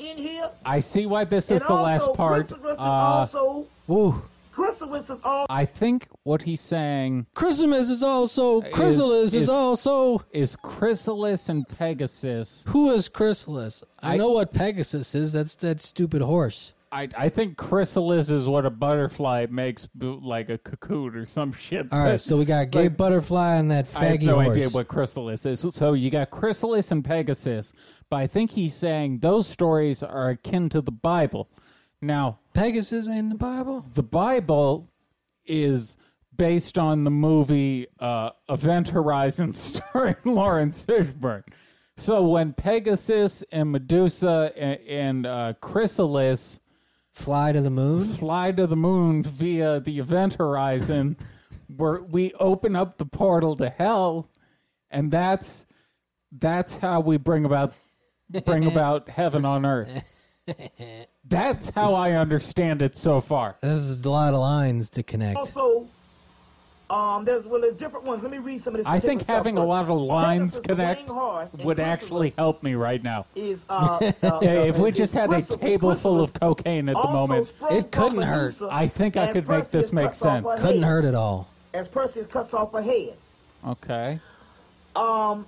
Speaker 3: in here.
Speaker 1: I see why this is
Speaker 3: and
Speaker 1: the
Speaker 3: also,
Speaker 1: last part.
Speaker 3: Christmas is
Speaker 1: Uh,
Speaker 3: also,
Speaker 2: Woo.
Speaker 3: Christmas is all
Speaker 1: I think what he's saying
Speaker 2: Chrysalis is also Chrysalis is,
Speaker 1: is-
Speaker 2: also
Speaker 1: is Chrysalis and Pegasus.
Speaker 2: who is Chrysalis? I,
Speaker 1: I-
Speaker 2: know what Pegasus is. That's that stupid horse.
Speaker 1: I, I think Chrysalis is what a butterfly makes, bo- like a cocoon or some shit.
Speaker 2: All right,
Speaker 1: but
Speaker 2: so we got gay
Speaker 1: like-
Speaker 2: butterfly and that
Speaker 1: (laughs)
Speaker 2: faggy
Speaker 1: I have no
Speaker 2: horse.
Speaker 1: idea what Chrysalis is. So you got Chrysalis and Pegasus, but I think he's saying those stories are akin to the Bible. Now,
Speaker 2: Pegasus in the Bible.
Speaker 1: the Bible is based on the movie uh, Event Horizon (laughs) starring Lawrence Fishburne. So when Pegasus and Medusa and, and uh, Chrysalis
Speaker 2: Fly to the moon.
Speaker 1: fly to the moon via the Event Horizon, (laughs) where we open up the portal to hell, and that's that's how we bring about bring about heaven on earth. That's how I understand it so far.
Speaker 2: This is a lot of lines to connect.
Speaker 3: also. Um, there's well, there's different ones. Let me read some of this.
Speaker 1: I think
Speaker 3: particular
Speaker 1: having a
Speaker 3: stuff
Speaker 1: lot of
Speaker 3: first.
Speaker 1: lines
Speaker 3: Pegasus, the
Speaker 1: connect
Speaker 3: winged horse, and
Speaker 1: would
Speaker 3: Christmas
Speaker 1: actually help me right now.
Speaker 3: Is, uh,
Speaker 1: (laughs)
Speaker 3: uh,
Speaker 1: Hey, if we
Speaker 3: is
Speaker 1: just had a
Speaker 3: Christmas-
Speaker 1: table full of
Speaker 3: Christmas
Speaker 1: cocaine at the
Speaker 3: also
Speaker 1: moment,
Speaker 3: sprung
Speaker 2: It
Speaker 3: from
Speaker 2: couldn't hurt.
Speaker 3: Medusa,
Speaker 1: I think I
Speaker 3: as
Speaker 1: could make
Speaker 3: Perseus
Speaker 1: this make
Speaker 3: cuts off her
Speaker 1: sense.
Speaker 2: Couldn't
Speaker 3: head-
Speaker 2: hurt at all.
Speaker 3: As Perseus cuts off her head.
Speaker 1: okay,
Speaker 3: Um,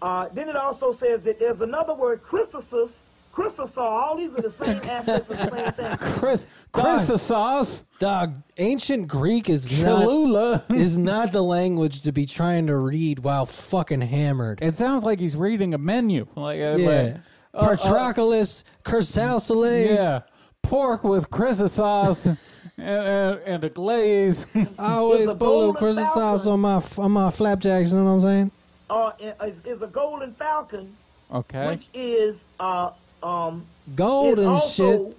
Speaker 3: uh, then it also says that there's another word, chrysosis, chrysosol. All these are
Speaker 1: (laughs)
Speaker 3: the same aspects of the same thing.
Speaker 1: Chris, Chrysosaurus,
Speaker 2: Dog, ancient Greek is not
Speaker 1: Cholula.
Speaker 2: (laughs) is not the language to be trying to read while fucking hammered.
Speaker 1: (laughs) It sounds like he's reading a menu. Like, uh, like,
Speaker 2: Yeah.
Speaker 1: uh, uh,
Speaker 2: Patroclus, Chrysalis.
Speaker 1: yeah, pork with chrysosaurus (laughs) and, and, and a (laughs) glaze.
Speaker 2: I always
Speaker 3: It's a
Speaker 2: put a little
Speaker 3: golden
Speaker 2: Christmas sauce
Speaker 3: falcon.
Speaker 2: on my on my flapjacks. You know what I'm saying?
Speaker 3: Uh, is, is a golden falcon,
Speaker 1: okay,
Speaker 3: which is uh, um,
Speaker 2: Gold
Speaker 3: it
Speaker 2: and
Speaker 3: also,
Speaker 2: shit.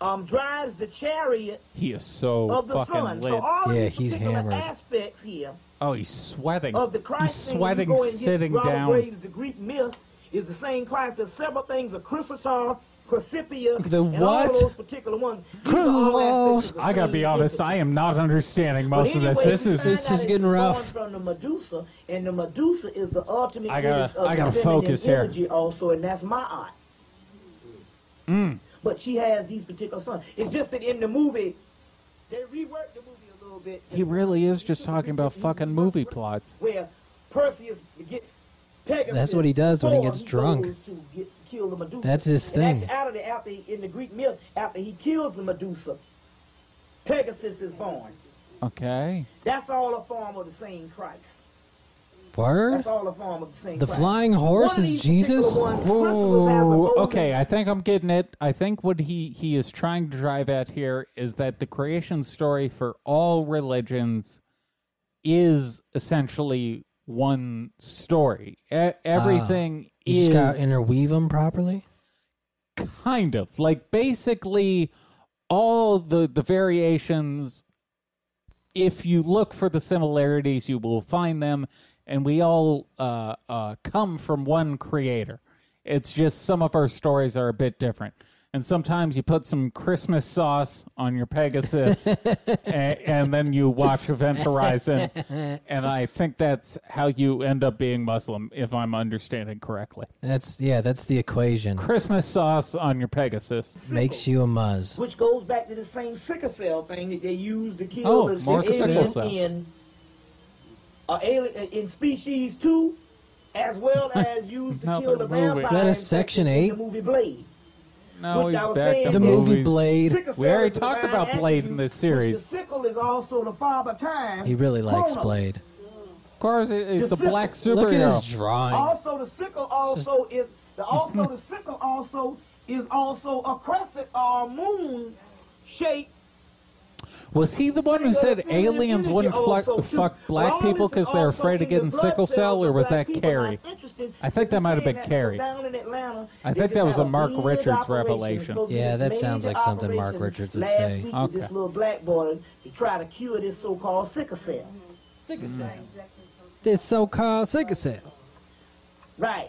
Speaker 3: Um, drives the chariot
Speaker 1: he is so
Speaker 3: of the sun.
Speaker 1: fucking
Speaker 3: So
Speaker 1: lit.
Speaker 3: all
Speaker 2: Yeah,
Speaker 3: these
Speaker 2: he's
Speaker 3: particular
Speaker 2: hammered.
Speaker 3: aspects here
Speaker 1: Oh, he's sweating.
Speaker 3: of the
Speaker 1: He's
Speaker 3: Christ thing, when you
Speaker 1: sweating
Speaker 3: go and get
Speaker 1: sitting
Speaker 3: Robert
Speaker 1: down.
Speaker 3: Graves, the Greek myth is the same Christ. There's several things. A chrysotom Principia,
Speaker 2: The
Speaker 3: and all
Speaker 2: what?
Speaker 3: those particular ones. These are
Speaker 2: Cruises
Speaker 3: all
Speaker 2: laws.
Speaker 3: aspects of the
Speaker 1: I gotta be
Speaker 3: same
Speaker 1: honest. I am not understanding most of
Speaker 3: Anyway,
Speaker 1: this. This
Speaker 3: you
Speaker 1: is.
Speaker 2: This
Speaker 3: find
Speaker 2: is
Speaker 3: out
Speaker 2: getting
Speaker 3: it's
Speaker 2: rough.
Speaker 3: born From the Medusa, and the Medusa is the ultimate.
Speaker 1: I gotta-
Speaker 3: image of
Speaker 1: I gotta
Speaker 3: the feminine
Speaker 1: focus here.
Speaker 3: energy Also, and that's my aunt.
Speaker 1: Mm.
Speaker 3: But she has these particular sons. It's just that in the movie, they reworked the movie a little bit.
Speaker 1: He really is just talking about fucking movie plots.
Speaker 3: Where Perseus gets Pegasus.
Speaker 2: That's what he does when he
Speaker 3: before
Speaker 2: gets drunk.
Speaker 3: goes to get- kill the Medusa.
Speaker 2: That's his
Speaker 3: And
Speaker 2: thing.
Speaker 3: Actuality, after he- in the Greek myth, after he kills the Medusa, Pegasus is born.
Speaker 1: Okay.
Speaker 3: That's all a form of the same Christ.
Speaker 2: Word?
Speaker 3: That's all a form of the same
Speaker 2: The
Speaker 3: Christ.
Speaker 2: flying horse
Speaker 3: One of
Speaker 2: is
Speaker 3: these
Speaker 2: Jesus?
Speaker 3: particular ones, Christopher
Speaker 1: Whoa.
Speaker 3: Bazzarosa,
Speaker 1: Okay, I think I'm getting it. I think what he he is trying to drive at here is that the creation story for all religions is essentially one story. E- everything
Speaker 2: You
Speaker 1: is
Speaker 2: just gotta interweave them properly.
Speaker 1: kind of like basically all the the variations if you look for the similarities you will find them and we all uh, uh, come from one creator it's just some of our stories are a bit different and sometimes you put some christmas sauce on your pegasus and, and then you watch event horizon and i think that's how you end up being muslim if i'm understanding correctly
Speaker 2: That's yeah. That's the equation.
Speaker 1: christmas sauce on your pegasus
Speaker 2: Makes you a muzz.
Speaker 3: Which goes back to the same sickle cell thing that they used to kill
Speaker 1: Oh,
Speaker 3: the
Speaker 1: more
Speaker 3: the
Speaker 1: sickle
Speaker 3: aliens
Speaker 1: cell.
Speaker 3: in, uh, alien, in species two, as
Speaker 2: (laughs)
Speaker 3: well as used to
Speaker 1: Another
Speaker 3: kill the
Speaker 1: movie.
Speaker 3: vampire.
Speaker 2: That is
Speaker 3: infected
Speaker 2: Section
Speaker 3: in
Speaker 2: eight.
Speaker 3: The movie Blade.
Speaker 1: No,
Speaker 3: Which
Speaker 1: he's
Speaker 3: I was
Speaker 1: back
Speaker 3: saying
Speaker 1: to
Speaker 2: The
Speaker 3: is-
Speaker 2: movie
Speaker 1: movies.
Speaker 2: Blade.
Speaker 3: Sickle
Speaker 1: We
Speaker 3: cell
Speaker 1: already
Speaker 3: is a
Speaker 1: talked
Speaker 3: divine
Speaker 1: about Blade in
Speaker 3: attribute,
Speaker 1: this
Speaker 3: but
Speaker 1: series.
Speaker 3: The sickle is also the father time.
Speaker 2: He really likes
Speaker 3: Chronos.
Speaker 2: Blade.
Speaker 1: Of course, it- it's a black
Speaker 2: Look at his
Speaker 1: superhero.
Speaker 2: drawing.
Speaker 3: Also, the sickle also is the also the sickle also is also a crescent or moon shape.
Speaker 1: Was he the one who said aliens wouldn't flu- fuck black people because they're afraid of getting sickle cell, or was that Carrie? I think that might have been Carrie. I think that was a Mark Richards revelation.
Speaker 2: Yeah, that sounds like something Mark Richards would say.
Speaker 1: Okay.
Speaker 3: Okay. This little black boy to try to cure this so-called sickle cell.
Speaker 2: Mm. This so-called sickle cell.
Speaker 3: Right.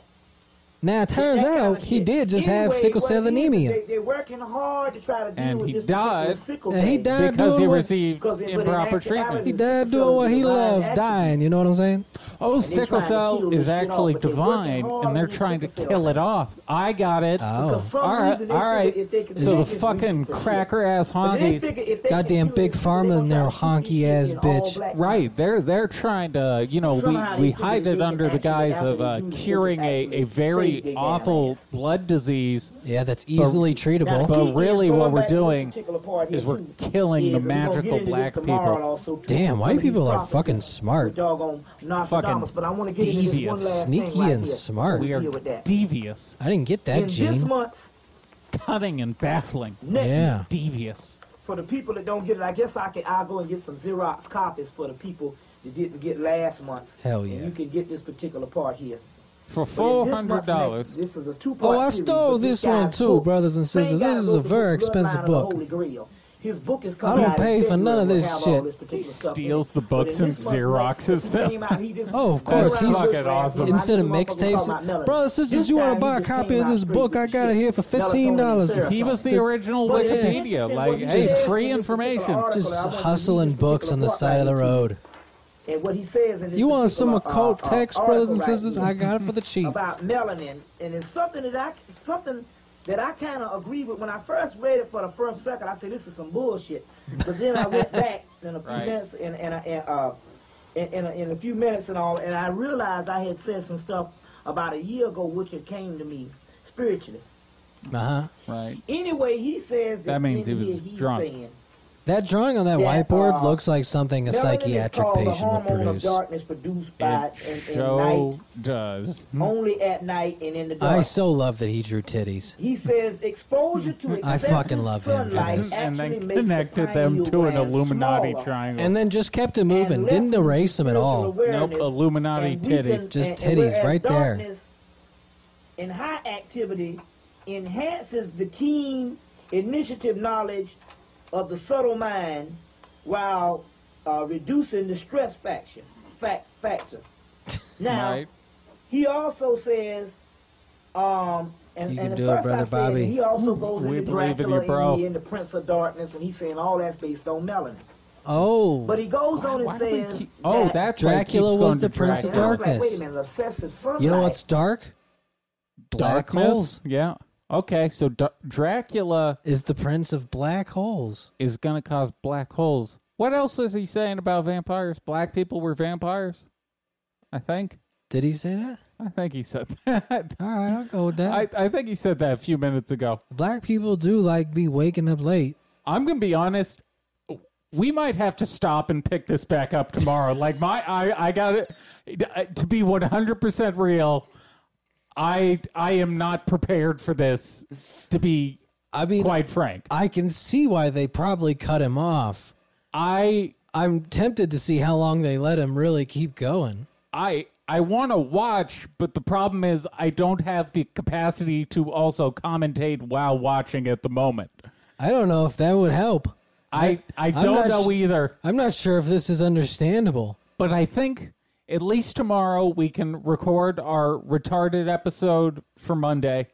Speaker 2: Now it turns
Speaker 3: That kind
Speaker 2: out
Speaker 3: of
Speaker 2: he
Speaker 3: shit.
Speaker 2: did just have
Speaker 3: Anyway,
Speaker 2: sickle
Speaker 3: what
Speaker 2: cell
Speaker 3: it is,
Speaker 2: anemia.
Speaker 3: They, they're working hard to try to deal
Speaker 1: And
Speaker 3: with
Speaker 1: he
Speaker 3: this particular
Speaker 1: died.
Speaker 3: sickle
Speaker 2: And he
Speaker 3: thing.
Speaker 2: died
Speaker 1: Because he
Speaker 2: doing what-
Speaker 1: received
Speaker 3: Because it- but in
Speaker 1: improper
Speaker 3: actuality-
Speaker 1: treatment.
Speaker 2: He died doing what he loved, dying. You know what I'm saying?
Speaker 1: Oh,
Speaker 3: they
Speaker 1: sickle
Speaker 3: trying to
Speaker 1: cell is
Speaker 3: kill this shit off,
Speaker 1: actually
Speaker 3: but they're
Speaker 1: divine,
Speaker 3: working hard
Speaker 1: and they're
Speaker 3: on this
Speaker 1: trying to
Speaker 3: sickle cell
Speaker 1: kill it
Speaker 3: thing.
Speaker 1: off. I got it.
Speaker 2: Oh,
Speaker 3: For some
Speaker 1: All right,
Speaker 3: reason, they
Speaker 1: all
Speaker 3: figure
Speaker 1: right.
Speaker 3: if they can
Speaker 1: So the
Speaker 3: fix it, we
Speaker 1: fucking
Speaker 3: can fix it.
Speaker 1: cracker ass
Speaker 3: But they
Speaker 1: honkies.
Speaker 3: figure if they
Speaker 2: Goddamn
Speaker 3: can do
Speaker 2: Big
Speaker 3: this,
Speaker 2: Pharma
Speaker 3: they
Speaker 2: and their
Speaker 3: gonna try to keep
Speaker 2: honky
Speaker 3: this
Speaker 2: ass
Speaker 3: shit in all
Speaker 2: bitch.
Speaker 3: black.
Speaker 1: Right, they're they're trying to, you know, we,
Speaker 3: Somehow
Speaker 1: we
Speaker 3: they figured
Speaker 1: hide it
Speaker 3: they
Speaker 1: under the
Speaker 3: could
Speaker 1: guise
Speaker 3: actually
Speaker 1: of uh,
Speaker 3: do
Speaker 1: curing a,
Speaker 3: something
Speaker 1: a
Speaker 3: to save
Speaker 1: very
Speaker 3: their
Speaker 1: awful
Speaker 3: ass.
Speaker 1: blood disease,
Speaker 2: Yeah, that's easily
Speaker 3: Now,
Speaker 2: treatable.
Speaker 1: but
Speaker 3: the key
Speaker 1: really
Speaker 3: is
Speaker 1: what
Speaker 3: going
Speaker 1: we're
Speaker 3: back to this
Speaker 1: doing
Speaker 3: particular part
Speaker 1: is
Speaker 3: here,
Speaker 1: we're
Speaker 3: too,
Speaker 1: killing the
Speaker 3: is we're gonna get
Speaker 1: magical
Speaker 3: into this
Speaker 1: black
Speaker 3: tomorrow
Speaker 1: people.
Speaker 3: and also, too,
Speaker 2: Damn,
Speaker 3: some
Speaker 2: white
Speaker 3: of these
Speaker 2: people are
Speaker 3: prophecies.
Speaker 2: fucking smart.
Speaker 3: Doggone Nostradamus, but I want to get into this one
Speaker 1: devious,
Speaker 3: last thing
Speaker 2: sneaky
Speaker 3: right
Speaker 2: and
Speaker 3: here.
Speaker 2: smart.
Speaker 1: We are
Speaker 3: Deal with that.
Speaker 1: devious,
Speaker 2: I didn't get
Speaker 3: In
Speaker 2: that,
Speaker 3: this
Speaker 2: Gene.
Speaker 3: month,
Speaker 1: cunning and baffling.
Speaker 3: next
Speaker 2: Yeah.
Speaker 1: Devious.
Speaker 3: for the people that don't get it, I guess I can I'll go and get some Xerox copies for the people that didn't get last month.
Speaker 2: Hell
Speaker 3: And
Speaker 2: yeah.
Speaker 3: you can get this particular part here.
Speaker 1: For
Speaker 3: But in this month's
Speaker 1: $400.
Speaker 3: next- This is a two-part
Speaker 2: Oh, I
Speaker 3: series,
Speaker 2: stole
Speaker 3: but
Speaker 2: this
Speaker 3: guy's
Speaker 2: one too,
Speaker 3: book-
Speaker 2: brothers and
Speaker 3: Same
Speaker 2: sisters.
Speaker 3: guy
Speaker 2: This
Speaker 3: that
Speaker 2: is a
Speaker 3: wrote the
Speaker 2: very
Speaker 3: book,
Speaker 2: expensive
Speaker 3: Bloodline of the
Speaker 2: book.
Speaker 3: Holy Grail. His book is
Speaker 2: don't
Speaker 3: coming out in
Speaker 2: pay for
Speaker 3: February,
Speaker 2: none of
Speaker 3: we'll
Speaker 2: this
Speaker 3: have all
Speaker 2: shit.
Speaker 3: this particular
Speaker 1: He
Speaker 3: stuff in
Speaker 1: steals
Speaker 3: it.
Speaker 1: the
Speaker 3: But
Speaker 1: books
Speaker 3: in
Speaker 1: and
Speaker 3: this month's next-
Speaker 1: Xeroxes them.
Speaker 3: came out, he just-
Speaker 2: (laughs) Oh, of course,
Speaker 3: That's
Speaker 2: he's-
Speaker 3: fucking awesome.
Speaker 2: Instead of mixtapes, brothers and sisters, you want to buy a copy of this book? I got it here for fifteen dollars.
Speaker 1: He was the original
Speaker 2: But yeah.
Speaker 1: Wikipedia. Like, hey,
Speaker 2: Just-
Speaker 1: free information.
Speaker 2: Just hustling books on the side of the road.
Speaker 3: And what he says in this
Speaker 2: You want some
Speaker 3: particular, uh,
Speaker 2: occult
Speaker 3: uh,
Speaker 2: text, brothers and
Speaker 3: article right
Speaker 2: sisters?
Speaker 3: here
Speaker 2: I got it for the cheap.
Speaker 3: about melanin, and it's something that I something that I kind of agree with. When I first read it for the first second, I said this is some bullshit. But then I
Speaker 2: (laughs)
Speaker 3: went back in a few
Speaker 1: Right.
Speaker 3: minutes and and, I- and uh in, in, a, in a few minutes and all, and I realized I had said some stuff about a year ago, which had came to me spiritually.
Speaker 2: Uh huh.
Speaker 1: Right.
Speaker 3: Anyway, he says that,
Speaker 1: That means
Speaker 3: in
Speaker 1: he was
Speaker 3: here he's
Speaker 1: drunk.
Speaker 3: Saying,
Speaker 2: That drawing on that
Speaker 3: Yeah,
Speaker 2: whiteboard
Speaker 3: uh,
Speaker 2: looks like something a
Speaker 3: "Melanin is
Speaker 2: psychiatric
Speaker 3: called the
Speaker 2: patient would
Speaker 3: hormone of
Speaker 2: produce.
Speaker 3: darkness produced by
Speaker 1: It
Speaker 3: and, and
Speaker 1: show
Speaker 3: night, Oh,
Speaker 1: does.
Speaker 3: only at night and in the dark.
Speaker 2: I so love that he drew titties.
Speaker 3: He says exposure to
Speaker 2: I
Speaker 3: excessive
Speaker 2: fucking love him for
Speaker 3: sunlight
Speaker 2: this.
Speaker 1: And
Speaker 3: actually
Speaker 1: then
Speaker 3: makes the
Speaker 1: connected them
Speaker 3: pineal
Speaker 1: to an
Speaker 3: gland
Speaker 1: Illuminati
Speaker 3: smaller
Speaker 1: triangle.
Speaker 2: And then just kept it moving.
Speaker 3: and
Speaker 2: Didn't
Speaker 3: less
Speaker 2: erase them at all.
Speaker 3: spiritual
Speaker 1: Nope,
Speaker 3: awareness,
Speaker 1: Illuminati
Speaker 3: and we can-
Speaker 1: titties.
Speaker 2: Just
Speaker 3: and-
Speaker 2: titties
Speaker 3: and whereas
Speaker 2: right there.
Speaker 3: darkness In high activity enhances the keen initiative knowledge of the subtle mind while uh, reducing the stress faction, fact,
Speaker 1: (laughs)
Speaker 3: factor. Now,
Speaker 1: Right.
Speaker 3: he also says um, And,
Speaker 2: You
Speaker 3: and
Speaker 2: can
Speaker 3: at
Speaker 2: do it,
Speaker 3: first
Speaker 2: Brother
Speaker 3: I said,
Speaker 2: Bobby.
Speaker 3: He also goes
Speaker 1: We
Speaker 3: into
Speaker 1: believe in you,
Speaker 3: Dracula and
Speaker 1: bro.
Speaker 3: he in the Prince of Darkness, and he's saying all that's based on melanin.
Speaker 2: Oh,
Speaker 3: But he goes on and
Speaker 1: Why do we
Speaker 3: says,
Speaker 1: keep- oh,
Speaker 3: that,
Speaker 1: that's
Speaker 2: Dracula
Speaker 1: why it keeps
Speaker 2: was
Speaker 1: going
Speaker 2: the
Speaker 1: to
Speaker 2: prince
Speaker 3: And I
Speaker 2: of
Speaker 1: Dracula.
Speaker 3: was Like,
Speaker 2: darkness.
Speaker 3: Wait a minute, obsessive sunlight.
Speaker 2: you know what's dark? Black
Speaker 1: Darkness?
Speaker 2: holes
Speaker 1: Yeah. Okay, so D- Dracula
Speaker 2: is the prince of black holes.
Speaker 1: is going to cause black holes. What else was he saying about vampires? Black people were vampires? I think.
Speaker 2: Did he say that?
Speaker 1: I think he said (laughs) that.
Speaker 2: All right, I'll go with that.
Speaker 1: I, I think he said that a few minutes ago.
Speaker 2: black people do like be waking up late.
Speaker 1: I'm gonna be honest. We might have to stop and pick this back up tomorrow. like my, I, I got it. To be 100 percent real, I, I am not prepared for this. To be
Speaker 2: I mean,
Speaker 1: quite frank,
Speaker 2: I can see why they probably cut him off.
Speaker 1: I,
Speaker 2: I'm tempted to see how long they let him really keep going.
Speaker 1: I, I want to watch, but the problem is I don't have the capacity to also commentate while watching at the moment.
Speaker 2: I don't know if that would help.
Speaker 1: I, I
Speaker 2: I'm
Speaker 1: don't
Speaker 2: not
Speaker 1: know
Speaker 2: s-
Speaker 1: either.
Speaker 2: I'm not sure if this is understandable.
Speaker 1: but I think at least tomorrow we can record our retarded episode for Monday.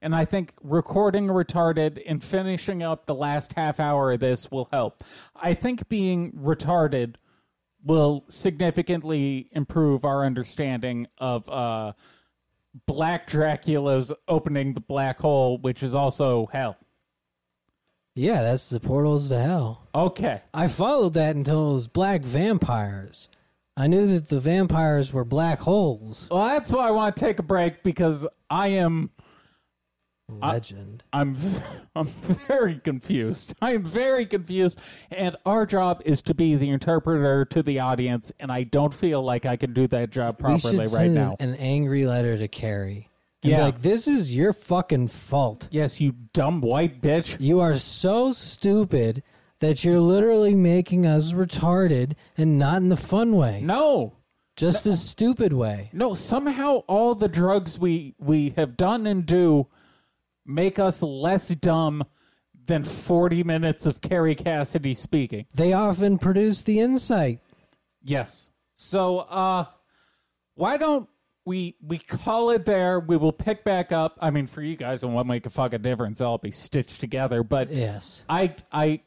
Speaker 1: And I think recording retarded and finishing up the last half hour of this will help. I think being retarded will significantly improve our understanding of uh, Black Dracula's opening the black hole, which is also hell.
Speaker 2: Yeah, that's the portals to hell.
Speaker 1: Okay.
Speaker 2: I followed that until it was black vampires. I knew that the vampires were black holes.
Speaker 1: Well, that's why I want to take a break because I am
Speaker 2: Legend.
Speaker 1: I'm (laughs) I'm very confused. I am very confused, and our job is to be the interpreter to the audience, and I don't feel like I can do that job
Speaker 2: we
Speaker 1: properly
Speaker 2: should
Speaker 1: right
Speaker 2: send
Speaker 1: now.
Speaker 2: an angry letter to Carrie. And
Speaker 1: Yeah.
Speaker 2: Be like, this is your fucking fault.
Speaker 1: yes, you dumb white bitch.
Speaker 2: You are so stupid that you're literally making us retarded and not in the fun way,
Speaker 1: No,
Speaker 2: just the stupid way.
Speaker 1: no. Somehow, all the drugs we we have done and do make us less dumb than forty minutes of Carrie Cassidy speaking.
Speaker 2: They often produce the insight.
Speaker 1: Yes. So uh why don't we we call it there? We will pick back up. I mean, for you guys, it won't make a fucking difference. I'll be stitched together. But
Speaker 2: Yes.
Speaker 1: I I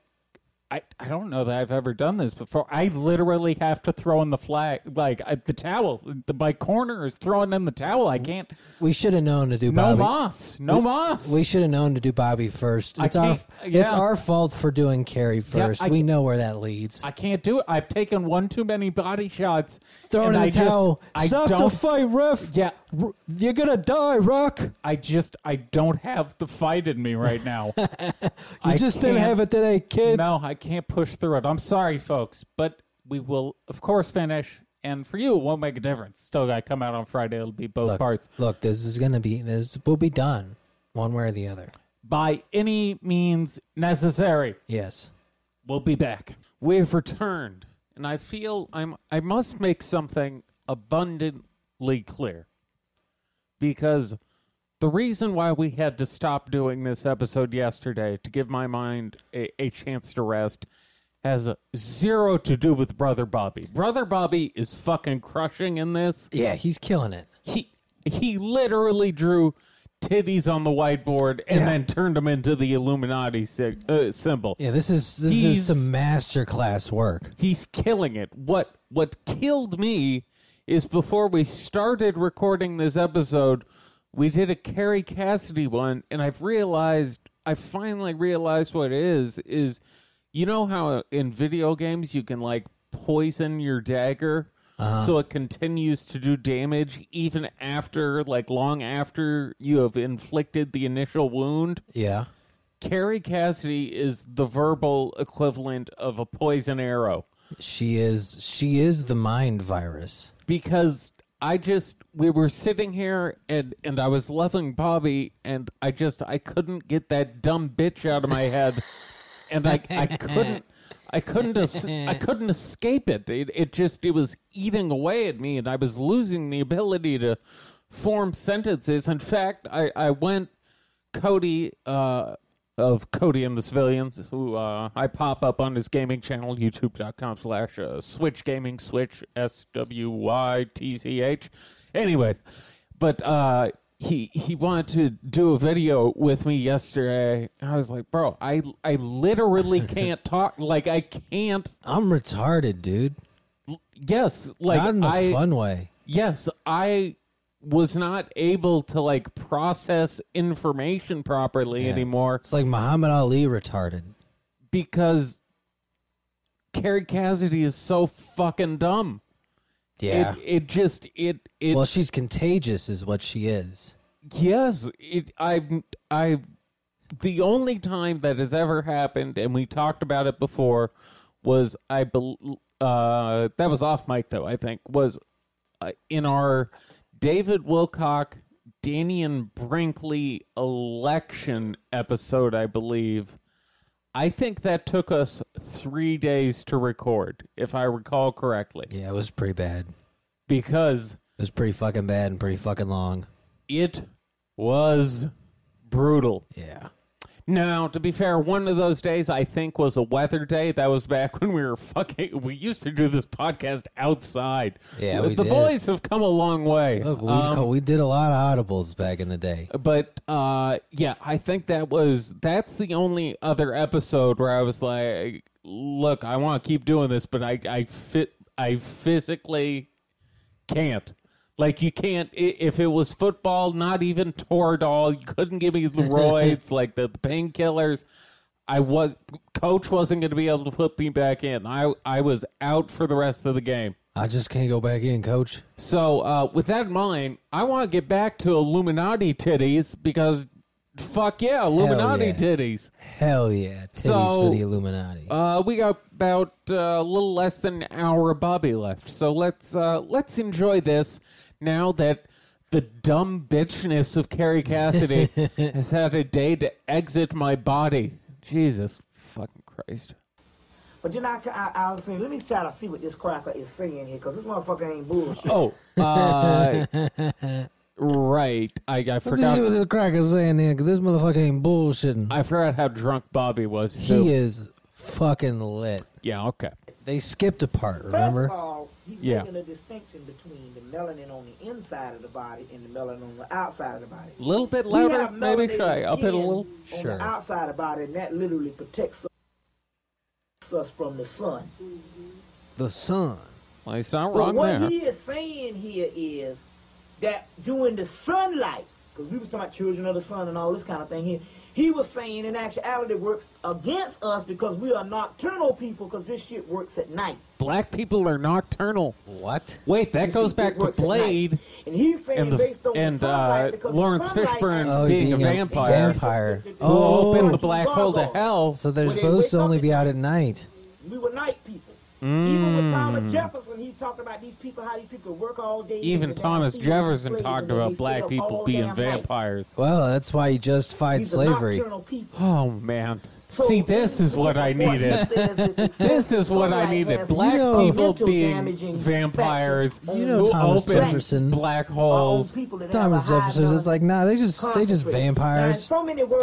Speaker 1: I I don't know that I've ever done this before. I literally have to throw in the flag, like I, the towel. The, my corner is throwing in the towel. I can't.
Speaker 2: We should have known to do
Speaker 1: No
Speaker 2: Bobby.
Speaker 1: moss. No moss.
Speaker 2: We should have known to do Bobby first. It's our
Speaker 1: can't- yeah.
Speaker 2: it's our fault for doing Carrie first.
Speaker 1: I
Speaker 2: we
Speaker 1: ca-
Speaker 2: know where that leads.
Speaker 1: I can't do it. I've taken one too many body shots.
Speaker 2: Throw it in
Speaker 1: and
Speaker 2: the
Speaker 1: I just-
Speaker 2: towel.
Speaker 1: I
Speaker 2: Stop the
Speaker 1: don't.
Speaker 2: fight, ref.
Speaker 1: yeah.
Speaker 2: R- You're gonna die, Rock. You
Speaker 1: I just I don't have the fight in me right
Speaker 2: (laughs)
Speaker 1: now. you
Speaker 2: just didn't have it today, kid.
Speaker 1: No, I can't push through it. I'm sorry, folks, but we will of course finish. And for you, it won't make a difference. Still, I come out on Friday. It'll be both
Speaker 2: Look,
Speaker 1: parts
Speaker 2: look, this is gonna be this. We'll be done, one way or the other.
Speaker 1: by any means necessary.
Speaker 2: Yes.
Speaker 1: We'll be back. We've returned, and I feel I'm I must make something abundantly clear. Because the reason why we had to stop doing this episode yesterday to give my mind a, a chance to rest has zero to do with Brother Bobby. Brother Bobby is fucking crushing in this.
Speaker 2: Yeah, he's killing it.
Speaker 1: He he literally drew titties on the whiteboard and
Speaker 2: Yeah.
Speaker 1: then turned them into the Illuminati sig- uh, symbol.
Speaker 2: Yeah, this is this
Speaker 1: He's-
Speaker 2: is some masterclass work.
Speaker 1: he's killing it. What what killed me is before we started recording this episode, we did a Carrie Cassidy one, and I've realized I finally realized what it is is you know how in video games you can like poison your dagger so it continues to do damage even after like long after you have inflicted the initial wound
Speaker 2: Yeah.
Speaker 1: Carrie Cassidy is the verbal equivalent of a poison arrow
Speaker 2: She is she is the mind virus.
Speaker 1: because I just we were sitting here and and I was loving Bobby and I just I couldn't get that dumb bitch out of my head and I I couldn't I couldn't es- I couldn't escape it. it it just it was eating away at me and I was losing the ability to form sentences in fact I I went Cody uh, of Cody and the Civilians, who uh, I pop up on his gaming channel, youtube.com slash uh, Switch Gaming Switch, S W Y T C H. Anyways, but uh, he he wanted to do a video with me yesterday. I was like, bro, I I
Speaker 2: (laughs)
Speaker 1: literally can't talk. Like I can't.
Speaker 2: I'm retarded, dude.
Speaker 1: Yes, like
Speaker 2: Not in a
Speaker 1: I
Speaker 2: fun way.
Speaker 1: yes I was not able to like process information properly anymore
Speaker 2: It's like Muhammad Ali retarded.
Speaker 1: because Carrie Cassidy is so fucking dumb.
Speaker 2: Yeah.
Speaker 1: It it just it it
Speaker 2: well, she's contagious, is what she is.
Speaker 1: Yes, it. I've I've the only time that has ever happened, and we talked about it before, was I bel uh, that was off mic though. I think was uh, in our David Wilcock, Danny and Brinkley election episode, I believe. I think that took us three days to record, if I recall correctly,
Speaker 2: Yeah, it was pretty bad. It
Speaker 1: because
Speaker 2: was pretty fucking bad and pretty fucking long.
Speaker 1: it was brutal.
Speaker 2: Yeah.
Speaker 1: No, to be fair, one of those days I think was a weather day. That was back (laughs) when we were fucking. We used to do this podcast outside.
Speaker 2: Yeah,
Speaker 1: the,
Speaker 2: we
Speaker 1: the
Speaker 2: did. Oh,
Speaker 1: boys have come a long way.
Speaker 2: Look, we,
Speaker 1: Um,
Speaker 2: we did a lot of audibles back in the day.
Speaker 1: but uh, yeah, I think that was that's the only other episode where I was like, "Look, I want to keep doing this, but I I fit I physically can't." Like you can't i- if it was football, not even Toradol. You couldn't give me the roids, like the, the painkillers. I was coach wasn't going to be able to put me back in. I I was out for the rest of the game.
Speaker 2: I just can't go back in, coach.
Speaker 1: So, uh, with that in mind, I want to get back to Illuminati titties because fuck yeah, Illuminati
Speaker 2: yeah.
Speaker 1: titties.
Speaker 2: Hell yeah. Titties
Speaker 1: So-
Speaker 2: for the Illuminati.
Speaker 1: Uh, we got about uh, a little less than an hour of Bobby left, so let's uh, let's enjoy this now that the dumb bitchness of Carrie
Speaker 2: (laughs)
Speaker 1: Cassidy has had a day to exit my body. Jesus fucking Christ!
Speaker 3: But then I, I, I was saying, let me try to see what this cracker is saying here, because this motherfucker ain't bullshit.
Speaker 1: Oh, uh,
Speaker 2: (laughs)
Speaker 1: right. I, I
Speaker 2: Let me see what
Speaker 1: forgot.
Speaker 2: this cracker's saying here, 'cause this motherfucker ain't bullshitting.
Speaker 1: I forgot how drunk Bobby was. Too.
Speaker 2: he is fucking lit.
Speaker 1: Yeah. Okay.
Speaker 2: They skipped a part, (laughs)
Speaker 3: First
Speaker 2: remember?
Speaker 3: of all, he's
Speaker 1: Yeah.
Speaker 3: making a distinction between the melanin on the inside of the body and the melanin on the outside of the body.
Speaker 1: A little bit
Speaker 3: We
Speaker 1: louder,
Speaker 3: have
Speaker 1: maybe.
Speaker 3: melanated
Speaker 1: Should I up it a
Speaker 3: skin
Speaker 1: little?
Speaker 3: On
Speaker 2: Sure.
Speaker 3: the outside of the body, and that literally protects us- us from the sun.
Speaker 2: The sun.
Speaker 1: Well, he's not
Speaker 3: But
Speaker 1: wrong
Speaker 3: what
Speaker 1: there.
Speaker 3: he is saying here is that during the sunlight, because we was talking about children of the sun and all this kind of thing here, he was saying in actuality works against us because we are nocturnal people because this shit works at night.
Speaker 1: Black people are nocturnal.
Speaker 2: What?
Speaker 1: Wait, that goes back
Speaker 3: It
Speaker 1: to
Speaker 3: works at night.
Speaker 1: Blade
Speaker 3: And he's saying
Speaker 1: and the
Speaker 3: based on
Speaker 1: and uh,
Speaker 3: sunlight, because the
Speaker 1: Lawrence
Speaker 3: sunlight
Speaker 1: Fishburne
Speaker 2: Oh,
Speaker 1: being, a
Speaker 2: being a
Speaker 1: vampire.
Speaker 2: vampire. Oh.
Speaker 1: Who opened
Speaker 3: Oh,
Speaker 1: the black hole to
Speaker 3: Gargoyle.
Speaker 1: hell?
Speaker 2: So they're
Speaker 3: When they
Speaker 2: supposed
Speaker 3: wake
Speaker 2: to
Speaker 3: up
Speaker 2: only
Speaker 3: at
Speaker 2: be out
Speaker 3: night.
Speaker 2: at night.
Speaker 3: We were night people.
Speaker 1: Mm.
Speaker 3: Even with Thomas Jefferson, he talked about these people, how these people work all day.
Speaker 1: Even
Speaker 3: and they
Speaker 1: Thomas
Speaker 3: have to sleep
Speaker 1: Jefferson
Speaker 3: and
Speaker 1: talked
Speaker 3: they
Speaker 1: about
Speaker 3: sit
Speaker 1: black
Speaker 3: up
Speaker 1: people
Speaker 3: all
Speaker 1: being
Speaker 3: damn night.
Speaker 1: vampires.
Speaker 2: Well, that's why you justified
Speaker 3: These are
Speaker 2: slavery.
Speaker 3: nocturnal people.
Speaker 1: Oh man, (gasps)
Speaker 3: So
Speaker 1: see, this is what
Speaker 3: (laughs)
Speaker 1: I (laughs) needed. This is what I needed. Black
Speaker 2: You know-
Speaker 1: people
Speaker 3: Mental
Speaker 1: being
Speaker 3: damaging
Speaker 1: vampires
Speaker 3: factors.
Speaker 2: You know
Speaker 1: who
Speaker 2: Thomas
Speaker 1: open
Speaker 2: Jefferson.
Speaker 1: black holes.
Speaker 2: Thomas Jefferson is like, nah, they just they just vampires.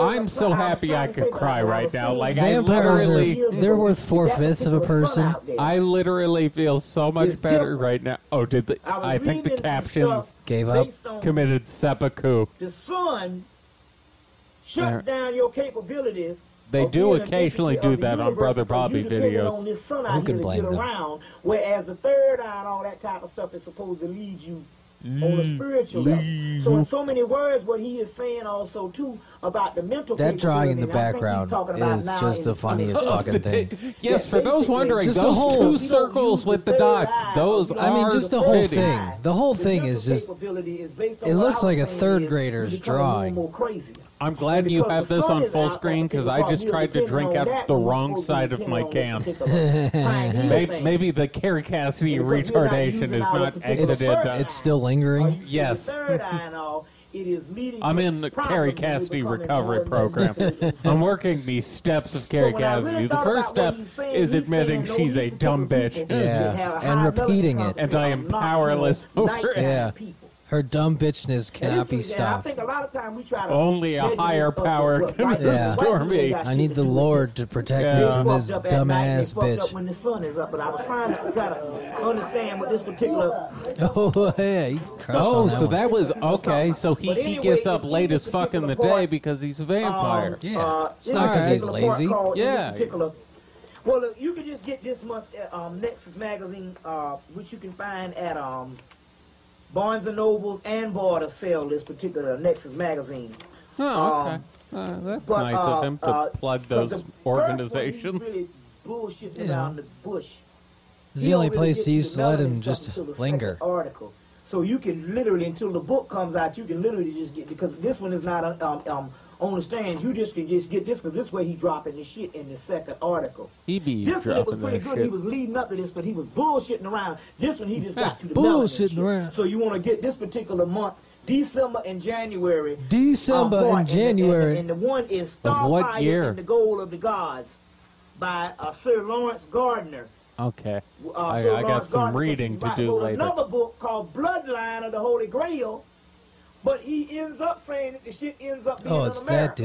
Speaker 1: I'm so happy I could cry right now. Like I
Speaker 2: Vampires
Speaker 1: literally
Speaker 2: are they're worth four fifths of a person.
Speaker 1: I literally feel so much
Speaker 3: It's
Speaker 1: better
Speaker 3: different.
Speaker 1: right now. Oh, did the,
Speaker 3: was
Speaker 1: I think the
Speaker 3: reading some
Speaker 1: captions
Speaker 3: stuff
Speaker 2: Gave up.
Speaker 3: based on
Speaker 1: committed seppuku?
Speaker 3: The sun
Speaker 1: There.
Speaker 3: shuts down your capabilities.
Speaker 1: They
Speaker 3: of
Speaker 1: do
Speaker 3: being an
Speaker 1: occasionally
Speaker 3: entity
Speaker 1: do
Speaker 3: of the
Speaker 1: that on
Speaker 3: universe
Speaker 1: Brother
Speaker 3: because
Speaker 1: Bobby
Speaker 3: you depending
Speaker 1: videos.
Speaker 3: on this sun out
Speaker 2: Who can
Speaker 3: here to
Speaker 2: blame
Speaker 3: get
Speaker 2: them?
Speaker 3: around, whereas the third eye and all that type of stuff is supposed to lead you on a spiritual level. So in so many words, what he is saying also too about the mental.
Speaker 2: That drawing in the
Speaker 3: capability, and I think he's
Speaker 2: background
Speaker 3: talking about
Speaker 2: is
Speaker 3: now
Speaker 2: just
Speaker 3: in-
Speaker 2: the funniest
Speaker 3: in-
Speaker 2: fucking
Speaker 1: The
Speaker 2: thing.
Speaker 1: ti- yes, for those
Speaker 3: basically.
Speaker 1: wondering,
Speaker 2: Just the
Speaker 1: those
Speaker 2: whole- You don't
Speaker 1: two
Speaker 2: use
Speaker 1: circles
Speaker 3: the
Speaker 1: with the
Speaker 3: third
Speaker 1: dots,
Speaker 3: eye.
Speaker 1: those
Speaker 3: I
Speaker 1: are
Speaker 3: mean,
Speaker 2: just the whole
Speaker 1: titties.
Speaker 2: thing. The whole thing
Speaker 3: mental
Speaker 2: is just-
Speaker 3: capability is based on
Speaker 2: it
Speaker 3: what
Speaker 2: looks
Speaker 3: I was
Speaker 2: like a
Speaker 3: saying
Speaker 2: third
Speaker 3: is
Speaker 2: grader's
Speaker 3: you become a little
Speaker 2: drawing.
Speaker 3: more crazy.
Speaker 1: I'm glad you have this on full screen because I just tried to drink out of the wrong side of my can.
Speaker 2: (laughs)
Speaker 1: May-
Speaker 3: Maybe,
Speaker 1: Maybe the Carrie Cassidy
Speaker 3: Because you're not
Speaker 1: retardation is
Speaker 3: using our
Speaker 1: not
Speaker 2: It's,
Speaker 3: potential.
Speaker 1: exited. uh,
Speaker 2: it's still lingering.
Speaker 1: Yes.
Speaker 3: I'm
Speaker 1: I'm in the Carrie Cassidy recovery
Speaker 3: (laughs)
Speaker 1: program. (laughs) I'm working the steps of Carrie
Speaker 3: So when I really
Speaker 1: Cassidy. The
Speaker 3: thought
Speaker 1: first
Speaker 3: about
Speaker 1: step
Speaker 3: what he's saying,
Speaker 1: is
Speaker 3: he's
Speaker 1: admitting
Speaker 3: saying
Speaker 1: she's
Speaker 3: those
Speaker 1: a
Speaker 3: people
Speaker 1: dumb
Speaker 3: who people
Speaker 1: bitch. (laughs)
Speaker 3: who
Speaker 2: Yeah,
Speaker 3: have
Speaker 2: and
Speaker 3: high
Speaker 2: repeating it.
Speaker 3: melatonin
Speaker 1: And I am
Speaker 3: are not
Speaker 1: powerless (laughs)
Speaker 3: normal
Speaker 1: over it.
Speaker 3: nighttime
Speaker 2: Yeah.
Speaker 3: people.
Speaker 2: Her dumb bitchness
Speaker 3: And
Speaker 2: cannot
Speaker 3: it's-
Speaker 2: be
Speaker 3: and I
Speaker 2: stopped.
Speaker 3: think a lot of time we try to
Speaker 1: Only a
Speaker 3: measure
Speaker 1: higher
Speaker 3: up to
Speaker 1: power
Speaker 3: what
Speaker 1: can
Speaker 3: white-
Speaker 2: Yeah.
Speaker 1: restore
Speaker 3: white people
Speaker 1: me.
Speaker 3: got
Speaker 2: I need the
Speaker 3: shit to do (laughs) with it.
Speaker 2: Lord to protect me
Speaker 1: Yeah.
Speaker 2: from
Speaker 3: fucked
Speaker 2: this
Speaker 3: up at night and they
Speaker 2: dumbass
Speaker 3: fucked up
Speaker 2: bitch.
Speaker 3: when the sun is up, but I was trying to try to understand what this particular.
Speaker 2: (laughs) Oh yeah, he's crushed
Speaker 1: Oh,
Speaker 2: on
Speaker 1: so
Speaker 2: one.
Speaker 1: that was okay. So he,
Speaker 3: But
Speaker 1: he
Speaker 3: anyway,
Speaker 1: gets up
Speaker 3: if you
Speaker 1: late
Speaker 3: get
Speaker 1: as
Speaker 3: to
Speaker 1: fuck
Speaker 3: pick
Speaker 1: in
Speaker 3: up
Speaker 1: the
Speaker 3: a part,
Speaker 1: day because he's a vampire.
Speaker 3: um,
Speaker 2: Yeah.
Speaker 3: uh,
Speaker 2: It's not 'cause he's
Speaker 3: particular part
Speaker 2: lazy.
Speaker 3: called- in this
Speaker 1: Yeah.
Speaker 3: particular- Well, if you can just get this month's uh, um, Nexus magazine, uh, which you can find at um, Barnes and Nobles and Barter sell this particular Nexus magazine.
Speaker 1: Oh, okay.
Speaker 3: um,
Speaker 1: Uh, that's
Speaker 3: But,
Speaker 1: nice
Speaker 3: uh,
Speaker 1: of him to
Speaker 3: uh,
Speaker 1: plug
Speaker 3: but the
Speaker 1: those
Speaker 3: first one, he's
Speaker 1: organizations.
Speaker 3: Really bullshitting
Speaker 2: Yeah.
Speaker 3: around the bush.
Speaker 2: It's
Speaker 3: You
Speaker 2: the only
Speaker 3: don't really
Speaker 2: place
Speaker 3: get
Speaker 2: he used to let
Speaker 3: develop
Speaker 2: him
Speaker 3: this stuff
Speaker 2: just
Speaker 3: until the
Speaker 2: linger.
Speaker 3: second Article. So you can literally, until the book comes out, you can literally just get because this one is not um, um, on the stands. You just can just get this because this way he dropping the shit in the second article.
Speaker 1: He be
Speaker 3: This one it was
Speaker 1: dropping
Speaker 3: pretty
Speaker 1: that
Speaker 3: good. He
Speaker 1: shit.
Speaker 3: was leading up to this, but he was bullshitting around. This one
Speaker 2: (laughs)
Speaker 3: he just got to the
Speaker 2: Bullshitting around.
Speaker 3: So you want to get this particular month, December and January.
Speaker 2: December
Speaker 3: um, boy,
Speaker 2: and
Speaker 3: the-
Speaker 2: January.
Speaker 3: And the, and the one is
Speaker 1: Of what
Speaker 3: Starfire
Speaker 1: year?
Speaker 3: and the Goal of the Gods by uh, Sir Lawrence Gardner.
Speaker 1: Okay.
Speaker 3: Uh,
Speaker 1: I,
Speaker 3: Phil
Speaker 1: I got
Speaker 3: Lawrence
Speaker 1: some
Speaker 3: Gardner,
Speaker 1: reading
Speaker 3: he
Speaker 1: to
Speaker 3: wrote-
Speaker 1: do
Speaker 3: wrote
Speaker 1: later.
Speaker 3: Another book called Bloodline of the Holy Grail, but he ends up saying that the shit ends up being
Speaker 2: Oh,
Speaker 3: in
Speaker 2: it's that
Speaker 3: America.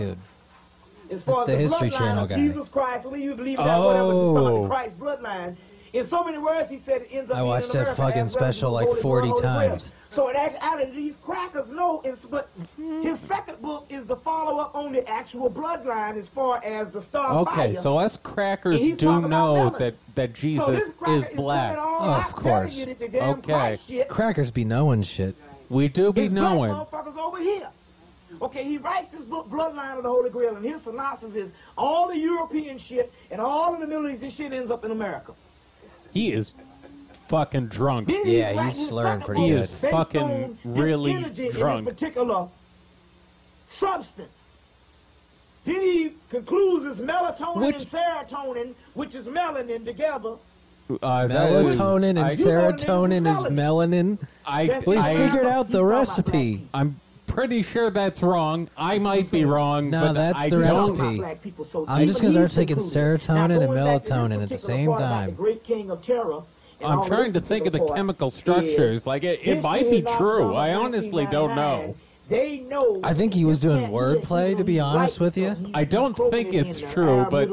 Speaker 2: dude.
Speaker 3: As far
Speaker 2: That's
Speaker 3: as
Speaker 2: the History
Speaker 3: bloodline
Speaker 2: Channel
Speaker 3: of
Speaker 2: guy.
Speaker 3: Jesus Christ, we usually leave it out whatever to talk
Speaker 1: Oh.
Speaker 3: about Christ's bloodline. In so many words, he said it ends up.
Speaker 2: I
Speaker 3: being
Speaker 2: watched
Speaker 3: in
Speaker 2: that
Speaker 3: America,
Speaker 2: fucking
Speaker 3: as well as
Speaker 2: special
Speaker 3: the
Speaker 2: like
Speaker 3: Holy
Speaker 2: 40
Speaker 3: Grail, Holy
Speaker 2: times.
Speaker 3: Grail. So it actually, these crackers know. It's but his second book is the follow up on the actual bloodline as far as the star.
Speaker 1: Okay, so us crackers
Speaker 3: He's
Speaker 1: do
Speaker 3: talking about
Speaker 1: know
Speaker 3: melon.
Speaker 1: that, that
Speaker 3: So
Speaker 1: Jesus
Speaker 3: this cracker
Speaker 1: is
Speaker 3: coming
Speaker 1: black.
Speaker 3: all
Speaker 2: Of
Speaker 3: out telling
Speaker 2: course.
Speaker 3: you that the damn
Speaker 1: Okay.
Speaker 3: Christ shit
Speaker 2: Crackers be knowing shit.
Speaker 1: We do be
Speaker 3: His black
Speaker 1: knowing.
Speaker 3: motherfuckers over here. Okay, he writes this book, Bloodline of the Holy Grail, and his synopsis is all the European shit and all of the Middle East, this shit ends up in America.
Speaker 1: He is fucking drunk.
Speaker 3: Then
Speaker 2: Yeah,
Speaker 3: he writes
Speaker 2: he's
Speaker 3: his
Speaker 2: slurring
Speaker 3: second
Speaker 2: pretty
Speaker 3: book
Speaker 2: good. He
Speaker 1: is
Speaker 3: based
Speaker 1: fucking
Speaker 3: on his
Speaker 1: really
Speaker 3: energy in
Speaker 1: drunk.
Speaker 3: this particular substance. Then he concludes his melatonin
Speaker 1: Which-
Speaker 3: and serotonin, which is melanin, together.
Speaker 1: Uh, that was-
Speaker 2: Melatonin and
Speaker 1: I-
Speaker 3: You know the name
Speaker 2: serotonin
Speaker 3: of
Speaker 2: is
Speaker 3: the
Speaker 2: melanin.
Speaker 1: I,
Speaker 2: We
Speaker 1: I-
Speaker 2: figured out the
Speaker 3: You know my
Speaker 2: recipe.
Speaker 1: I'm pretty sure that's wrong. I might be wrong.
Speaker 2: No,
Speaker 1: but
Speaker 2: that's
Speaker 1: I
Speaker 2: the
Speaker 1: don't-
Speaker 2: recipe.
Speaker 3: I'm just gonna start taking serotonin and melatonin
Speaker 2: at the same time.
Speaker 1: I'm trying to think of the chemical structures. Like it, it might be true. I honestly don't know.
Speaker 3: They know.
Speaker 2: I think he was doing wordplay, to be honest with you.
Speaker 1: I don't think it's true,
Speaker 3: uh,
Speaker 1: but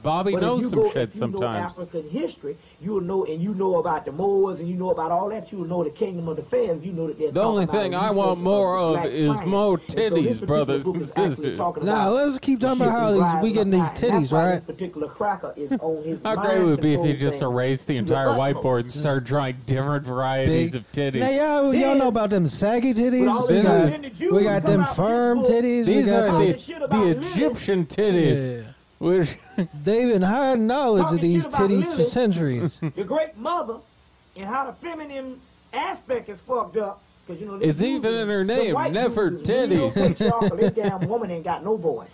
Speaker 1: Bobby
Speaker 3: But if you
Speaker 1: knows
Speaker 3: go-
Speaker 1: some
Speaker 3: if
Speaker 1: shit
Speaker 3: you know
Speaker 1: sometimes.
Speaker 3: African history, you'll know, and you know about the Moors, and you know about all that. You'll know the kingdom of the fairs. You know that they're
Speaker 1: The
Speaker 3: talking
Speaker 1: only
Speaker 3: about
Speaker 1: thing
Speaker 3: the
Speaker 1: I
Speaker 3: resources
Speaker 1: want more
Speaker 3: the
Speaker 1: of
Speaker 3: black
Speaker 1: is
Speaker 3: finance.
Speaker 1: more
Speaker 3: And so this
Speaker 1: titties,
Speaker 3: particular
Speaker 1: brothers
Speaker 3: book
Speaker 1: and
Speaker 3: is actually
Speaker 1: sisters.
Speaker 3: talking
Speaker 2: Nah,
Speaker 3: about
Speaker 2: let's keep talking about
Speaker 3: the
Speaker 2: how
Speaker 3: shit
Speaker 2: these- we getting
Speaker 3: that
Speaker 2: these
Speaker 3: lies behind.
Speaker 2: titties,
Speaker 3: That's why
Speaker 2: right?
Speaker 3: this particular cracker is on his
Speaker 1: How
Speaker 3: mind
Speaker 1: great it would be if you
Speaker 3: control
Speaker 1: just
Speaker 3: thing.
Speaker 1: erased the entire
Speaker 3: utmost.
Speaker 1: whiteboard and started drawing different varieties
Speaker 2: Big.
Speaker 1: of titties?
Speaker 2: Now y'all, y'all know about them saggy titties. We
Speaker 1: This
Speaker 2: got, we got them firm titties. we
Speaker 1: These
Speaker 2: got
Speaker 1: are
Speaker 2: them-
Speaker 1: the,
Speaker 3: shit about
Speaker 1: the
Speaker 3: Lily.
Speaker 1: Egyptian titties,
Speaker 2: Yeah.
Speaker 1: which (laughs)
Speaker 2: They've been high knowledge of
Speaker 3: Talking
Speaker 2: these
Speaker 3: shit about
Speaker 2: titties for
Speaker 3: Lily. (laughs)
Speaker 2: centuries.
Speaker 3: Your great mother, and how the feminine aspect is fucked up. 'cause, you know,
Speaker 1: It's
Speaker 3: they
Speaker 1: even
Speaker 3: use
Speaker 1: in her
Speaker 3: the
Speaker 1: name,
Speaker 3: white
Speaker 1: Nefer
Speaker 3: dudes, and you know,
Speaker 1: Titties.
Speaker 3: patriarchal, This damn woman ain't got no voice.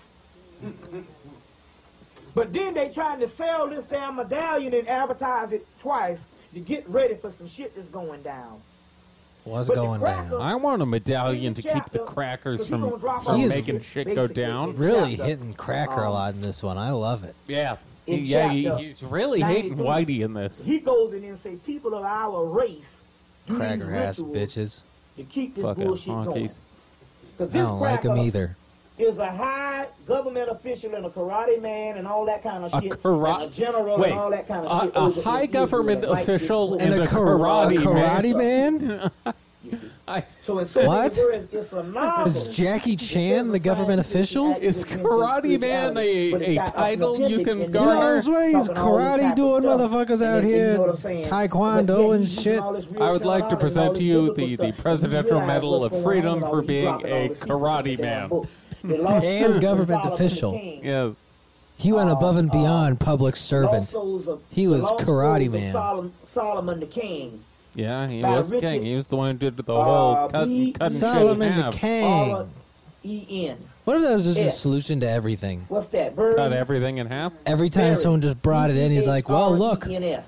Speaker 3: But then they trying to sell this damn medallion and advertise it twice to get ready for some shit that's going down.
Speaker 2: What's
Speaker 3: But the
Speaker 2: going
Speaker 3: cracker-
Speaker 2: down?
Speaker 1: I want a medallion to keep the
Speaker 3: Chapter,
Speaker 1: crackers
Speaker 3: 'cause he
Speaker 1: from,
Speaker 3: gonna drop
Speaker 1: from
Speaker 2: off.
Speaker 1: making shit go down.
Speaker 2: Really
Speaker 3: chapter.
Speaker 2: hitting cracker
Speaker 3: um,
Speaker 2: a lot in this one. I love it.
Speaker 1: Yeah,
Speaker 3: In
Speaker 1: yeah, he-
Speaker 3: chapter
Speaker 1: he's really hating Whitey
Speaker 3: 92.
Speaker 1: in this.
Speaker 3: He goes in and say, people of our race, do
Speaker 2: Cracker
Speaker 3: these
Speaker 2: ass
Speaker 3: rituals
Speaker 2: bitches.
Speaker 3: to keep this
Speaker 1: Fucking
Speaker 3: bullshit going.
Speaker 1: honkies.
Speaker 3: 'Cause
Speaker 2: I
Speaker 3: this
Speaker 2: don't like them
Speaker 3: cracker-
Speaker 2: either.
Speaker 3: is a high government official and a karate man and all that kind of
Speaker 1: A
Speaker 3: shit.
Speaker 1: karate
Speaker 3: and a general
Speaker 1: wait,
Speaker 3: and all that kind of shit.
Speaker 1: a, a
Speaker 3: over in
Speaker 1: high
Speaker 3: Israel
Speaker 1: government
Speaker 3: and right
Speaker 1: official
Speaker 3: this
Speaker 1: and,
Speaker 3: way.
Speaker 1: a
Speaker 2: kar-
Speaker 1: karate,
Speaker 2: a karate
Speaker 1: man.
Speaker 2: man?
Speaker 1: (laughs) (laughs) I,
Speaker 3: So in so many
Speaker 2: What?
Speaker 3: words, it's a novel.
Speaker 2: Is Jackie Chan the government official?
Speaker 1: Is Karate Man a-
Speaker 3: But it's
Speaker 1: a
Speaker 3: got
Speaker 1: title you
Speaker 3: authentic
Speaker 1: can
Speaker 3: and
Speaker 2: You
Speaker 1: garner?
Speaker 2: know, it's where these
Speaker 3: talking all this type
Speaker 2: karate
Speaker 3: of
Speaker 2: doing
Speaker 3: stuff.
Speaker 2: motherfuckers out
Speaker 3: And then, you
Speaker 2: here,
Speaker 3: know what I'm saying? But then
Speaker 2: taekwondo and
Speaker 3: he's using
Speaker 2: shit.
Speaker 3: all this real
Speaker 1: I would like to
Speaker 3: Shaolin and all
Speaker 1: present
Speaker 3: this
Speaker 1: to you
Speaker 3: biblical
Speaker 1: the,
Speaker 3: stuff.
Speaker 1: the
Speaker 3: And you
Speaker 1: Presidential
Speaker 3: realize
Speaker 1: Medal
Speaker 3: what's
Speaker 1: of
Speaker 3: going
Speaker 1: Freedom
Speaker 3: on with all
Speaker 1: for
Speaker 3: these
Speaker 1: being
Speaker 3: dropping all
Speaker 1: a
Speaker 3: this people in
Speaker 1: karate
Speaker 3: the damn
Speaker 1: man.
Speaker 3: book. They lost
Speaker 2: And
Speaker 3: $50
Speaker 2: government
Speaker 3: to the
Speaker 2: official.
Speaker 3: king.
Speaker 1: Yes.
Speaker 2: He went above and
Speaker 3: uh,
Speaker 2: beyond public
Speaker 3: Lost
Speaker 2: servant.
Speaker 3: Souls of-
Speaker 2: He was
Speaker 3: Lost
Speaker 2: karate
Speaker 3: Souls of
Speaker 2: man.
Speaker 3: Solomon, Solomon the king.
Speaker 1: Yeah, he
Speaker 3: By
Speaker 1: was
Speaker 3: Richard,
Speaker 1: king. He was the one who did the whole
Speaker 3: uh,
Speaker 1: cut,
Speaker 3: B.
Speaker 1: cut and shit in
Speaker 2: Solomon the
Speaker 1: half.
Speaker 2: Kang.
Speaker 3: R E N.
Speaker 2: What if that was just
Speaker 3: Yeah.
Speaker 2: a solution to everything?
Speaker 3: What's that? Bird.
Speaker 1: Cut everything in half.
Speaker 2: Every time
Speaker 3: Barry.
Speaker 2: someone just brought it in, he's like, well, look,
Speaker 3: B-A-R-E-N-S.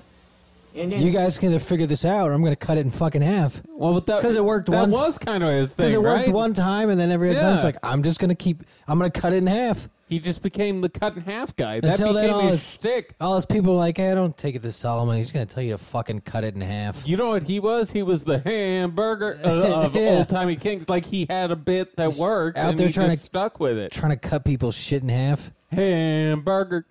Speaker 3: E And then
Speaker 2: you guys can either figure this out or I'm going to cut it in fucking half.
Speaker 1: Well, but that
Speaker 2: 'Cause it worked
Speaker 1: That
Speaker 2: once.
Speaker 1: was kind of his thing,
Speaker 2: Because it worked
Speaker 1: right?
Speaker 2: one time and then every other time it's
Speaker 1: Yeah.
Speaker 2: like, I'm just going to keep, I'm going to cut it in half.
Speaker 1: He just became the cut in half guy. That
Speaker 2: Until then,
Speaker 1: became
Speaker 2: all
Speaker 1: his
Speaker 2: his-
Speaker 1: shtick.
Speaker 2: All those people are like, hey, don't take it this solemn. He's gonna tell you to fucking cut it in half.
Speaker 1: (laughs) You know what he was? He was the hamburger
Speaker 2: (laughs)
Speaker 1: uh, of
Speaker 2: Yeah.
Speaker 1: old timey kings. Like he had a bit that worked,
Speaker 2: out
Speaker 1: and
Speaker 2: there
Speaker 1: he
Speaker 2: trying
Speaker 1: just
Speaker 2: to-
Speaker 1: stuck with it.
Speaker 2: Trying to cut people's shit in half.
Speaker 1: Hamburger.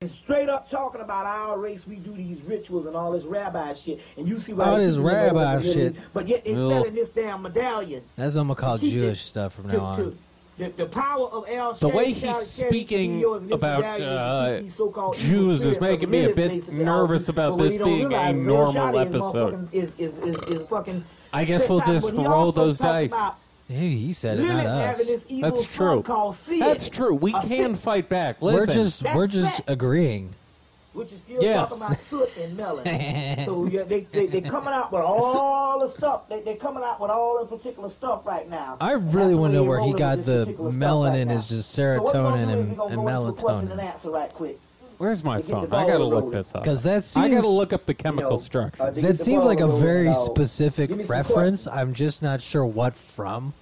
Speaker 3: And straight up talking about our race, we do these rituals and all this rabbi shit. And you see why
Speaker 2: All
Speaker 3: the
Speaker 2: this
Speaker 3: people in the
Speaker 2: rabbi
Speaker 3: Middle East-
Speaker 2: shit.
Speaker 3: But yet they're
Speaker 1: Ugh.
Speaker 3: selling this damn medallion.
Speaker 2: That's what I'm
Speaker 1: (laughs)
Speaker 2: gonna call Jewish stuff from
Speaker 3: to-
Speaker 2: now
Speaker 3: to-
Speaker 2: on.
Speaker 3: The, the power of El
Speaker 1: The
Speaker 3: Shaddai,
Speaker 1: way
Speaker 3: Shaddai,
Speaker 1: he's
Speaker 3: Shaddai,
Speaker 1: speaking
Speaker 3: Shaddai, and this
Speaker 1: about,
Speaker 3: medallion is
Speaker 1: uh,
Speaker 3: these so-called evil
Speaker 1: Jews is
Speaker 3: spirits of
Speaker 1: making me a bit
Speaker 3: manipulating the
Speaker 1: nervous
Speaker 3: outreach.
Speaker 1: about
Speaker 3: But what
Speaker 1: this
Speaker 3: you don't
Speaker 1: being a
Speaker 3: realize is El
Speaker 1: normal
Speaker 3: Shaddai is
Speaker 1: episode.
Speaker 3: motherfucking- Is, is, is, is fucking
Speaker 1: I guess we'll
Speaker 3: But
Speaker 1: just
Speaker 3: he
Speaker 1: roll
Speaker 3: also
Speaker 1: those
Speaker 3: talks
Speaker 1: dice.
Speaker 3: about
Speaker 2: Hey, he said it,
Speaker 3: Lilith
Speaker 2: not us.
Speaker 3: having this evil
Speaker 1: That's
Speaker 3: son
Speaker 1: true.
Speaker 3: called Sid,
Speaker 1: That's true. We
Speaker 3: a
Speaker 1: can
Speaker 3: fifth,
Speaker 1: fight back.
Speaker 2: We're
Speaker 1: Listen,
Speaker 2: just
Speaker 3: That's
Speaker 2: we're just
Speaker 3: it.
Speaker 2: agreeing.
Speaker 3: Which is still
Speaker 1: Yes.
Speaker 3: talking about soot and
Speaker 2: (laughs)
Speaker 3: melon. so yeah, they, they they coming out with all the stuff. They they coming out with all the particular stuff right now.
Speaker 2: I
Speaker 3: And
Speaker 2: really
Speaker 3: that's the
Speaker 2: wanna know
Speaker 3: way they
Speaker 2: where he
Speaker 3: rolling
Speaker 2: got
Speaker 3: with this
Speaker 2: the
Speaker 3: particular stuff
Speaker 2: melanin
Speaker 3: now.
Speaker 2: is just
Speaker 3: So what we're gonna
Speaker 2: serotonin and-
Speaker 3: do is we're gonna
Speaker 2: and
Speaker 3: go into a question
Speaker 2: melatonin.
Speaker 3: and answer right quick.
Speaker 1: where's my
Speaker 3: Get the
Speaker 1: phone?
Speaker 3: ball
Speaker 1: I gotta
Speaker 3: rolling.
Speaker 1: look this up.
Speaker 2: 'Cause that
Speaker 1: I gotta
Speaker 2: seems-
Speaker 1: look up the chemical
Speaker 3: You know,
Speaker 1: structure.
Speaker 3: uh, to get
Speaker 2: That
Speaker 3: the
Speaker 2: seems
Speaker 3: ball
Speaker 2: like a
Speaker 3: rolling,
Speaker 2: very
Speaker 3: dog.
Speaker 2: specific
Speaker 3: Give me some
Speaker 2: reference. I'm just not sure what from.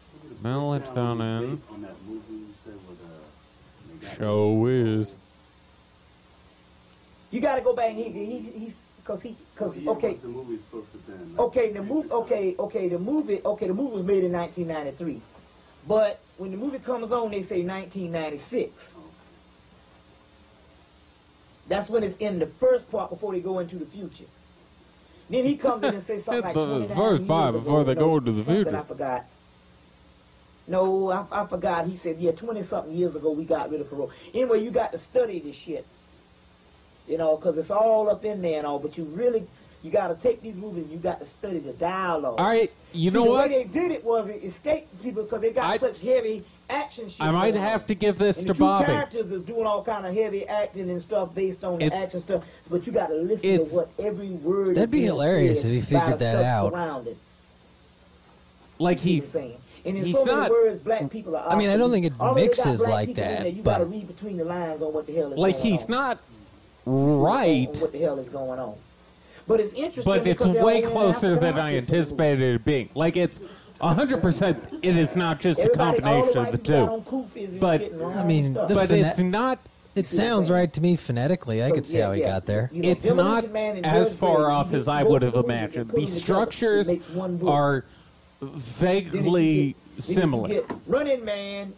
Speaker 1: Melatonin show is.
Speaker 3: You got to go back. He he he because he
Speaker 1: Oh,
Speaker 3: because okay. Oh.
Speaker 4: The movie's supposed to been.
Speaker 3: Okay, the movie. Okay, okay, the movie. Okay, the movie was made in 1993, but when the movie comes on, they say 1996. That's when it's in the first part before they go into the future. Then he comes in and
Speaker 1: (laughs)
Speaker 3: says something like
Speaker 1: The
Speaker 3: 29
Speaker 1: first part
Speaker 3: years
Speaker 1: before they
Speaker 3: ago,
Speaker 1: go into the
Speaker 3: something
Speaker 1: future.
Speaker 3: I forgot. No, I, I forgot. He said, yeah, 20 something years ago we got rid of parole. Anyway, you got to study this shit. You know, 'cause it's all up in there and all, but you really, you got to take these movies and you got to study the dialogue.
Speaker 1: All right, you
Speaker 3: See,
Speaker 1: know
Speaker 3: the
Speaker 1: what?
Speaker 3: way they did it was it escaped people because they got
Speaker 1: I-
Speaker 3: such heavy action shit.
Speaker 1: I might
Speaker 3: going on.
Speaker 1: have to give this
Speaker 3: And
Speaker 1: to
Speaker 3: the two
Speaker 1: Bobby.
Speaker 3: characters is doing all kind of heavy acting and stuff based on the
Speaker 1: It's-
Speaker 3: action stuff, but you got to listen to
Speaker 1: it's-
Speaker 3: what every word.
Speaker 2: That'd
Speaker 3: is
Speaker 2: be
Speaker 3: being
Speaker 2: hilarious
Speaker 3: said
Speaker 2: if he
Speaker 3: by
Speaker 2: figured
Speaker 3: the
Speaker 2: that
Speaker 3: stuff
Speaker 2: out.
Speaker 3: surrounding
Speaker 1: Like
Speaker 3: he's
Speaker 1: he's
Speaker 3: saying. And in
Speaker 1: he's
Speaker 3: so many
Speaker 1: not-
Speaker 3: words, black people are.
Speaker 2: I mean, I don't think it
Speaker 3: Although they got
Speaker 2: mixes
Speaker 3: black
Speaker 2: like
Speaker 3: people in
Speaker 2: that,
Speaker 3: there, you gotta
Speaker 2: but-
Speaker 3: read between the lines on what the hell is
Speaker 1: like
Speaker 3: going
Speaker 1: he's
Speaker 3: on,
Speaker 1: not
Speaker 3: on
Speaker 1: right,
Speaker 3: What the hell is going on? But it's interesting.
Speaker 1: but it's
Speaker 3: because they're all
Speaker 1: way
Speaker 3: in
Speaker 1: closer than I
Speaker 3: African movies.
Speaker 1: anticipated it being. Like it's hundred percent. It is not just a
Speaker 3: Everybody- all
Speaker 1: combination of
Speaker 3: white
Speaker 1: the
Speaker 3: people got on
Speaker 1: two,
Speaker 3: koofies and
Speaker 1: But-
Speaker 3: shit and all
Speaker 2: I mean,
Speaker 3: that
Speaker 2: the
Speaker 3: stuff.
Speaker 1: but it's not.
Speaker 2: It sounds right to me phonetically. I could see
Speaker 3: Yeah,
Speaker 2: how he
Speaker 3: yeah.
Speaker 2: got there.
Speaker 3: You know,
Speaker 1: It's
Speaker 3: Billy
Speaker 1: not
Speaker 3: the Man and
Speaker 1: as
Speaker 3: Judge
Speaker 1: far
Speaker 3: Dredd,
Speaker 1: off
Speaker 3: you
Speaker 1: as
Speaker 3: get
Speaker 1: I
Speaker 3: both
Speaker 1: would have
Speaker 3: movies and
Speaker 1: imagined.
Speaker 3: put them
Speaker 1: The
Speaker 3: together,
Speaker 1: structures
Speaker 3: make one book.
Speaker 1: are
Speaker 3: Then you
Speaker 1: vaguely
Speaker 3: get- then you
Speaker 1: similar.
Speaker 3: get Running Man,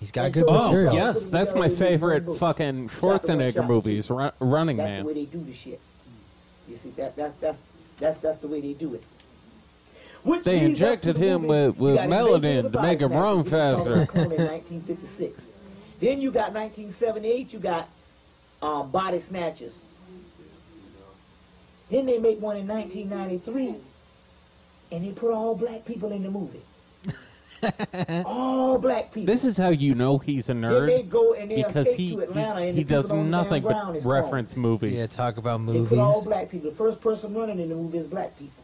Speaker 2: He's got good
Speaker 3: Oh,
Speaker 2: material.
Speaker 3: yeah.
Speaker 1: Yes, that's my favorite fucking Schwarzenegger movies, Ru- Running
Speaker 3: That's the
Speaker 1: Man.
Speaker 3: way they do the shit. You see, that, that, that, that's that's the way they do it. Which
Speaker 1: They
Speaker 3: leads up to
Speaker 1: injected
Speaker 3: the
Speaker 1: him
Speaker 3: movie,
Speaker 1: with- with
Speaker 3: you got Invasion
Speaker 1: melanin
Speaker 3: of the
Speaker 1: to make
Speaker 3: Body
Speaker 1: him run
Speaker 3: Snatchers, which was
Speaker 1: faster.
Speaker 3: coming in 1956. Then you got 1978, you got um, Body Snatchers. Then they make one in 1993, and they put all black people in
Speaker 1: (laughs)
Speaker 3: the movie. all black people.
Speaker 1: This is how you know he's a
Speaker 3: Then they
Speaker 1: nerd
Speaker 3: go and they
Speaker 1: because
Speaker 3: escape
Speaker 1: he
Speaker 3: to Atlanta
Speaker 1: he,
Speaker 3: and
Speaker 1: he
Speaker 3: the
Speaker 1: does
Speaker 3: people on Sam
Speaker 1: nothing
Speaker 3: Brown
Speaker 1: but
Speaker 3: is gone.
Speaker 1: reference movies.
Speaker 2: Yeah, talk about
Speaker 3: They put all
Speaker 2: movies.
Speaker 3: black people. The first person running in the movie is black people.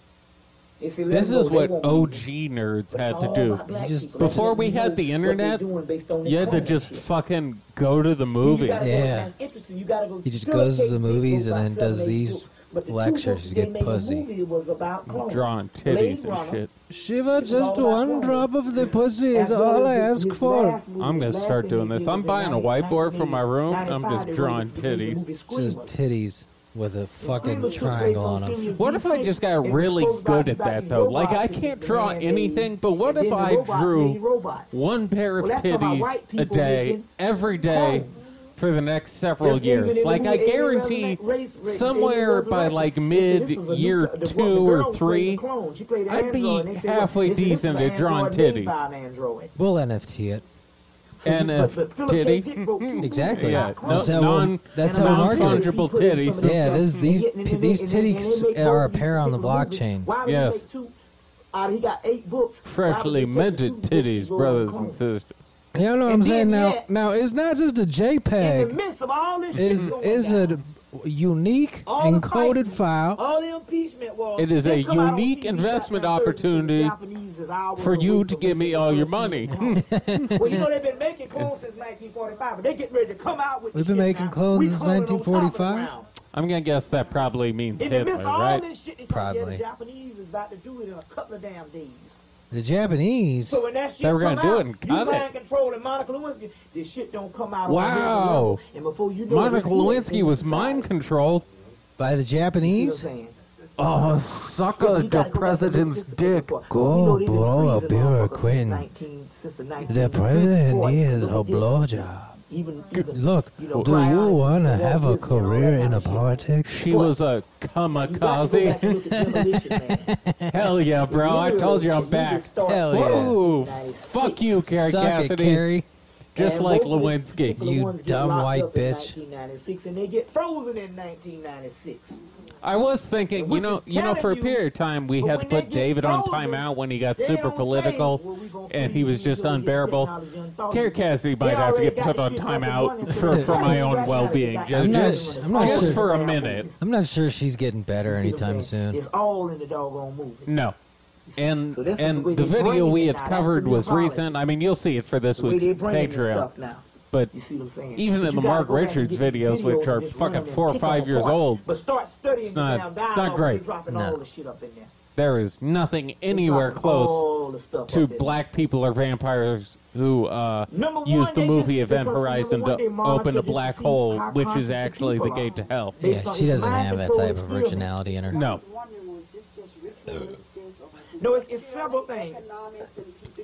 Speaker 3: They say, "Let
Speaker 1: This
Speaker 3: them
Speaker 1: is
Speaker 3: go,
Speaker 1: what
Speaker 3: they won't
Speaker 1: OG
Speaker 3: leave."
Speaker 1: nerds
Speaker 3: But
Speaker 1: had
Speaker 3: all
Speaker 1: to
Speaker 3: my
Speaker 1: do.
Speaker 3: black
Speaker 2: You just-
Speaker 3: people, let
Speaker 1: Before
Speaker 3: them
Speaker 1: we
Speaker 3: know
Speaker 1: had the
Speaker 3: what they
Speaker 1: internet,
Speaker 3: doing based on
Speaker 1: You
Speaker 3: their
Speaker 1: had to
Speaker 3: climate
Speaker 1: just
Speaker 3: shit.
Speaker 1: fucking go to the
Speaker 3: You
Speaker 1: movies.
Speaker 3: gotta go
Speaker 2: Yeah.
Speaker 3: find interesting, you gotta go
Speaker 2: He just
Speaker 3: still
Speaker 2: goes to
Speaker 3: take
Speaker 2: the
Speaker 3: people
Speaker 2: movies and
Speaker 3: about
Speaker 2: then does
Speaker 3: something they
Speaker 2: these
Speaker 3: do. But the two
Speaker 2: lectures
Speaker 3: books
Speaker 2: to get
Speaker 3: they made the
Speaker 2: pussy.
Speaker 3: movie was about clones.
Speaker 1: Drawing
Speaker 3: Blade
Speaker 1: titties and
Speaker 3: Runner,
Speaker 1: shit.
Speaker 2: Shiva,
Speaker 3: just one drop
Speaker 2: of the pussy
Speaker 3: as well as his- his last
Speaker 1: I'm
Speaker 3: movie,
Speaker 1: gonna
Speaker 3: the last
Speaker 1: start
Speaker 3: thing
Speaker 1: doing
Speaker 3: he
Speaker 1: this.
Speaker 3: did
Speaker 1: I'm
Speaker 3: was in
Speaker 1: buying a
Speaker 3: 1990,
Speaker 1: whiteboard for my room, and I'm
Speaker 3: 95,
Speaker 1: just
Speaker 3: they
Speaker 1: drawing
Speaker 3: wanted to make the movie
Speaker 2: Just
Speaker 3: Screamer.
Speaker 2: titties with a fucking triangle on them.
Speaker 1: What if I just got really good at that though? Like I can't draw anything, but what if I drew one pair of
Speaker 3: Well, that's how my
Speaker 1: titties
Speaker 3: white
Speaker 1: a
Speaker 3: people
Speaker 1: day
Speaker 3: making
Speaker 1: every day
Speaker 3: coins.
Speaker 1: for the next several
Speaker 3: Just even
Speaker 1: years?
Speaker 3: in the
Speaker 1: Like I
Speaker 3: movie, Alien
Speaker 1: guarantee
Speaker 3: Resurrect- Race- Race-
Speaker 1: somewhere
Speaker 3: Alien
Speaker 1: by
Speaker 3: Resurrection,
Speaker 1: like
Speaker 3: this-
Speaker 1: mid
Speaker 3: this was a new-
Speaker 1: year
Speaker 3: the- the
Speaker 1: two
Speaker 3: girl
Speaker 1: or
Speaker 3: played the
Speaker 1: three,
Speaker 3: clone. She played an
Speaker 1: I'd be
Speaker 3: android, and they said,
Speaker 1: halfway
Speaker 3: "This- this is
Speaker 1: decent
Speaker 3: an
Speaker 1: at drawing
Speaker 3: android made
Speaker 1: titties."
Speaker 3: by an android."
Speaker 2: We'll NFT it.
Speaker 1: and
Speaker 3: But-
Speaker 1: if
Speaker 3: but Philip K.
Speaker 1: titty.
Speaker 2: (laughs)
Speaker 3: Dick wrote two movies
Speaker 2: Exactly.
Speaker 1: Yeah,
Speaker 3: about
Speaker 1: no-
Speaker 3: clones.
Speaker 2: That's how we'll-
Speaker 1: non-
Speaker 2: that's how we'll market it.
Speaker 1: non-fungible titties.
Speaker 2: Yeah, this- these- these titties are a pair
Speaker 3: pair
Speaker 2: on the blockchain.
Speaker 1: Yes.
Speaker 3: Uh, he got eight books.
Speaker 1: freshly minted titties, brothers and sisters.
Speaker 2: You know what I'm
Speaker 3: And
Speaker 2: saying?
Speaker 3: then
Speaker 2: Now,
Speaker 3: that-
Speaker 2: now it's not just a
Speaker 3: In the
Speaker 2: JPEG.
Speaker 3: midst of all this shit
Speaker 2: Is
Speaker 3: going
Speaker 2: is
Speaker 3: down,
Speaker 2: a unique
Speaker 3: all the
Speaker 2: encoded
Speaker 3: fighting,
Speaker 2: file.
Speaker 3: all the impeachment wars,
Speaker 1: It is
Speaker 3: they
Speaker 1: a
Speaker 3: come out on
Speaker 1: unique
Speaker 3: TV,
Speaker 1: investment
Speaker 3: goddamn thirty people,
Speaker 1: opportunity
Speaker 3: Japanese is ours,
Speaker 1: for
Speaker 3: the
Speaker 1: you
Speaker 3: Russians
Speaker 1: to give me
Speaker 3: are
Speaker 1: all your
Speaker 3: the
Speaker 1: money.
Speaker 3: Russians. (laughs) well, you know they've
Speaker 1: (laughs)
Speaker 3: been making clones since 1945, but they're getting ready to come out with.
Speaker 2: We've
Speaker 3: the
Speaker 2: been
Speaker 3: shit
Speaker 2: making
Speaker 3: now.
Speaker 2: clones
Speaker 3: We
Speaker 2: since
Speaker 3: cloning on top of the
Speaker 2: 1945?
Speaker 3: ground.
Speaker 1: I'm gonna guess that probably means
Speaker 3: In the midst
Speaker 1: Hitler,
Speaker 3: of all
Speaker 1: right?
Speaker 3: this shit, they
Speaker 2: Probably.
Speaker 3: the Japanese is about to do it in a couple of damn days.
Speaker 2: The Japanese.
Speaker 3: So when that shit
Speaker 1: They were gonna
Speaker 3: come
Speaker 1: do
Speaker 3: out,
Speaker 1: it and
Speaker 3: you
Speaker 1: cut
Speaker 3: mind
Speaker 1: it.
Speaker 3: control and Monica Lewinsky. This shit don't come out. on
Speaker 1: Wow.
Speaker 3: the level, And before you know it,
Speaker 1: Monica
Speaker 3: you see
Speaker 1: Lewinsky
Speaker 3: it,
Speaker 1: was mind controlled.
Speaker 2: By the
Speaker 3: You know what I'm
Speaker 2: Japanese?
Speaker 3: saying?
Speaker 1: Oh, suck
Speaker 3: Yeah,
Speaker 1: a
Speaker 3: you gotta go
Speaker 1: the
Speaker 3: back to
Speaker 1: president's
Speaker 3: the
Speaker 1: dick.
Speaker 3: 1954.
Speaker 2: Go
Speaker 3: We know this
Speaker 2: blow a
Speaker 3: is
Speaker 2: beer,
Speaker 3: motherfucker, since
Speaker 2: Quinn.
Speaker 3: 19 since The 1954.
Speaker 2: The president needs a blowjob.
Speaker 3: Even, even,
Speaker 2: Look,
Speaker 3: you know,
Speaker 2: do
Speaker 3: Brian
Speaker 2: you
Speaker 3: Austin,
Speaker 2: want to
Speaker 3: Walt
Speaker 2: have a
Speaker 3: Disney and all that
Speaker 2: career in
Speaker 3: kind
Speaker 2: a
Speaker 3: of shit.
Speaker 2: politics?
Speaker 1: She was a
Speaker 3: You got to go back and
Speaker 1: kamikaze.
Speaker 3: look at Demolition Man.
Speaker 1: (laughs)
Speaker 2: (laughs)
Speaker 1: Hell yeah, bro. I told you I'm
Speaker 3: Literally,
Speaker 1: back.
Speaker 3: you start-
Speaker 2: Hell yeah.
Speaker 1: Whoa, fuck you, Carrie
Speaker 2: Suck
Speaker 1: Cassidy.
Speaker 2: it, Carrie.
Speaker 1: Just
Speaker 3: And
Speaker 1: like
Speaker 3: most (laughs)
Speaker 1: Lewinsky.
Speaker 3: particular
Speaker 2: You
Speaker 3: ones get
Speaker 2: dumb
Speaker 3: locked
Speaker 2: white
Speaker 3: up in
Speaker 2: bitch.
Speaker 3: 1996 and they get frozen in 1996.
Speaker 1: I was thinking, you know, you know, for a period of time we had to put David on timeout when he got
Speaker 3: They
Speaker 1: super
Speaker 3: don't say, "Well, we
Speaker 1: political
Speaker 3: gonna
Speaker 1: and
Speaker 3: freeze
Speaker 1: he was
Speaker 3: you
Speaker 1: just
Speaker 3: till we get
Speaker 1: unbearable.
Speaker 3: technology and thought
Speaker 1: Carrie
Speaker 3: you can-"
Speaker 1: Cassidy
Speaker 3: They
Speaker 1: might have to
Speaker 3: already
Speaker 1: get
Speaker 3: got
Speaker 1: put
Speaker 3: this
Speaker 1: on
Speaker 3: shit up and running,
Speaker 1: timeout
Speaker 3: so
Speaker 1: for,
Speaker 3: they
Speaker 1: for my
Speaker 3: got
Speaker 1: own
Speaker 3: it
Speaker 1: well being.
Speaker 3: right now.
Speaker 1: Just,
Speaker 2: I'm not-
Speaker 1: just,
Speaker 2: I'm not
Speaker 1: just
Speaker 2: sure.
Speaker 1: for a minute.
Speaker 2: I'm not sure she's getting better anytime soon.
Speaker 3: It's all in the doggone movie.
Speaker 1: No. And
Speaker 3: So this is
Speaker 1: and
Speaker 3: where
Speaker 1: the
Speaker 3: they
Speaker 1: video
Speaker 3: bring
Speaker 1: we
Speaker 3: it
Speaker 1: had
Speaker 3: now. That's
Speaker 1: covered
Speaker 3: the new
Speaker 1: was
Speaker 3: Hollywood.
Speaker 1: recent. I mean, you'll see it for this
Speaker 3: The way
Speaker 1: week's
Speaker 3: they bring this
Speaker 1: Patreon.
Speaker 3: stuff now.
Speaker 1: But
Speaker 3: You see what I'm saying?
Speaker 1: Even
Speaker 3: But
Speaker 1: in the
Speaker 3: you gotta
Speaker 1: Mark
Speaker 3: go back and
Speaker 1: Richards
Speaker 3: get the
Speaker 1: videos, which
Speaker 3: videos
Speaker 1: are
Speaker 3: and just
Speaker 1: fucking
Speaker 3: run them
Speaker 1: four or
Speaker 3: and pick 'em
Speaker 1: five years
Speaker 3: apart.
Speaker 1: old,
Speaker 3: But start studying
Speaker 1: it's not-
Speaker 3: the damn
Speaker 1: it's not
Speaker 3: dialogue when
Speaker 1: great.
Speaker 3: they dropping
Speaker 2: No.
Speaker 3: all the shit up in there.
Speaker 1: there is nothing
Speaker 3: They
Speaker 1: anywhere
Speaker 3: dropping
Speaker 1: close
Speaker 3: all the stuff
Speaker 1: to
Speaker 3: up in there.
Speaker 1: black people or vampires who uh,
Speaker 3: Number one,
Speaker 1: use the
Speaker 3: they
Speaker 1: movie
Speaker 3: just-
Speaker 1: Event
Speaker 3: because, number
Speaker 1: Horizon
Speaker 3: one, they
Speaker 1: to
Speaker 3: monitor
Speaker 1: open a
Speaker 3: just to
Speaker 1: black
Speaker 3: see
Speaker 1: hole,
Speaker 3: how
Speaker 1: which is
Speaker 3: conscious
Speaker 1: actually the
Speaker 3: people
Speaker 1: gate to
Speaker 3: are.
Speaker 1: hell.
Speaker 3: They
Speaker 2: Yeah,
Speaker 3: thought
Speaker 2: she
Speaker 3: it's
Speaker 2: doesn't
Speaker 3: mind
Speaker 2: have that
Speaker 3: control
Speaker 2: type of
Speaker 3: experiment.
Speaker 2: virginality in her.
Speaker 1: No.
Speaker 3: No, it's, it's several things.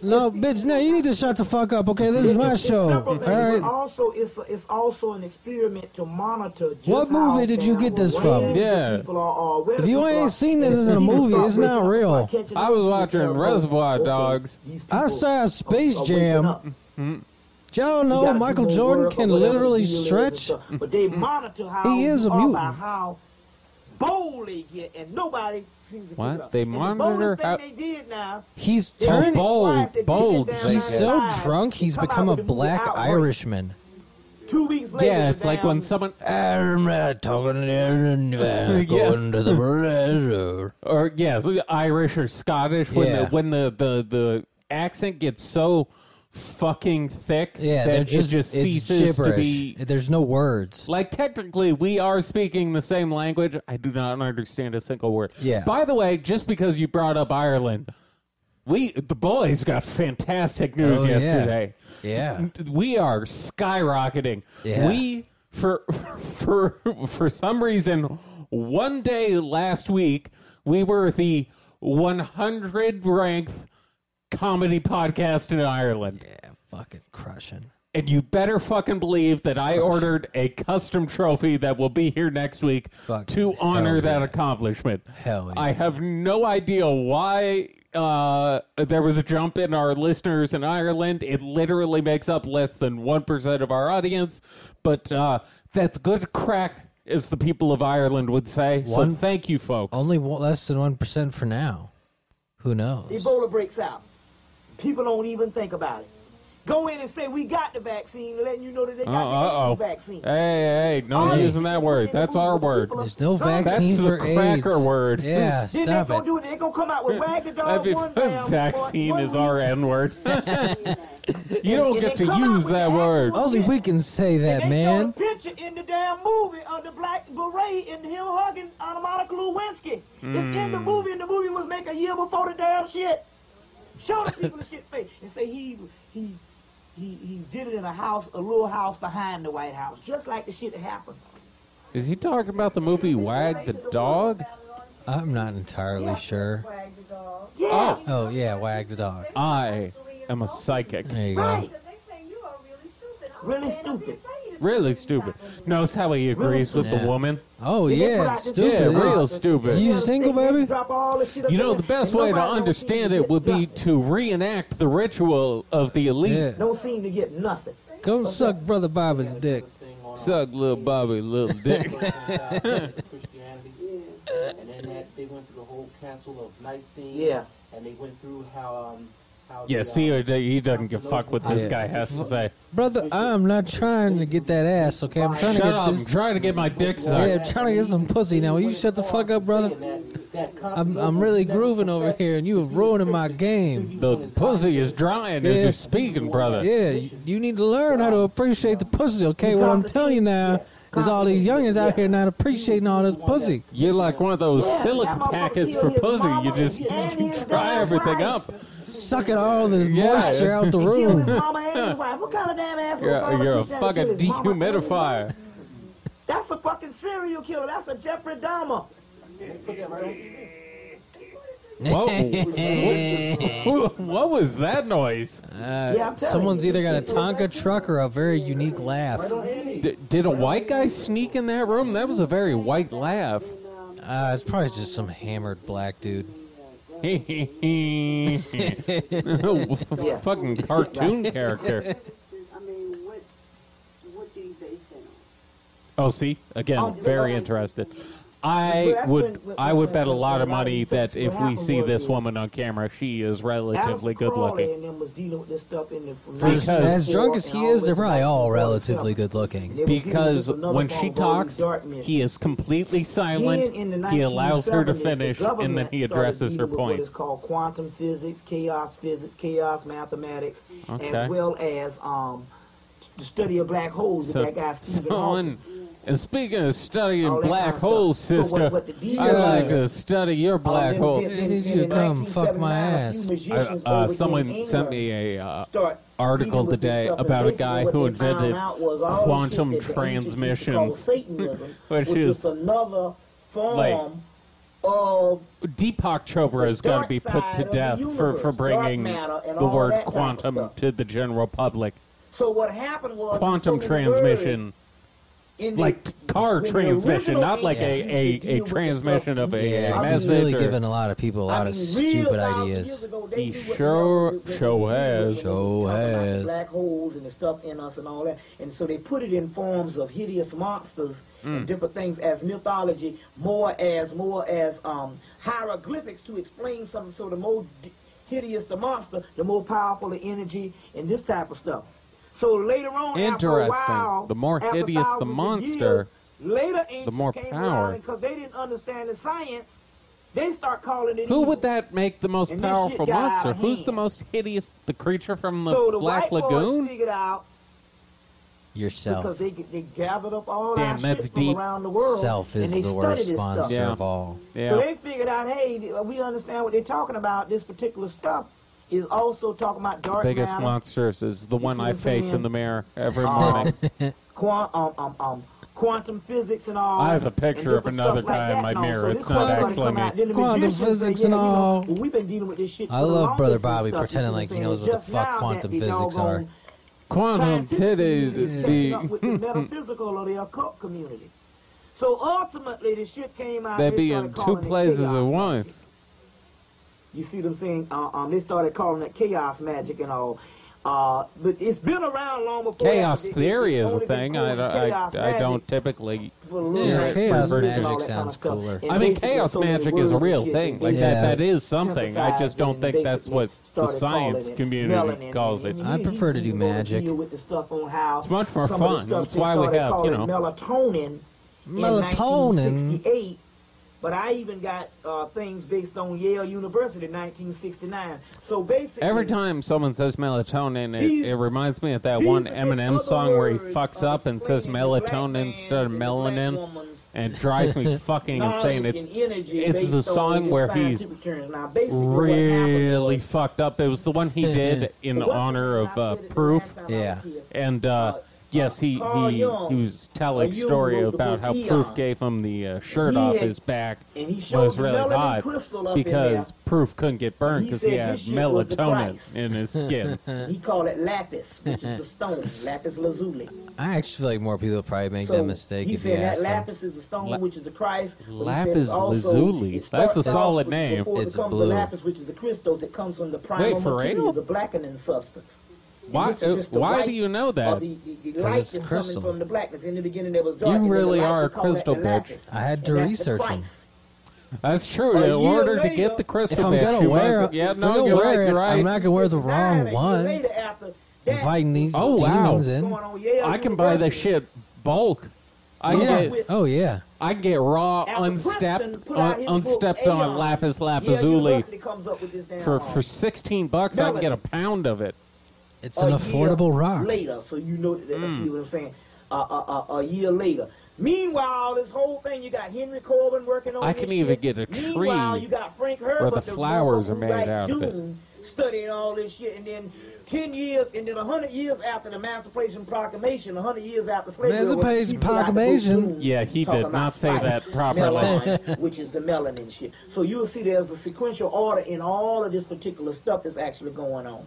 Speaker 2: No, bitch, no, you need to shut the fuck up, okay? This is my
Speaker 3: It's
Speaker 2: show.
Speaker 3: several
Speaker 2: All
Speaker 3: things, but
Speaker 2: right.
Speaker 3: Also, it's it's also an experiment to monitor. Just
Speaker 2: What movie
Speaker 3: how
Speaker 2: did you get this from?
Speaker 3: raised
Speaker 1: Yeah.
Speaker 3: people are, or whether
Speaker 2: If you
Speaker 3: people
Speaker 2: ain't
Speaker 3: are-
Speaker 2: seen this
Speaker 3: if
Speaker 2: as a
Speaker 3: people
Speaker 2: movie,
Speaker 3: start
Speaker 2: it's not
Speaker 3: waking up,
Speaker 2: real.
Speaker 3: start catching
Speaker 1: I
Speaker 3: up
Speaker 1: was
Speaker 3: with
Speaker 1: watching
Speaker 3: their-
Speaker 1: Reservoir
Speaker 3: okay,
Speaker 1: Dogs.
Speaker 3: these people
Speaker 2: I saw Space
Speaker 3: are waking
Speaker 2: Jam.
Speaker 3: up.
Speaker 2: Y'all
Speaker 3: You
Speaker 2: know
Speaker 3: gotta
Speaker 2: Michael
Speaker 3: do more
Speaker 2: Jordan
Speaker 3: work or
Speaker 2: can
Speaker 3: whatever
Speaker 2: literally
Speaker 3: the deal is and
Speaker 2: stretch.
Speaker 3: stuff, But they monitor how
Speaker 2: He is
Speaker 3: you
Speaker 2: a
Speaker 3: are
Speaker 2: mutant.
Speaker 3: by how bold they get, and nobody seems to
Speaker 1: What?
Speaker 3: pick it up.
Speaker 1: They
Speaker 3: And the
Speaker 1: monitor
Speaker 3: boldest thing
Speaker 1: how-
Speaker 3: they did now.
Speaker 2: He's
Speaker 3: they
Speaker 2: turned.
Speaker 3: did
Speaker 1: bold,
Speaker 3: twice, they did it
Speaker 1: bold.
Speaker 3: down
Speaker 2: He's
Speaker 3: nine
Speaker 2: so
Speaker 3: times,
Speaker 2: drunk,
Speaker 3: they
Speaker 2: he's
Speaker 3: come out
Speaker 2: become a
Speaker 3: with movie
Speaker 2: black
Speaker 3: outright. (laughs)
Speaker 2: Irishman.
Speaker 3: Two weeks later,
Speaker 1: Yeah, it's like when
Speaker 3: damn-
Speaker 1: someone
Speaker 2: I'm not talking
Speaker 1: Yeah.
Speaker 2: to
Speaker 3: (laughs)
Speaker 2: everyone, going to the brother.
Speaker 1: or yeah, so Irish or Scottish when the
Speaker 2: Yeah.
Speaker 1: when the, the the accent gets so fucking thick
Speaker 2: Yeah, they're
Speaker 1: that
Speaker 2: just,
Speaker 1: it just
Speaker 2: it's
Speaker 1: ceases to
Speaker 2: gibberish.
Speaker 1: be
Speaker 2: There's no words.
Speaker 1: Like technically, we are speaking the same language. I do not understand a single word.
Speaker 2: Yeah.
Speaker 1: By the way, just because you brought up Ireland, we the boys got fantastic news
Speaker 2: Oh, yeah.
Speaker 1: yesterday. (laughs)
Speaker 2: Yeah.
Speaker 1: We are skyrocketing.
Speaker 2: Yeah.
Speaker 1: We for for for some reason one day last week we were the 100 ranked comedy podcast in Ireland.
Speaker 2: Yeah, fucking crushing.
Speaker 1: And you better fucking believe that I ordered a custom trophy that will be here next week
Speaker 2: Fucking
Speaker 1: to honor
Speaker 2: hell
Speaker 1: that
Speaker 2: Oh, yeah.
Speaker 1: accomplishment.
Speaker 2: Hell yeah.
Speaker 1: I have no idea why uh, there was a jump in our listeners in Ireland. It literally makes up less than 1% of our audience, but uh, that's good crack, as the people of Ireland would say. so
Speaker 2: One-
Speaker 1: thank you, folks.
Speaker 2: Only one, less than 1% for now. Who knows?
Speaker 3: Ebola breaks out. People don't even think about it. Go in and say we got the vaccine, letting you know that they
Speaker 1: uh
Speaker 3: got
Speaker 1: oh.
Speaker 3: the vaccine.
Speaker 1: Hey, hey, no
Speaker 3: All
Speaker 1: using
Speaker 3: these
Speaker 1: that
Speaker 3: people in
Speaker 1: word.
Speaker 3: the
Speaker 1: That's
Speaker 3: movie,
Speaker 1: our
Speaker 3: the people
Speaker 1: word.
Speaker 3: are
Speaker 2: There's no
Speaker 3: drunk.
Speaker 1: That's
Speaker 2: vaccine
Speaker 1: the
Speaker 2: for
Speaker 1: cracker
Speaker 2: AIDS.
Speaker 1: word.
Speaker 2: Yeah,
Speaker 3: Then
Speaker 2: stop
Speaker 3: they gonna
Speaker 2: it.
Speaker 3: do it. They gonna come
Speaker 1: (laughs)
Speaker 3: out with wag the
Speaker 1: That'd
Speaker 3: dog
Speaker 1: be
Speaker 3: one
Speaker 1: fun.
Speaker 3: damn
Speaker 1: (laughs) Vaccine
Speaker 3: one
Speaker 1: is
Speaker 3: week.
Speaker 1: our N
Speaker 3: (laughs)
Speaker 1: word. (laughs) you don't get
Speaker 3: And they
Speaker 1: to
Speaker 3: come out
Speaker 1: use
Speaker 3: with
Speaker 1: that
Speaker 3: the
Speaker 1: word.
Speaker 3: actual-
Speaker 2: Only we can say
Speaker 3: They
Speaker 2: that,
Speaker 3: showed a
Speaker 2: man.
Speaker 3: picture in the damn movie of the black beret and him hugging uh, Monica Lewinsky. It's in the
Speaker 1: Hmm.
Speaker 3: movie, and the movie was made a year before the damn shit. Show the people the shit face and say he he he he did it in a house, a little house behind the White House, just like the shit that happened.
Speaker 1: Oh. Is he talking about the movie Wag the Dog?
Speaker 2: I'm not entirely sure.
Speaker 3: Yeah,
Speaker 2: Oh, yeah, wag the dog.
Speaker 1: I am a psychic.
Speaker 2: There you go.
Speaker 3: right. Really stupid.
Speaker 1: Really stupid. Notice how he agrees with the
Speaker 2: Yeah.
Speaker 1: woman.
Speaker 2: Oh,
Speaker 3: They put
Speaker 2: yeah,
Speaker 3: out
Speaker 2: it's
Speaker 3: this-
Speaker 2: stupid.
Speaker 1: Yeah,
Speaker 2: It is.
Speaker 1: real stupid.
Speaker 2: You single, baby?
Speaker 3: Drop all the shit up
Speaker 1: You
Speaker 3: in
Speaker 1: know,
Speaker 3: there,
Speaker 1: the best
Speaker 3: and
Speaker 1: way to
Speaker 3: nobody don't
Speaker 1: understand
Speaker 3: seem
Speaker 1: it would be
Speaker 3: get
Speaker 1: to reenact the ritual of the elite.
Speaker 2: Yeah.
Speaker 3: nothing. don't seem to
Speaker 1: (laughs)
Speaker 3: get nothing.
Speaker 2: Go and suck Brother Bobby's dick.
Speaker 1: Suck, little Bobby,
Speaker 2: (laughs)
Speaker 1: little dick.
Speaker 4: Christianity. And then that they went through the whole council of Nicene.
Speaker 3: Yeah.
Speaker 4: And they went through how um how
Speaker 1: yeah,
Speaker 4: the,
Speaker 1: see,
Speaker 2: uh,
Speaker 4: um,
Speaker 1: or he doesn't give a fuck what this
Speaker 2: Yeah.
Speaker 1: guy has to say.
Speaker 2: Brother, I'm not trying to get that ass, okay? I'm trying
Speaker 1: Shut
Speaker 2: to
Speaker 1: up.
Speaker 2: get
Speaker 1: I'm
Speaker 2: this.
Speaker 1: trying to get my dick
Speaker 2: Yeah,
Speaker 1: sucked.
Speaker 2: I'm trying to get some pussy now. Will you shut the fuck up, brother?
Speaker 4: that, that
Speaker 2: I'm, I'm really grooving over here, and you are ruining my game.
Speaker 1: The pussy is drying as
Speaker 2: Yeah.
Speaker 1: you're speaking, brother.
Speaker 2: Yeah, you- you need to learn how to appreciate the pussy, okay? What I'm telling you now There's all these youngins out here not appreciating all this
Speaker 4: He's the one that-
Speaker 2: pussy.
Speaker 1: You're like one of those
Speaker 5: Yeah, that
Speaker 1: silicone
Speaker 5: motherfucker
Speaker 1: packets
Speaker 5: killed
Speaker 1: for
Speaker 5: his
Speaker 1: pussy.
Speaker 5: mama
Speaker 1: You just
Speaker 5: and
Speaker 1: (laughs) you
Speaker 5: his
Speaker 1: dry
Speaker 5: damn
Speaker 1: everything
Speaker 5: wife.
Speaker 1: up.
Speaker 2: Sucking all this
Speaker 1: Yeah.
Speaker 2: moisture out the
Speaker 5: Killed
Speaker 2: room.
Speaker 5: his mama and his wife. What kind of damn asshole?
Speaker 1: You're,
Speaker 5: father
Speaker 1: you're a
Speaker 5: keeps trying to
Speaker 1: fucking
Speaker 5: kill his mama and his wife?
Speaker 2: (laughs)
Speaker 1: dehumidifier.
Speaker 3: That's a fucking serial killer. That's a Jeffrey Dahmer.
Speaker 1: Whoa. what, what was that noise?
Speaker 2: (laughs) Uh, someone's either got a Tonka truck or a very unique laugh.
Speaker 1: D- did a white guy sneak in that room? That was a very white laugh. (laughs)
Speaker 2: Uh, it's probably just some hammered black dude.
Speaker 1: fucking cartoon character.
Speaker 6: I mean, what, what do you base it on?
Speaker 1: Oh, see, again, very interested. I
Speaker 3: Well,
Speaker 1: would
Speaker 3: that's when-
Speaker 1: I would bet a lot of money that if we
Speaker 3: happened
Speaker 1: see
Speaker 3: was
Speaker 1: this
Speaker 3: is-
Speaker 1: woman on camera, she is
Speaker 3: Alice
Speaker 1: relatively good
Speaker 3: Crawley
Speaker 1: looking.
Speaker 3: And them was dealing with this stuff in the
Speaker 1: Because-
Speaker 2: As drunk as he is, they're probably all relatively good looking.
Speaker 1: Because when she talks, he is completely silent. He allows her to finish, and then he addresses her
Speaker 3: What is
Speaker 1: points.
Speaker 3: called quantum physics, chaos physics, chaos mathematics,
Speaker 1: Okay.
Speaker 3: as well as um, the study of black holes.
Speaker 1: So,
Speaker 3: that guy Stephen
Speaker 1: someone.
Speaker 3: Hawking.
Speaker 1: And speaking of studying
Speaker 3: All that
Speaker 1: black
Speaker 3: kind of
Speaker 1: holes,
Speaker 3: stuff. So
Speaker 1: sister,
Speaker 3: what- what Oh, the deal
Speaker 1: I'd like
Speaker 2: is-
Speaker 1: to study your black
Speaker 3: Um,
Speaker 1: hole.
Speaker 3: in- in-
Speaker 2: Need
Speaker 3: in
Speaker 2: you to come
Speaker 3: 1979,
Speaker 2: fuck my
Speaker 3: a few
Speaker 2: ass.
Speaker 1: Uh,
Speaker 3: magicians
Speaker 1: uh,
Speaker 3: over in
Speaker 1: someone
Speaker 3: England
Speaker 1: sent me a uh,
Speaker 3: start
Speaker 1: article
Speaker 3: dealing with
Speaker 1: today
Speaker 3: this stuff, and
Speaker 1: about a
Speaker 3: basically
Speaker 1: guy
Speaker 3: what
Speaker 1: who
Speaker 3: they found
Speaker 1: invented
Speaker 3: out was all the shit
Speaker 1: quantum
Speaker 3: that the ancients used to call
Speaker 1: transmissions,
Speaker 3: Satanism,
Speaker 1: (laughs) which is
Speaker 3: just another form
Speaker 1: like-
Speaker 3: of
Speaker 1: Deepak Chopra is going to be put to
Speaker 3: dark side
Speaker 1: death
Speaker 3: of the
Speaker 1: for, for
Speaker 3: universe,
Speaker 1: bringing
Speaker 3: dark matter and
Speaker 1: the
Speaker 3: all
Speaker 1: word
Speaker 3: that type of
Speaker 1: quantum
Speaker 3: stuff. Oh,
Speaker 1: to the general public.
Speaker 3: so what happened was
Speaker 1: Quantum
Speaker 3: so many
Speaker 1: transmission,
Speaker 3: words in the-
Speaker 1: like car
Speaker 3: when the
Speaker 1: transmission,
Speaker 3: original
Speaker 1: not like a, a,
Speaker 3: ancients used to
Speaker 1: a
Speaker 3: deal with this
Speaker 1: transmission
Speaker 3: stuff,
Speaker 1: of a,
Speaker 2: Yeah,
Speaker 1: a
Speaker 2: i he's
Speaker 1: message.
Speaker 2: really
Speaker 1: or-
Speaker 2: giving a lot of people a lot
Speaker 3: I
Speaker 2: of
Speaker 3: mean,
Speaker 2: stupid
Speaker 3: real thousand years
Speaker 2: ideas.
Speaker 3: ago, they
Speaker 1: He
Speaker 3: knew what
Speaker 1: sure-
Speaker 3: they were
Speaker 1: sure
Speaker 3: doing when
Speaker 1: has.
Speaker 3: they
Speaker 2: Sure
Speaker 3: talked about the
Speaker 2: has.
Speaker 3: Black holes and the stuff in us and all that, and so they put it in forms of hideous monsters
Speaker 1: Mm.
Speaker 3: and different things as mythology, more as more as um, hieroglyphics to explain something. So the more d- hideous the monster, the more powerful the energy and this type of stuff. So later on, after a
Speaker 1: Interesting.
Speaker 3: while,
Speaker 1: The more
Speaker 3: after
Speaker 1: hideous the
Speaker 3: thousands of
Speaker 1: monster,
Speaker 3: years, later ancients
Speaker 1: more
Speaker 3: came
Speaker 1: power.
Speaker 3: because they didn't understand the science. They start calling it
Speaker 1: Who
Speaker 3: evil.
Speaker 1: would that make the most
Speaker 3: And this shit
Speaker 1: powerful
Speaker 3: got out
Speaker 1: monster?
Speaker 3: of
Speaker 1: Who's the
Speaker 3: hand.
Speaker 1: most hideous? The creature from the,
Speaker 3: so the
Speaker 1: Black
Speaker 3: white boys
Speaker 1: Lagoon?
Speaker 3: figured out because
Speaker 2: Yourself.
Speaker 3: they they gathered up all
Speaker 1: Damn,
Speaker 3: our
Speaker 1: that's
Speaker 3: shit from
Speaker 1: deep.
Speaker 3: around the world.
Speaker 2: Self
Speaker 3: and
Speaker 2: is
Speaker 3: they
Speaker 2: the
Speaker 3: studied
Speaker 2: worst
Speaker 3: this stuff.
Speaker 2: sponsor
Speaker 1: Yeah.
Speaker 2: of all.
Speaker 3: So
Speaker 1: Yeah.
Speaker 3: they figured out, hey, th- we understand what they're talking about. This particular stuff is also talking about dark
Speaker 1: Biggest
Speaker 3: matter,
Speaker 1: monsters is the one
Speaker 3: see
Speaker 1: I
Speaker 3: what I'm
Speaker 1: face
Speaker 3: saying?
Speaker 1: in the mirror every
Speaker 3: um,
Speaker 1: morning.
Speaker 3: quan- um, um, um, quantum physics and all.
Speaker 1: I have a
Speaker 3: and
Speaker 1: picture of
Speaker 3: different
Speaker 1: another
Speaker 3: stuff like
Speaker 1: guy in
Speaker 3: that
Speaker 1: my
Speaker 3: and all. So
Speaker 1: mirror.
Speaker 3: this
Speaker 1: It's
Speaker 3: stuff
Speaker 1: not
Speaker 3: started
Speaker 1: actually
Speaker 3: coming out.
Speaker 1: me.
Speaker 3: Then the
Speaker 2: Quantum
Speaker 3: magicians said,
Speaker 2: physics
Speaker 3: yeah,
Speaker 2: and
Speaker 3: you know,
Speaker 2: all.
Speaker 3: well, we've been dealing with this shit.
Speaker 2: I
Speaker 3: for the
Speaker 2: love
Speaker 3: longest
Speaker 2: Brother
Speaker 3: and
Speaker 2: Bobby
Speaker 3: stuff, you
Speaker 2: pretending
Speaker 3: know what
Speaker 2: like he
Speaker 3: I'm saying?
Speaker 2: knows what the
Speaker 3: Just
Speaker 2: fuck
Speaker 3: now that
Speaker 2: quantum
Speaker 3: the
Speaker 2: physics
Speaker 3: doggone
Speaker 2: are.
Speaker 1: Quantum titties
Speaker 3: is
Speaker 1: is (laughs)
Speaker 3: catching up with the
Speaker 1: the.
Speaker 3: metaphysical or the occult community. So ultimately, the shit came out.
Speaker 1: they
Speaker 3: they
Speaker 1: be
Speaker 3: started
Speaker 1: in two
Speaker 3: calling it
Speaker 1: places at
Speaker 3: chaos.
Speaker 1: once.
Speaker 3: You see them saying, uh, um, they started calling it chaos magic and all. Uh, but it's been around long before.
Speaker 1: Chaos
Speaker 3: that. It- it-
Speaker 1: theory
Speaker 3: it's
Speaker 1: is a
Speaker 3: only been
Speaker 1: thing.
Speaker 3: called
Speaker 1: I, I,
Speaker 3: chaos
Speaker 1: I don't
Speaker 3: magic
Speaker 1: typically.
Speaker 3: for a little
Speaker 2: Yeah, chaos
Speaker 3: bit. And all that
Speaker 2: magic
Speaker 3: kind of
Speaker 2: sounds
Speaker 3: stuff.
Speaker 2: cooler.
Speaker 3: And
Speaker 1: I mean,
Speaker 3: basically,
Speaker 1: chaos
Speaker 3: so many
Speaker 1: magic is a
Speaker 3: words
Speaker 1: real
Speaker 3: and shit
Speaker 1: thing.
Speaker 3: that
Speaker 1: Like
Speaker 3: they
Speaker 2: Yeah.
Speaker 1: that, that is something. I just
Speaker 3: synthesized
Speaker 1: don't
Speaker 3: and
Speaker 1: think that's
Speaker 3: basically
Speaker 1: what the
Speaker 3: started
Speaker 1: science
Speaker 3: calling it
Speaker 1: community
Speaker 3: melanin. Mm-hmm.
Speaker 1: calls it.
Speaker 3: And
Speaker 2: I
Speaker 3: he-
Speaker 2: prefer to
Speaker 3: he
Speaker 2: do
Speaker 3: can go into
Speaker 2: magic.
Speaker 3: you with the stuff on how
Speaker 1: It's much more
Speaker 3: some of the
Speaker 1: fun.
Speaker 3: stuff
Speaker 1: That's
Speaker 3: they
Speaker 1: why we
Speaker 3: started
Speaker 1: have, you
Speaker 3: calling
Speaker 1: know.
Speaker 3: melatonin. in
Speaker 2: Melatonin?
Speaker 3: 1968, But I even got uh, things based on Yale University, 1969. So basically,
Speaker 1: Every time someone says melatonin, it,
Speaker 3: These-
Speaker 1: it reminds me of that
Speaker 3: these
Speaker 1: one
Speaker 3: are the
Speaker 1: Eminem
Speaker 3: other
Speaker 1: song where he
Speaker 3: words
Speaker 1: fucks
Speaker 3: of
Speaker 1: up and says
Speaker 3: explaining the black
Speaker 1: melatonin
Speaker 3: man
Speaker 1: instead of
Speaker 3: and the black
Speaker 1: melanin,
Speaker 3: woman's
Speaker 1: and drives
Speaker 3: (laughs)
Speaker 1: me fucking
Speaker 3: knowledge
Speaker 1: insane. It's
Speaker 3: and energy
Speaker 1: it's
Speaker 3: based
Speaker 1: the
Speaker 3: on
Speaker 1: song
Speaker 3: his
Speaker 1: where he's
Speaker 3: scientific terms. Now, basically what happened
Speaker 1: really
Speaker 3: was-
Speaker 1: fucked up. It was the
Speaker 3: (laughs)
Speaker 1: one he did in
Speaker 3: What-
Speaker 1: honor of
Speaker 3: I
Speaker 1: uh,
Speaker 3: did it the
Speaker 1: Proof,
Speaker 3: last time I was
Speaker 2: Yeah.
Speaker 3: here.
Speaker 1: and uh, yes, he
Speaker 3: Carl
Speaker 1: he, he
Speaker 3: Jung,
Speaker 1: was telling
Speaker 3: uh, Jung
Speaker 1: story
Speaker 3: wrote the
Speaker 1: about
Speaker 3: book
Speaker 1: how
Speaker 3: Eon.
Speaker 1: Proof gave him the uh, shirt off
Speaker 3: had-
Speaker 1: his back
Speaker 3: and he
Speaker 1: when it was
Speaker 3: showed
Speaker 1: really
Speaker 3: melanin
Speaker 1: hot
Speaker 3: crystal up in
Speaker 1: because
Speaker 3: there.
Speaker 1: Proof couldn't get burned
Speaker 3: He
Speaker 1: because he,
Speaker 3: said
Speaker 1: had
Speaker 3: this shit was the
Speaker 1: melatonin
Speaker 3: Christ.
Speaker 1: in
Speaker 3: (laughs)
Speaker 1: his skin.
Speaker 3: He called it lapis, which is the stone, lapis lazuli.
Speaker 2: I actually feel like more people would probably make
Speaker 3: So
Speaker 2: that mistake
Speaker 3: he
Speaker 2: if
Speaker 3: said
Speaker 2: you asked
Speaker 3: that
Speaker 2: them.
Speaker 3: lapis is the stone,
Speaker 1: La-
Speaker 3: which is the Christ. but he said
Speaker 1: Lapis
Speaker 3: it's also-
Speaker 1: lazuli.
Speaker 3: it
Speaker 1: That's a
Speaker 3: starts
Speaker 1: solid
Speaker 3: off with-
Speaker 1: name.
Speaker 3: before it
Speaker 2: It's
Speaker 3: becomes
Speaker 2: blue.
Speaker 3: The lapis, which is the crystal that comes from the primal
Speaker 1: Wait, for
Speaker 3: material,
Speaker 1: real?
Speaker 3: the blackening substance. And
Speaker 1: Why-
Speaker 3: this is
Speaker 1: uh,
Speaker 3: just the
Speaker 1: why
Speaker 3: white
Speaker 1: do you know
Speaker 3: of
Speaker 1: that?
Speaker 3: The, the, the
Speaker 2: 'Cause
Speaker 3: light
Speaker 2: it's
Speaker 3: that's
Speaker 2: crystal.
Speaker 3: Coming from the blackness. In the beginning, there was dark. and then
Speaker 1: really
Speaker 3: the light,
Speaker 1: are
Speaker 3: they
Speaker 1: a
Speaker 3: call that
Speaker 1: crystal bitch.
Speaker 3: lapis.
Speaker 2: I had to
Speaker 3: And that's the
Speaker 2: research
Speaker 3: Christ.
Speaker 2: them.
Speaker 1: That's true.
Speaker 3: A
Speaker 1: In
Speaker 3: year
Speaker 1: order to
Speaker 3: later,
Speaker 1: get the crystal
Speaker 2: If I'm
Speaker 1: back,
Speaker 2: gonna
Speaker 1: you
Speaker 2: wear
Speaker 1: must-
Speaker 2: it,
Speaker 1: yeah,
Speaker 2: if
Speaker 1: no,
Speaker 2: I'm gonna
Speaker 1: you're
Speaker 2: wear
Speaker 1: right.
Speaker 2: it,
Speaker 1: You're right.
Speaker 2: I'm not gonna wear the
Speaker 3: Nine
Speaker 2: wrong
Speaker 3: years
Speaker 2: one.
Speaker 3: later after that,
Speaker 2: Inviting these
Speaker 1: Oh, wow.
Speaker 2: demons
Speaker 3: going
Speaker 2: in.
Speaker 3: on Yale
Speaker 1: I can buy this
Speaker 3: University,
Speaker 1: shit bulk. I
Speaker 2: Yeah.
Speaker 1: get
Speaker 2: Oh yeah.
Speaker 1: I can get raw,
Speaker 3: Alfred Preston
Speaker 1: unstepped,
Speaker 3: put out
Speaker 1: un-
Speaker 3: his book,
Speaker 1: unstepped
Speaker 3: Aeon.
Speaker 1: on lapis
Speaker 3: Yale
Speaker 1: lazuli
Speaker 3: University comes up with this damn
Speaker 1: for
Speaker 3: song.
Speaker 1: for sixteen bucks. I can get a pound of it.
Speaker 2: It's an
Speaker 3: a year
Speaker 2: affordable rock.
Speaker 1: Mm.
Speaker 3: Later, so you know that, you see what I'm saying. a, a, a, a year later. Meanwhile, this whole thing you got Henry Corbin working on.
Speaker 1: I can
Speaker 3: this
Speaker 1: even
Speaker 3: shit.
Speaker 1: get a tree
Speaker 3: Meanwhile, you got Frank Herbert,
Speaker 1: the flowers are made
Speaker 3: right
Speaker 1: out of it.
Speaker 3: dude, Studying all this shit, and then ten years, and then hundred years after the Emancipation Proclamation, hundred years after slavery, was
Speaker 2: Emancipation
Speaker 3: people out the
Speaker 2: Proclamation.
Speaker 3: booth, dude,
Speaker 1: Yeah, he
Speaker 3: talking
Speaker 1: did
Speaker 3: about
Speaker 1: not say
Speaker 3: spice,
Speaker 1: that properly. (laughs)
Speaker 3: melanin, which is the melanin shit. So you'll see there's a sequential order in all of this particular stuff that's actually going on.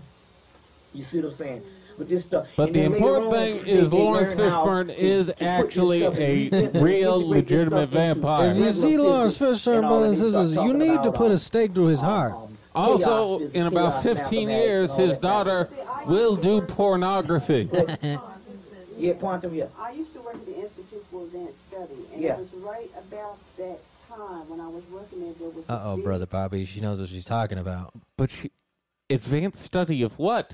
Speaker 3: You see what I'm saying? With this stuff.
Speaker 1: But
Speaker 3: And
Speaker 1: the
Speaker 3: then later
Speaker 1: important
Speaker 3: on,
Speaker 1: thing
Speaker 3: they-
Speaker 1: is
Speaker 3: they
Speaker 1: Lawrence
Speaker 3: learn how
Speaker 1: Fishburne
Speaker 3: to-
Speaker 1: is
Speaker 3: to put this
Speaker 1: actually
Speaker 3: stuff in-
Speaker 1: a
Speaker 3: (laughs) integrate
Speaker 1: real
Speaker 3: this stuff
Speaker 1: legitimate
Speaker 3: into
Speaker 1: vampire.
Speaker 2: If you
Speaker 3: regular
Speaker 2: see Lawrence
Speaker 3: physics
Speaker 2: Fishburne,
Speaker 3: and all
Speaker 2: brothers
Speaker 3: that
Speaker 2: and sisters,
Speaker 3: stuff,
Speaker 2: you
Speaker 3: talking
Speaker 2: need
Speaker 3: about,
Speaker 2: to put
Speaker 3: uh,
Speaker 2: a stake through his
Speaker 3: um,
Speaker 2: heart.
Speaker 3: um,
Speaker 1: Also,
Speaker 3: chaos is
Speaker 1: in about
Speaker 3: chaos,
Speaker 1: 15
Speaker 3: mathematics,
Speaker 1: years,
Speaker 3: and all
Speaker 1: his
Speaker 3: that kind of
Speaker 1: daughter
Speaker 3: stuff.
Speaker 1: will do
Speaker 3: (laughs)
Speaker 1: pornography.
Speaker 3: Yeah, quantum, yeah.
Speaker 6: I used to work at the Institute for Advanced Study, and
Speaker 3: Yeah.
Speaker 6: it was right about that time when I was working there. There was a
Speaker 2: Uh oh,
Speaker 6: big-
Speaker 2: brother Bobby, she knows what she's talking about.
Speaker 1: But she, advanced study of what?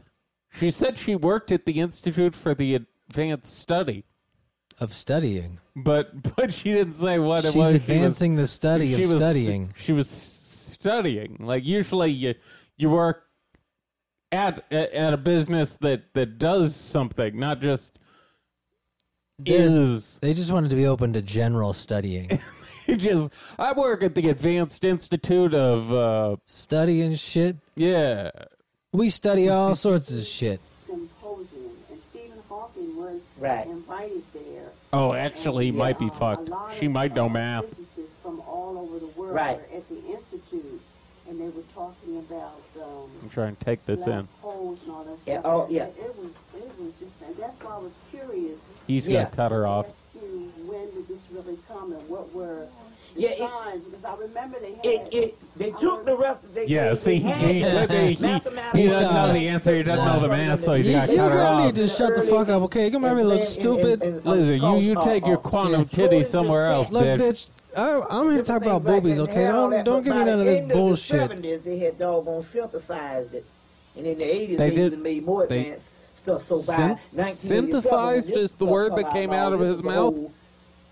Speaker 1: She said she worked at the Institute for the Advanced Study,
Speaker 2: Of studying,
Speaker 1: but (laughs) but she didn't say what it
Speaker 2: she's
Speaker 1: was. She was-
Speaker 2: advancing the study of
Speaker 1: was
Speaker 2: studying.
Speaker 1: She was studying. Like usually, you you work at at, at a business that that does something, not just
Speaker 2: They're-
Speaker 1: is. (laughs)
Speaker 2: They just wanted to be open to general studying,
Speaker 1: It just I work at the Advanced Institute of uh,
Speaker 2: studying shit.
Speaker 1: yeah.
Speaker 2: We study all sorts of shit.
Speaker 6: symposium, and Stephen Hawking was
Speaker 3: Right.
Speaker 6: invited there.
Speaker 1: Oh, actually, he
Speaker 6: And,
Speaker 1: might be
Speaker 6: um, a
Speaker 1: fucked.
Speaker 6: lot
Speaker 1: She
Speaker 6: of,
Speaker 1: might know
Speaker 6: uh,
Speaker 1: math.
Speaker 6: physicists From all over the world
Speaker 3: Right.
Speaker 6: were at the institute, and they were talking about um,
Speaker 1: I'm trying to take this
Speaker 6: black
Speaker 1: in.
Speaker 6: holes and all that
Speaker 3: Yeah,
Speaker 6: stuff.
Speaker 3: oh, yeah.
Speaker 6: It, it was, it was just, and that's why I was curious.
Speaker 1: He's
Speaker 3: Yeah.
Speaker 1: gonna cut her off.
Speaker 6: as to When did this really come, and what were the
Speaker 3: Yeah, it-
Speaker 6: signs? because I remember they had.
Speaker 3: It, it, they took the rest. They,
Speaker 1: Yeah,
Speaker 3: they,
Speaker 1: see,
Speaker 3: they
Speaker 1: he,
Speaker 3: had
Speaker 1: he, he, he,
Speaker 3: mathematical-
Speaker 1: doesn't know the answer. He doesn't know the math, so he's
Speaker 2: You,
Speaker 1: got to
Speaker 2: you
Speaker 1: cut her
Speaker 2: gonna
Speaker 1: off.
Speaker 2: need to shut the fuck up, okay? You're gonna make me look stupid.
Speaker 3: um,
Speaker 1: Lizzie, you, you take your quantum titty somewhere else,
Speaker 2: Look,
Speaker 1: bitch.
Speaker 2: bitch, I, I'm here to talk about
Speaker 3: Back
Speaker 2: boobies,
Speaker 3: then, they
Speaker 2: okay?
Speaker 3: had all
Speaker 2: Don't
Speaker 3: that,
Speaker 2: don't
Speaker 3: but
Speaker 2: give me
Speaker 3: by
Speaker 2: none of
Speaker 3: the
Speaker 2: this
Speaker 3: end The
Speaker 2: bullshit.
Speaker 3: 70s, they had doggone synthesized it, and in the 80s
Speaker 1: They
Speaker 3: they,
Speaker 1: did-
Speaker 3: even made more
Speaker 1: they-
Speaker 3: advanced stuff. So by
Speaker 1: Syn-
Speaker 3: 1987,
Speaker 1: synthesized
Speaker 3: this
Speaker 1: is the
Speaker 3: stuff
Speaker 1: word that
Speaker 3: come
Speaker 1: came
Speaker 3: now,
Speaker 1: out of
Speaker 3: this
Speaker 1: his
Speaker 3: is the
Speaker 1: mouth?
Speaker 3: whole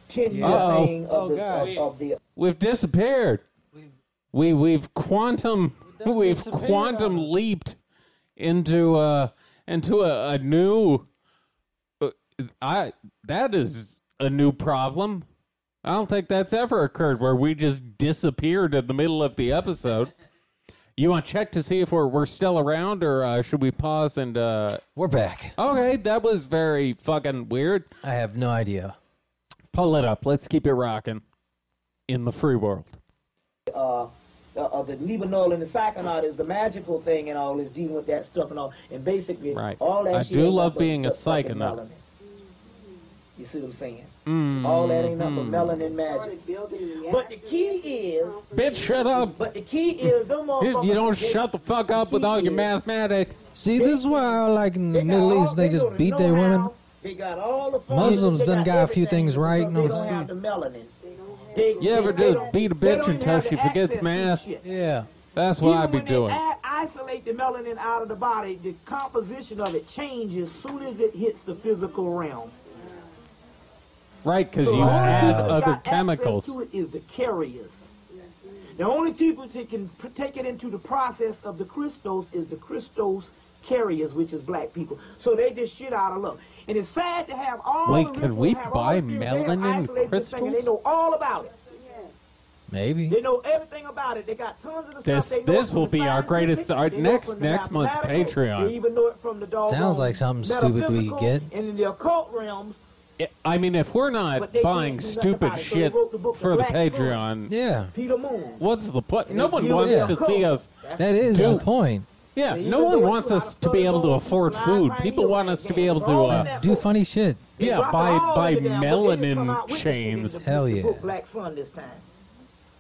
Speaker 3: Ten year
Speaker 1: Uh-oh. Oh,
Speaker 3: thing of, the, of, of the
Speaker 1: We've disappeared. We we've quantum
Speaker 2: done
Speaker 1: we've
Speaker 2: disappeared
Speaker 1: quantum
Speaker 2: on us.
Speaker 1: leaped into a into a, a new. uh, I that is a new problem. I don't think that's ever occurred where we just disappeared in the middle of the
Speaker 2: (laughs)
Speaker 1: episode. You want to check to see if we're we're still around or uh, should we pause and uh,
Speaker 2: We're back.
Speaker 1: okay that was very fucking weird.
Speaker 2: I have no idea.
Speaker 1: Pull it up. Let's keep it rocking in the free world.
Speaker 3: uh, uh, of the Lebanon and the Psychonaut is the magical thing and all is dealing with that stuff and all. And basically,
Speaker 1: Right.
Speaker 3: all that
Speaker 1: I
Speaker 3: shit
Speaker 1: do
Speaker 3: ain't
Speaker 1: love
Speaker 3: nothing
Speaker 1: being a
Speaker 3: but fucking
Speaker 1: psychonaut.
Speaker 3: melanin. You see what I'm saying? All that ain't nothing but
Speaker 1: Mm-hmm.
Speaker 3: melanin magic.
Speaker 6: started building
Speaker 3: But the key is,
Speaker 1: Bitch, shut up.
Speaker 3: but the key is, them
Speaker 1: If you don't
Speaker 3: motherfuckers, they-
Speaker 1: shut the fuck up with all your mathematics,
Speaker 2: See, this is why I like in the
Speaker 3: got
Speaker 2: Middle
Speaker 3: all-
Speaker 2: East, they just
Speaker 3: go to
Speaker 2: beat their women.
Speaker 3: know-how. They got all the fucking-
Speaker 2: Muslims
Speaker 3: they
Speaker 2: done got a few
Speaker 3: everything
Speaker 2: things right,
Speaker 3: because
Speaker 2: know
Speaker 3: They
Speaker 2: what I'm
Speaker 3: don't have the
Speaker 2: saying?
Speaker 3: melanin. They,
Speaker 1: You ever
Speaker 3: they
Speaker 1: just
Speaker 3: don't-
Speaker 1: beat a
Speaker 3: they
Speaker 1: bitch
Speaker 3: don't even
Speaker 1: until
Speaker 3: have
Speaker 1: she
Speaker 3: the
Speaker 1: forgets
Speaker 3: access to
Speaker 1: math?
Speaker 3: shit.
Speaker 2: Yeah.
Speaker 1: that's what
Speaker 3: Even
Speaker 1: I be
Speaker 3: when
Speaker 1: doing.
Speaker 3: They a- isolate the melanin out of the body, the composition of it changes soon as it hits the physical realm.
Speaker 1: Right, because
Speaker 3: So
Speaker 1: you
Speaker 3: the only
Speaker 1: add
Speaker 3: people that
Speaker 1: other
Speaker 3: got
Speaker 1: chemicals.
Speaker 3: access to it is the carriers. The only people that can p- take it into the process of the Christos is the Christos carriers, which is black people. So they just shit out of luck. And it's sad to have all
Speaker 1: Wait,
Speaker 3: the
Speaker 1: can
Speaker 3: rituals
Speaker 1: we
Speaker 3: have all
Speaker 1: buy
Speaker 3: the spirits, they have
Speaker 1: melanin
Speaker 3: isolated this thing, and
Speaker 1: crystals?
Speaker 3: They know all about it.
Speaker 2: Maybe.
Speaker 3: They know everything about it. They got tons of the
Speaker 1: This-
Speaker 3: stuff. They know
Speaker 1: this
Speaker 3: it from
Speaker 1: will
Speaker 3: the
Speaker 1: be our
Speaker 3: scientific.
Speaker 1: greatest- our
Speaker 3: They know it
Speaker 1: next-
Speaker 3: from the
Speaker 1: next month's
Speaker 3: mathematical.
Speaker 1: Patreon.
Speaker 3: They even know it from the dog
Speaker 2: Sounds like something stupid we could get.
Speaker 3: And in the occult realms,
Speaker 1: I mean, if we're
Speaker 3: But
Speaker 1: not
Speaker 3: they can't
Speaker 1: buying
Speaker 3: do nothing
Speaker 1: stupid
Speaker 3: about it, so they
Speaker 1: shit
Speaker 3: wrote the book, The
Speaker 1: for the
Speaker 3: Black Phone.
Speaker 1: Patreon,
Speaker 2: Yeah.
Speaker 3: Peter Moon.
Speaker 1: what's the point? No
Speaker 3: If
Speaker 1: one
Speaker 3: you-
Speaker 1: wants
Speaker 2: Yeah.
Speaker 1: to see us.
Speaker 2: That is the point.
Speaker 1: Yeah,
Speaker 3: They
Speaker 1: no
Speaker 3: even
Speaker 1: one
Speaker 3: know
Speaker 1: wants
Speaker 3: how
Speaker 1: us
Speaker 3: to
Speaker 1: to be
Speaker 3: throw
Speaker 1: able to
Speaker 3: the
Speaker 1: afford
Speaker 3: line
Speaker 1: food.
Speaker 3: behind
Speaker 1: People
Speaker 3: you
Speaker 1: want
Speaker 3: and
Speaker 1: us to be able to,
Speaker 3: all
Speaker 1: uh,
Speaker 3: in that
Speaker 2: Do
Speaker 3: book.
Speaker 2: funny shit.
Speaker 3: They
Speaker 1: yeah,
Speaker 3: dropped
Speaker 1: buy-
Speaker 3: all
Speaker 1: buy
Speaker 3: of it down, but they just come
Speaker 1: melanin
Speaker 3: out with it in the-
Speaker 1: chains.
Speaker 2: Hell
Speaker 3: the
Speaker 2: yeah.
Speaker 3: book Black Sun this time.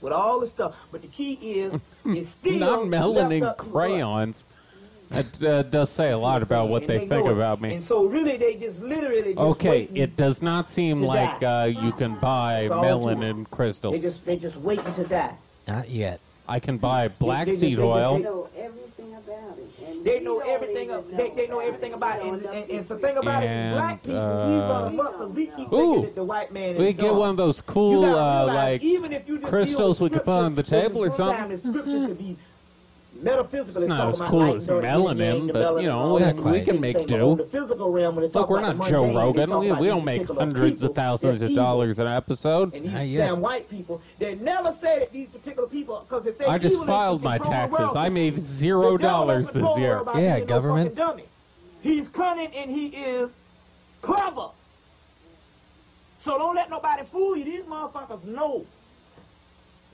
Speaker 3: With all the stuff, but the key
Speaker 1: (laughs)
Speaker 3: is, it's still
Speaker 1: not
Speaker 3: left
Speaker 1: melanin
Speaker 3: up to us.
Speaker 1: crayons. That uh, does say a lot about what
Speaker 3: And
Speaker 1: they think
Speaker 3: know it.
Speaker 1: about me.
Speaker 3: And so really, they just literally just
Speaker 1: Okay,
Speaker 3: waiting.
Speaker 1: it does not seem
Speaker 3: to
Speaker 1: like uh,
Speaker 3: die.
Speaker 1: you can buy
Speaker 3: It's all
Speaker 1: melanin
Speaker 3: They
Speaker 1: crystals.
Speaker 3: just they just waiting to die.
Speaker 2: Not yet.
Speaker 1: I can buy black
Speaker 3: they- they-
Speaker 1: seed
Speaker 3: they- they-
Speaker 6: They
Speaker 1: oil.
Speaker 6: know everything about it. and
Speaker 3: They
Speaker 6: we
Speaker 3: know
Speaker 6: don't
Speaker 3: everything.
Speaker 6: even
Speaker 3: Of, they, they know everything about it.
Speaker 6: We
Speaker 3: And,
Speaker 6: don't
Speaker 3: and, and the
Speaker 6: know
Speaker 3: thing about it,
Speaker 1: And,
Speaker 3: black people,
Speaker 1: uh,
Speaker 3: we run up, we keep
Speaker 1: Ooh.
Speaker 3: thinking that the white man is
Speaker 1: We get
Speaker 3: dumb.
Speaker 1: one of those
Speaker 3: You
Speaker 1: cool,
Speaker 3: gotta
Speaker 1: uh,
Speaker 3: realize,
Speaker 1: like
Speaker 3: even if you just deal
Speaker 1: crystals
Speaker 3: with
Speaker 1: we could put on the
Speaker 3: scripture,
Speaker 1: table or
Speaker 3: sometimes the scripture could be metaphysical.
Speaker 1: It's not
Speaker 3: talking
Speaker 1: as
Speaker 3: about
Speaker 1: cool
Speaker 3: light
Speaker 1: as
Speaker 3: and dark,
Speaker 1: melanin,
Speaker 3: and
Speaker 1: but,
Speaker 3: melanin
Speaker 1: you know,
Speaker 3: and all
Speaker 1: we-
Speaker 3: that.
Speaker 2: we can
Speaker 3: They
Speaker 1: make
Speaker 3: say, but
Speaker 1: do.
Speaker 3: on the physical realm, when they talk
Speaker 1: Look, we're
Speaker 3: about
Speaker 1: not
Speaker 3: the
Speaker 1: Joe
Speaker 3: mundane, they
Speaker 1: Rogan.
Speaker 3: talk
Speaker 1: We,
Speaker 3: about
Speaker 1: we
Speaker 3: these
Speaker 1: don't make
Speaker 3: particular
Speaker 1: hundreds of
Speaker 3: people
Speaker 1: thousands
Speaker 3: as
Speaker 1: of
Speaker 3: evil.
Speaker 1: dollars an episode.
Speaker 3: And these
Speaker 2: Not yet.
Speaker 3: damn white people, they never said these particular people because if they
Speaker 1: I just
Speaker 3: evil, they
Speaker 1: filed my
Speaker 3: control the
Speaker 1: taxes.
Speaker 3: world.
Speaker 1: I made
Speaker 3: The
Speaker 1: zero
Speaker 3: government
Speaker 1: dollars
Speaker 3: control
Speaker 1: this
Speaker 3: the
Speaker 1: year.
Speaker 3: world by
Speaker 2: Yeah,
Speaker 3: being no
Speaker 2: government.
Speaker 3: fucking dummy. He's cunning and he is clever. So don't let nobody fool you. These motherfuckers know.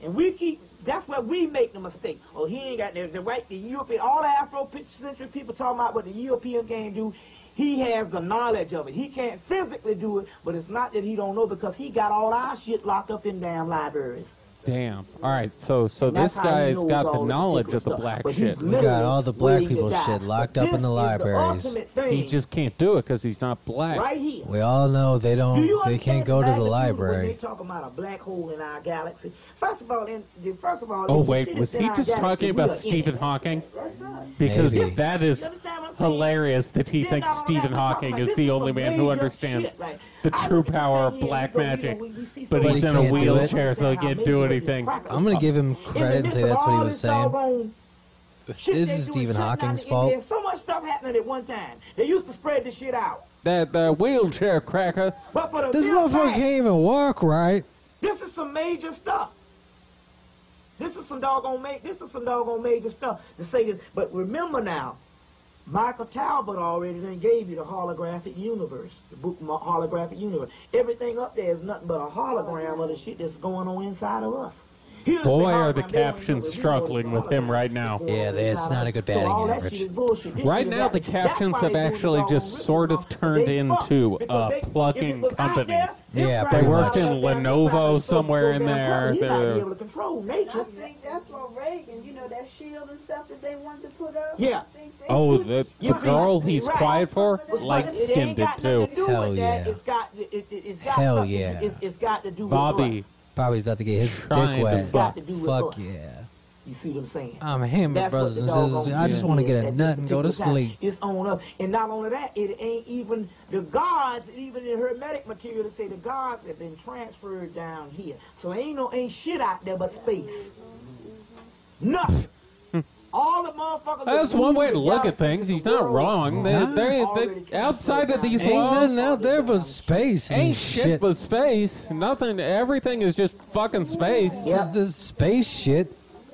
Speaker 3: And we keep, that's where we make the mistake. Oh, he ain't got the, the right, the European, all the Afro-centric people talking about what the European game do. He has the knowledge of it. He can't physically do it, but it's not that he don't know because he got all our shit locked up in damn libraries.
Speaker 1: Damn. All right. So so
Speaker 3: That's
Speaker 1: this
Speaker 3: how he
Speaker 1: guy's
Speaker 3: knows
Speaker 1: got
Speaker 3: all
Speaker 1: the
Speaker 3: this
Speaker 1: knowledge
Speaker 3: secret
Speaker 1: of the
Speaker 3: stuff.
Speaker 1: black
Speaker 3: But he's
Speaker 1: shit.
Speaker 3: literally
Speaker 2: got all the black
Speaker 3: waiting to
Speaker 2: people's
Speaker 3: die.
Speaker 2: shit locked
Speaker 3: But
Speaker 2: up in
Speaker 3: this
Speaker 2: the
Speaker 3: is
Speaker 2: libraries.
Speaker 3: ultimate thing
Speaker 1: He just can't do it because he's not black.
Speaker 3: right here.
Speaker 2: We all know they
Speaker 3: Do you
Speaker 2: don't. They
Speaker 3: understand
Speaker 2: can't go to the
Speaker 3: magnitude of when They
Speaker 2: library.
Speaker 3: talk about a black hole in our galaxy. First of all, in, the- first of all.
Speaker 1: Oh
Speaker 3: if the
Speaker 1: wait,
Speaker 3: shit
Speaker 1: was
Speaker 3: is in
Speaker 1: he
Speaker 3: our
Speaker 1: just
Speaker 3: galaxy,
Speaker 1: talking
Speaker 3: we are
Speaker 1: about
Speaker 3: in
Speaker 1: Stephen
Speaker 3: it.
Speaker 1: Hawking?
Speaker 3: That's right.
Speaker 1: Because
Speaker 2: Maybe.
Speaker 1: that is
Speaker 3: You understand what I'm saying?
Speaker 1: hilarious that he
Speaker 3: Then
Speaker 1: thinks
Speaker 3: not only
Speaker 1: Stephen
Speaker 3: that, I'm
Speaker 1: Hawking
Speaker 3: talking
Speaker 1: is
Speaker 3: about
Speaker 1: the
Speaker 3: this
Speaker 1: only
Speaker 3: some
Speaker 1: man who
Speaker 3: major
Speaker 1: understands
Speaker 3: shit, like,
Speaker 1: the
Speaker 3: I
Speaker 1: true
Speaker 3: look at
Speaker 1: power
Speaker 3: thing
Speaker 1: of
Speaker 3: here,
Speaker 1: black
Speaker 3: we go, you know,
Speaker 1: magic.
Speaker 3: we- we see
Speaker 1: But
Speaker 3: so
Speaker 1: he's
Speaker 2: But
Speaker 1: in
Speaker 2: he
Speaker 1: a
Speaker 2: can't do it.
Speaker 1: wheelchair, so he can't do anything.
Speaker 2: I'm gonna give him credit and say that's what he was saying. This is Stephen Hawking's fault.
Speaker 3: There's so much stuff happening at one time. They used to spread the shit out.
Speaker 1: That that wheelchair cracker.
Speaker 3: But for the
Speaker 2: This
Speaker 3: simple
Speaker 2: motherfucker
Speaker 3: fact-
Speaker 2: can't even walk right.
Speaker 3: This is some major stuff. This is some doggone ma- this is some doggone major stuff to say this. But remember now, Michael Talbot already then gave you the holographic universe, the book mo- holographic universe. Everything up there is nothing but a hologram of the shit that's going on inside of us. He doesn't
Speaker 1: Boy,
Speaker 3: say
Speaker 1: are the
Speaker 3: hologram, they don't even know
Speaker 1: captions
Speaker 3: that we know it's a
Speaker 1: struggling with
Speaker 3: hologram.
Speaker 1: him right now.
Speaker 2: Yeah, that's not a good batting
Speaker 3: So all that
Speaker 2: average.
Speaker 3: shit is bullshit. This
Speaker 1: Right
Speaker 3: shit is
Speaker 1: now, the
Speaker 3: happening. That's
Speaker 1: captions
Speaker 3: why
Speaker 1: have
Speaker 3: they doing
Speaker 1: actually
Speaker 3: these
Speaker 1: just
Speaker 3: doggone
Speaker 1: sort of
Speaker 3: rich people.
Speaker 1: turned
Speaker 3: They fuck
Speaker 1: into,
Speaker 3: because
Speaker 1: uh,
Speaker 3: they- if it
Speaker 1: plug-in
Speaker 3: was out there,
Speaker 1: companies.
Speaker 3: this
Speaker 2: Yeah,
Speaker 3: right
Speaker 2: pretty
Speaker 3: now,
Speaker 2: much. They worked
Speaker 1: in
Speaker 3: they're
Speaker 1: Lenovo
Speaker 3: trying to
Speaker 1: somewhere in
Speaker 3: control damn
Speaker 1: there.
Speaker 3: company. He's not
Speaker 1: They're-
Speaker 3: be able to control
Speaker 6: I
Speaker 3: nature.
Speaker 6: think that's what Reagan, you know, that shield and stuff that they wanted to put up.
Speaker 3: Yeah.
Speaker 6: I think they
Speaker 1: Oh,
Speaker 6: put-
Speaker 1: the the
Speaker 3: Yeah,
Speaker 1: girl
Speaker 3: right,
Speaker 1: he's
Speaker 3: right.
Speaker 1: quiet for,
Speaker 6: But
Speaker 1: light
Speaker 3: It ain't
Speaker 1: skinned it
Speaker 3: got
Speaker 1: too.
Speaker 3: nothing to do
Speaker 2: Hell
Speaker 3: with that.
Speaker 2: yeah.
Speaker 3: It's got, it, it, it's got
Speaker 2: Hell
Speaker 3: something-
Speaker 2: yeah.
Speaker 3: It's, it's got to do with
Speaker 1: Bobby,
Speaker 3: us.
Speaker 2: Bobby's about to get his
Speaker 1: Trying to
Speaker 2: dick wet.
Speaker 1: fuck.
Speaker 3: Got to do with
Speaker 2: Fuck
Speaker 3: us.
Speaker 2: yeah.
Speaker 3: You see what I'm saying?
Speaker 2: I'm him,
Speaker 3: That's what
Speaker 2: brothers
Speaker 3: the
Speaker 2: and
Speaker 3: doggone
Speaker 2: sisters. I just
Speaker 3: thing
Speaker 2: want to
Speaker 3: is
Speaker 2: get a
Speaker 3: at
Speaker 2: nut
Speaker 3: this
Speaker 2: and go to
Speaker 3: particular time.
Speaker 2: sleep.
Speaker 3: It's on us. And not only that, it ain't even the gods, even in hermetic material, to say the gods have been transferred down here. So ain't no ain't shit out there but space.
Speaker 1: (laughs)
Speaker 3: Nothing. All the motherfuckers.
Speaker 1: That's one way to look at things. He's not wrong. They,
Speaker 2: Nah.
Speaker 1: they, they, outside of these
Speaker 2: Ain't
Speaker 1: walls,
Speaker 2: nothing out there but space and
Speaker 1: ain't shit but space. Nothing. Everything is just fucking space.
Speaker 3: Yeah.
Speaker 2: Just this space shit.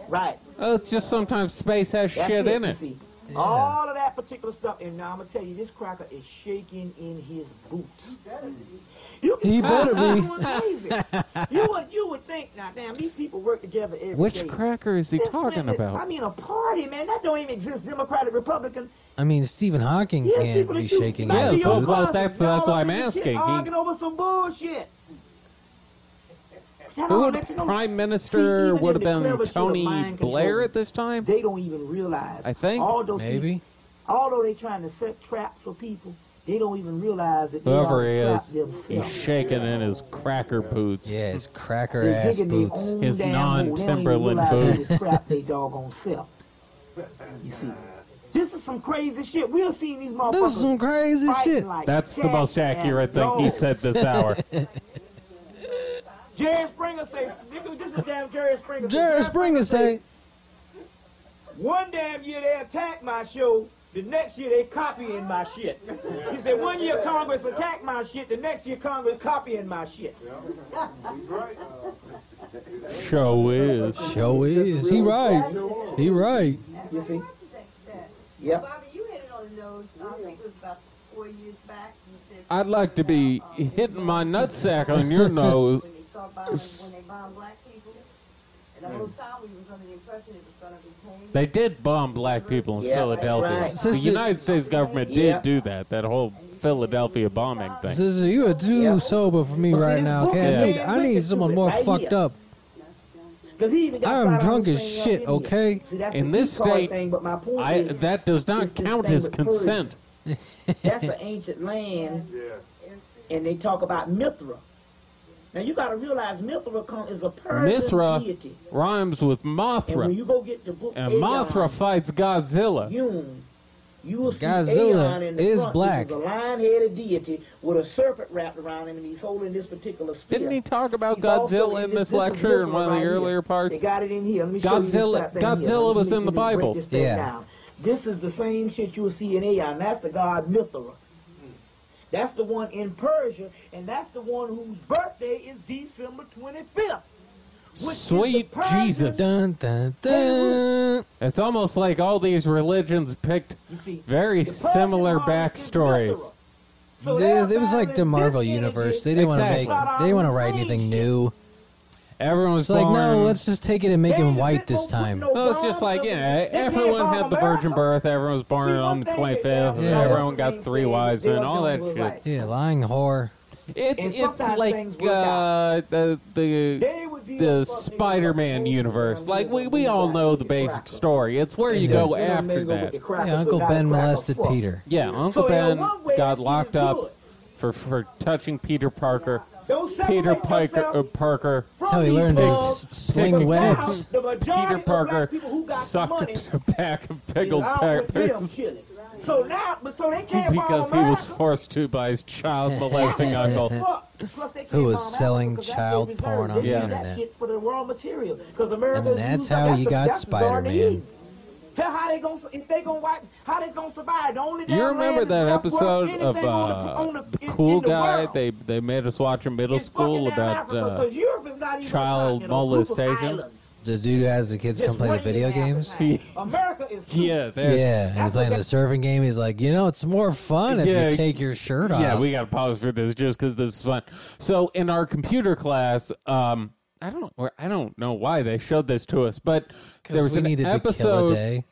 Speaker 3: Right.
Speaker 1: Uh, It's just sometimes space has
Speaker 3: That's
Speaker 1: shit in
Speaker 3: you
Speaker 1: it.
Speaker 3: see. All of that particular stuff, and now I'm gonna tell you, this cracker is shaking in his boots. You can
Speaker 2: He
Speaker 3: tell
Speaker 2: better
Speaker 3: he's
Speaker 2: be.
Speaker 1: (laughs)
Speaker 3: going crazy. you would you would think now, damn, these people work together every
Speaker 1: Which
Speaker 3: day.
Speaker 1: cracker is he
Speaker 3: This
Speaker 1: talking
Speaker 3: planet- I
Speaker 1: about?
Speaker 3: mean, a party, man. That don't even exist. Democratic, Republican.
Speaker 2: I mean, Stephen Hawking
Speaker 3: Yes,
Speaker 2: can't
Speaker 3: people
Speaker 2: be
Speaker 3: that you-
Speaker 2: shaking
Speaker 3: like
Speaker 1: Yeah,
Speaker 2: his
Speaker 1: so-
Speaker 3: your
Speaker 2: boots.
Speaker 1: well,
Speaker 3: cousins,
Speaker 1: that's-
Speaker 3: y'all
Speaker 1: that's why
Speaker 3: up
Speaker 1: I'm
Speaker 3: in this shit
Speaker 1: asking. He-
Speaker 3: Arguing over some bullshit. That
Speaker 1: Who would
Speaker 3: ought to let you know-
Speaker 1: prime
Speaker 3: See,
Speaker 1: minister
Speaker 3: even
Speaker 1: would have
Speaker 3: in the
Speaker 1: been
Speaker 3: clever shit of
Speaker 1: Tony
Speaker 3: mind
Speaker 1: Blair
Speaker 3: control,
Speaker 1: at this time?
Speaker 3: They don't even realize.
Speaker 1: I think.
Speaker 3: all those
Speaker 2: Maybe.
Speaker 3: although they trying to set traps for people, they don't even realize that they
Speaker 1: Whoever he
Speaker 3: already trapped
Speaker 1: is, he's
Speaker 3: themselves.
Speaker 1: shaking in his cracker boots.
Speaker 2: Yeah, his cracker
Speaker 3: They're
Speaker 2: ass
Speaker 3: digging their
Speaker 2: boots.
Speaker 3: own
Speaker 1: His
Speaker 3: damn hole. They don't even
Speaker 1: non-Timberland
Speaker 3: realize they
Speaker 1: boots.
Speaker 3: just trapped their doggone self. You see, this is some crazy shit. We're seeing these motherfuckers.
Speaker 2: This is some crazy
Speaker 3: fighting
Speaker 2: shit.
Speaker 3: like
Speaker 1: That's the
Speaker 3: cats
Speaker 1: most
Speaker 3: and
Speaker 1: accurate thing he
Speaker 3: dogs.
Speaker 1: said this hour.
Speaker 3: Jerry Springer say, nigga, this is damn Jerry Springer.
Speaker 2: Jerry Springer say,
Speaker 3: One damn year they attack my show, the next year they copying my shit. He said, one year Congress attacked my shit, the next year Congress copying my shit.
Speaker 1: Show is.
Speaker 2: show is. He right. He right.
Speaker 3: You see? Yep.
Speaker 6: Bobby, you hit it on the nose. I think it was about four years back. You said um,
Speaker 1: I'd like to be hitting my nutsack on your nose.
Speaker 6: when they start bombing, when they bomb black people, and the whole
Speaker 3: Mm.
Speaker 6: time we was under the impression it was going to be changed.
Speaker 1: They did bomb black people in
Speaker 3: Yeah,
Speaker 1: Philadelphia.
Speaker 3: right.
Speaker 1: The
Speaker 2: Sister-
Speaker 1: United States government did
Speaker 3: Yeah.
Speaker 1: do that, that whole Philadelphia bombing thing.
Speaker 2: Sister, you are too
Speaker 3: Yeah.
Speaker 2: sober for me
Speaker 3: But
Speaker 2: right
Speaker 3: this
Speaker 2: now,
Speaker 3: book
Speaker 2: okay?
Speaker 1: is
Speaker 2: I need, I
Speaker 3: really
Speaker 2: need
Speaker 3: wicked
Speaker 2: someone
Speaker 3: to
Speaker 2: more
Speaker 3: it right
Speaker 2: fucked
Speaker 3: here.
Speaker 2: up.
Speaker 3: Cause he even got
Speaker 2: I'm
Speaker 3: fired on
Speaker 2: drunk
Speaker 3: this
Speaker 2: as
Speaker 3: thing
Speaker 2: shit,
Speaker 3: up in here.
Speaker 2: okay?
Speaker 3: See, that's
Speaker 1: In
Speaker 3: the
Speaker 1: this
Speaker 3: decoy
Speaker 1: state,
Speaker 3: thing, but my point
Speaker 1: I,
Speaker 3: is,
Speaker 1: that does not
Speaker 3: It's this
Speaker 1: count
Speaker 3: thing
Speaker 1: as
Speaker 3: with Persia.
Speaker 1: consent.
Speaker 3: that's an ancient land, and they talk about Mithra. Now you got to realize Mithra come, is a Persian
Speaker 1: Mithra
Speaker 3: deity,
Speaker 1: rhymes with
Speaker 3: and when uh,
Speaker 1: Mothra,
Speaker 3: you go get the book,
Speaker 1: and
Speaker 3: Aeon,
Speaker 1: Mothra fights Godzilla.
Speaker 3: Yun, You will see
Speaker 2: Godzilla
Speaker 3: Aeon in the
Speaker 2: is
Speaker 3: front, which
Speaker 2: black.
Speaker 3: a lion-headed deity with a serpent wrapped around him, and he's holding this particular spear.
Speaker 1: Didn't he talk about
Speaker 3: He's also
Speaker 1: Godzilla in
Speaker 3: this-
Speaker 1: this
Speaker 3: is
Speaker 1: lecture in
Speaker 3: Godzilla
Speaker 1: one of the
Speaker 3: right here.
Speaker 1: earlier
Speaker 3: They
Speaker 1: parts?
Speaker 3: got it in here. Let me show you this
Speaker 1: Godzilla-
Speaker 3: right thing here.
Speaker 1: Godzilla
Speaker 3: Let me-
Speaker 1: was
Speaker 3: let
Speaker 1: in
Speaker 3: me
Speaker 1: the
Speaker 3: break
Speaker 1: Bible.
Speaker 3: this thing
Speaker 2: Yeah.
Speaker 3: down. This is the same shit you'll see in Aeon. That's the god Mithra. That's the one in Persia, and that's the one whose birthday is December 25th.
Speaker 1: Sweet
Speaker 3: Persian-
Speaker 1: Jesus.
Speaker 2: Dun, dun, dun.
Speaker 1: It's almost like all these religions picked
Speaker 3: You see,
Speaker 1: very
Speaker 3: the Persian
Speaker 1: similar
Speaker 3: goddess is
Speaker 1: backstories.
Speaker 3: Mithra. So
Speaker 2: They-
Speaker 3: they're
Speaker 2: it was like the
Speaker 3: battling
Speaker 2: Marvel
Speaker 3: this
Speaker 2: universe.
Speaker 3: entity
Speaker 2: They didn't
Speaker 1: Exactly.
Speaker 2: want to make. They didn't want to write anything new.
Speaker 1: Everyone was
Speaker 2: It's like,
Speaker 1: born.
Speaker 2: no, let's just take it and make
Speaker 3: They
Speaker 2: him
Speaker 3: ain't
Speaker 2: white
Speaker 3: fit
Speaker 2: this
Speaker 3: no-
Speaker 2: time.
Speaker 3: no
Speaker 1: Well, it's just like you know,
Speaker 3: They came
Speaker 1: everyone
Speaker 3: from
Speaker 1: had the virgin
Speaker 3: America.
Speaker 1: birth. Everyone was born
Speaker 3: See, one
Speaker 1: on the
Speaker 3: thing
Speaker 1: twenty
Speaker 3: is
Speaker 1: fifth.
Speaker 2: Yeah.
Speaker 1: Everyone got three wise men. All that
Speaker 3: Yeah.
Speaker 1: shit.
Speaker 2: Yeah, lying whore.
Speaker 1: It,
Speaker 3: And
Speaker 1: it's
Speaker 3: sometimes
Speaker 1: like
Speaker 3: things work
Speaker 1: uh, the the
Speaker 3: They would be
Speaker 1: the
Speaker 3: a fucking
Speaker 1: Spider-Man
Speaker 3: fool
Speaker 1: universe.
Speaker 3: if
Speaker 1: Like we,
Speaker 3: they
Speaker 1: we all
Speaker 3: don't
Speaker 1: know
Speaker 3: with
Speaker 1: the
Speaker 3: cracker.
Speaker 1: basic story. It's where you go
Speaker 3: You know, they
Speaker 1: after
Speaker 3: go with
Speaker 1: that.
Speaker 3: the cracker
Speaker 2: Yeah, Uncle
Speaker 3: without a
Speaker 2: Ben
Speaker 3: cracker
Speaker 2: molested
Speaker 3: fuck.
Speaker 2: Peter.
Speaker 1: Yeah, Uncle
Speaker 3: So in
Speaker 1: Ben
Speaker 3: one way,
Speaker 1: got
Speaker 3: that
Speaker 1: locked
Speaker 3: shit is
Speaker 1: up
Speaker 3: good.
Speaker 1: for for touching Peter Parker.
Speaker 3: Don't separate
Speaker 1: Peter
Speaker 3: yourself
Speaker 1: Piker, uh, Parker
Speaker 3: from
Speaker 2: That's how he
Speaker 3: these
Speaker 2: learned to
Speaker 3: thugs
Speaker 2: s- sling
Speaker 1: Pick-
Speaker 2: webs.
Speaker 3: The majority
Speaker 1: Peter
Speaker 3: of black
Speaker 1: Parker
Speaker 3: people who got the money
Speaker 1: sucked (laughs) a pack of
Speaker 3: is
Speaker 1: pickled
Speaker 3: always them
Speaker 1: peppers
Speaker 3: chilling. So now, but so they came from
Speaker 1: (laughs) because he was
Speaker 3: America.
Speaker 1: forced to by his child molesting uncle.
Speaker 3: Fuck. Plus they came
Speaker 2: Who was
Speaker 3: from Africa,
Speaker 2: selling
Speaker 3: 'cause that's
Speaker 2: child
Speaker 3: what we
Speaker 2: porn
Speaker 3: learned.
Speaker 2: on
Speaker 3: They
Speaker 1: the
Speaker 3: use that
Speaker 2: internet.
Speaker 3: shit for the raw material, 'cause America
Speaker 2: And that's
Speaker 3: used that-
Speaker 2: how you
Speaker 3: the-
Speaker 2: got
Speaker 3: that's the garden of
Speaker 2: Spider-Man.
Speaker 3: Eden. Hell, how they gonna if they gonna wipe? How they gonna survive? The only
Speaker 1: You
Speaker 3: damn
Speaker 1: remember
Speaker 3: land
Speaker 1: that
Speaker 3: that's worth
Speaker 1: episode
Speaker 3: anything
Speaker 1: of
Speaker 3: on
Speaker 1: uh,
Speaker 3: the- on
Speaker 1: the
Speaker 3: in-
Speaker 1: cool
Speaker 3: in the
Speaker 1: guy
Speaker 3: world?
Speaker 1: they they made us watch in middle
Speaker 3: It's fucking
Speaker 1: school
Speaker 3: down
Speaker 1: about
Speaker 3: Africa,
Speaker 1: uh,
Speaker 3: 'cause Europe is not even a
Speaker 1: child
Speaker 3: continent, a group of
Speaker 1: molestation?
Speaker 3: islands.
Speaker 2: The dude who has the kids
Speaker 3: Just
Speaker 2: come play the
Speaker 3: rain
Speaker 2: video
Speaker 3: is happening.
Speaker 2: games.
Speaker 1: (laughs)
Speaker 3: America is too
Speaker 1: yeah there-
Speaker 2: Yeah, and playing the surfing game. He's like, you know, it's more fun if
Speaker 1: Yeah.
Speaker 2: you take your shirt off.
Speaker 1: Yeah, we got to pause for this just because this is fun. So in our computer class, um, I don't know, I don't know why they showed this to us, but there was
Speaker 2: we
Speaker 1: an
Speaker 2: needed to kill a
Speaker 1: episode
Speaker 2: day.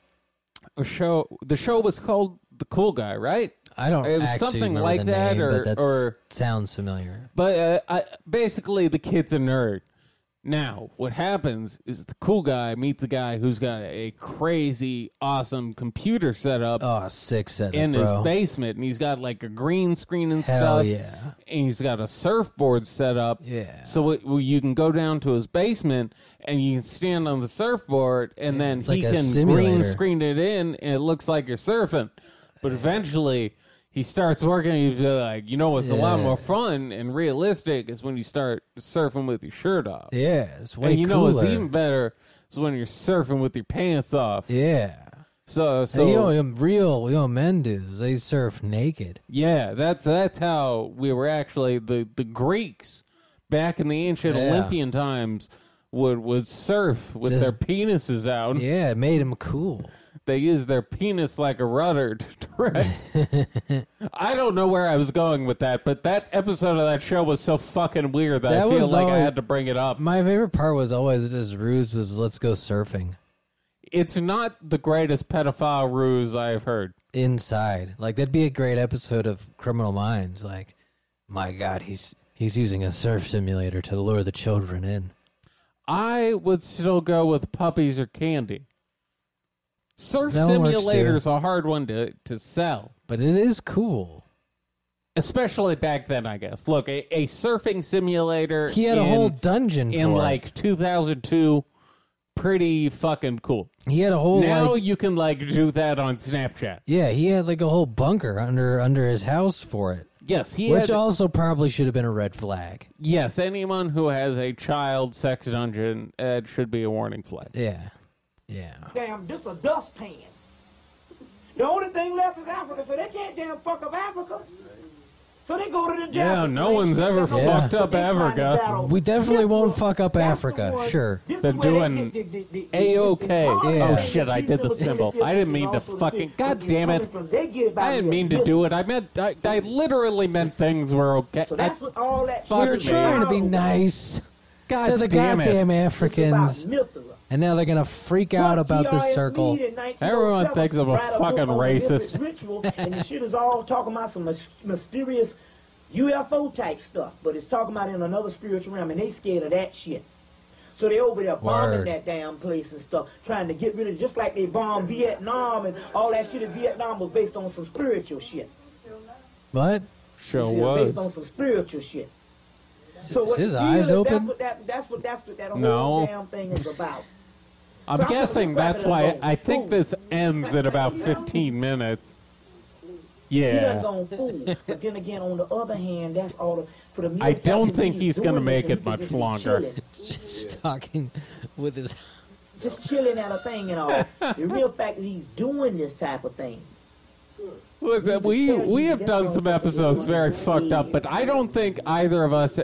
Speaker 1: a show. The show was called The Cool Guy, right?
Speaker 2: I don't
Speaker 1: It was
Speaker 2: actually
Speaker 1: something
Speaker 2: remember
Speaker 1: like
Speaker 2: the
Speaker 1: that,
Speaker 2: name,
Speaker 1: or-
Speaker 2: but that
Speaker 1: or-
Speaker 2: sounds familiar.
Speaker 1: But uh, I, basically, the kid's a nerd. Now, what happens is the cool guy meets a guy who's got a crazy, awesome computer setup
Speaker 2: Oh, sick setup,
Speaker 1: in his
Speaker 2: bro.
Speaker 1: basement, and he's got like a green screen and
Speaker 2: Hell
Speaker 1: stuff.
Speaker 2: yeah.
Speaker 1: and he's got a surfboard set up.
Speaker 2: Yeah.
Speaker 1: So it, well, you can go down to his basement and you can stand on the surfboard, and then
Speaker 2: it's
Speaker 1: he
Speaker 2: like a
Speaker 1: can
Speaker 2: simulator.
Speaker 1: green screen it in, and it looks like you're surfing. But eventually, he starts working. and He's like, you know, what's a lot
Speaker 2: Yeah.
Speaker 1: more fun and realistic is when you start surfing with your shirt off.
Speaker 2: Yeah, it's way
Speaker 1: and you know,
Speaker 2: cooler.
Speaker 1: what's even better is when you're surfing with your pants off.
Speaker 2: yeah.
Speaker 1: So,
Speaker 2: So,
Speaker 1: so
Speaker 2: you know, um, real, you know, men do is they surf naked.
Speaker 1: Yeah, that's that's how we were actually the the Greeks back in the ancient
Speaker 2: Yeah.
Speaker 1: Olympian times would would surf with
Speaker 2: Just-
Speaker 1: their penises out.
Speaker 2: Yeah, it made them cool.
Speaker 1: They used their penis like a rudder (laughs) to direct. I don't know where I was going with that, but that episode of that show was so fucking weird that, I
Speaker 2: That
Speaker 1: feel
Speaker 2: was
Speaker 1: like I
Speaker 2: always-
Speaker 1: had to bring it up.
Speaker 2: My favorite part was always just ruse was let's go surfing
Speaker 1: It's not the greatest pedophile ruse I've heard.
Speaker 2: inside. Like that'd be a great episode of Criminal Minds. Like, my God, he's he's using a surf simulator to lure the children in.
Speaker 1: I would still go with puppies or candy. Surf
Speaker 2: That one works, too.
Speaker 1: simulators a hard one to, to sell.
Speaker 2: But it is cool.
Speaker 1: especially back then i guess look a, a surfing simulator
Speaker 2: He had
Speaker 1: in,
Speaker 2: a whole dungeon
Speaker 1: in
Speaker 2: for it.
Speaker 1: like 2002 pretty fucking cool
Speaker 2: He had a whole
Speaker 1: now
Speaker 2: like
Speaker 1: you can like do that on snapchat
Speaker 2: yeah, he had like a whole bunker under under his house for it,
Speaker 1: yes he
Speaker 2: which
Speaker 1: had,
Speaker 2: also probably should have been a red flag.
Speaker 1: yes anyone who has a child sex dungeon it should be a warning flag
Speaker 2: Yeah, yeah.
Speaker 3: damn just a dustpan. The only thing left is Africa, so they can't damn fuck up Africa. So they go to the
Speaker 1: Yeah,
Speaker 3: Japanese
Speaker 1: no
Speaker 3: place.
Speaker 1: one's ever
Speaker 3: That's the
Speaker 2: fucked
Speaker 3: one
Speaker 1: up
Speaker 3: they find
Speaker 1: Africa.
Speaker 3: out on.
Speaker 2: We definitely
Speaker 3: This
Speaker 2: won't
Speaker 3: one-
Speaker 2: fuck up
Speaker 3: that's the
Speaker 2: Africa,
Speaker 3: one-
Speaker 2: sure.
Speaker 3: this is
Speaker 1: Been
Speaker 3: where they
Speaker 1: doing
Speaker 3: get the- the- the-
Speaker 1: a-ok
Speaker 3: the-
Speaker 2: Yeah.
Speaker 1: oh shit i did the symbol i didn't mean to fucking god damn it
Speaker 3: They get it by
Speaker 1: i didn't mean to
Speaker 3: the-
Speaker 1: do it i meant i, I literally meant things were okay
Speaker 3: So
Speaker 1: I,
Speaker 3: that's what all that.
Speaker 1: We were
Speaker 2: They're trying to be nice
Speaker 1: god
Speaker 2: to the
Speaker 1: damn it.
Speaker 2: goddamn
Speaker 3: It's about
Speaker 2: Africans,
Speaker 3: Mithra.
Speaker 2: and now they're gonna freak out about this circle.
Speaker 1: Everyone thinks I'm a fucking racist.
Speaker 3: Ritual, and the shit is all talking about some mys- mysterious UFO type stuff, but it's talking about in another spiritual realm, and they scared of that shit. So they over there bombing
Speaker 2: Word.
Speaker 3: that damn place and stuff, trying to get rid of just like they bombed Vietnam and all that shit in Vietnam was based on some spiritual shit.
Speaker 2: What?
Speaker 1: sure
Speaker 3: It was
Speaker 1: was
Speaker 3: based on some spiritual shit.
Speaker 2: Is,
Speaker 3: So
Speaker 2: is
Speaker 3: what
Speaker 2: his
Speaker 3: it
Speaker 2: eyes
Speaker 3: is, That's
Speaker 2: open? (laughs)
Speaker 3: what that, that's what, that's what that whole
Speaker 1: No.
Speaker 3: damn thing is about.
Speaker 1: I'm guessing that's why I think this ends in about 15 minutes.
Speaker 3: He done
Speaker 1: Yeah.
Speaker 3: gone fool. But then again, on the other hand, that's all the, for the. mere
Speaker 1: I don't
Speaker 3: fact that
Speaker 1: think he's gonna
Speaker 3: doing
Speaker 1: make
Speaker 3: this
Speaker 1: it
Speaker 3: is
Speaker 1: much
Speaker 3: just
Speaker 1: longer.
Speaker 3: chilling.
Speaker 2: Just talking with his.
Speaker 3: just chilling at a thing and all. the
Speaker 1: (laughs)
Speaker 3: real fact that he's doing this type of thing.
Speaker 1: Listen, we we have done some episodes very fucked up, but I don't think either of us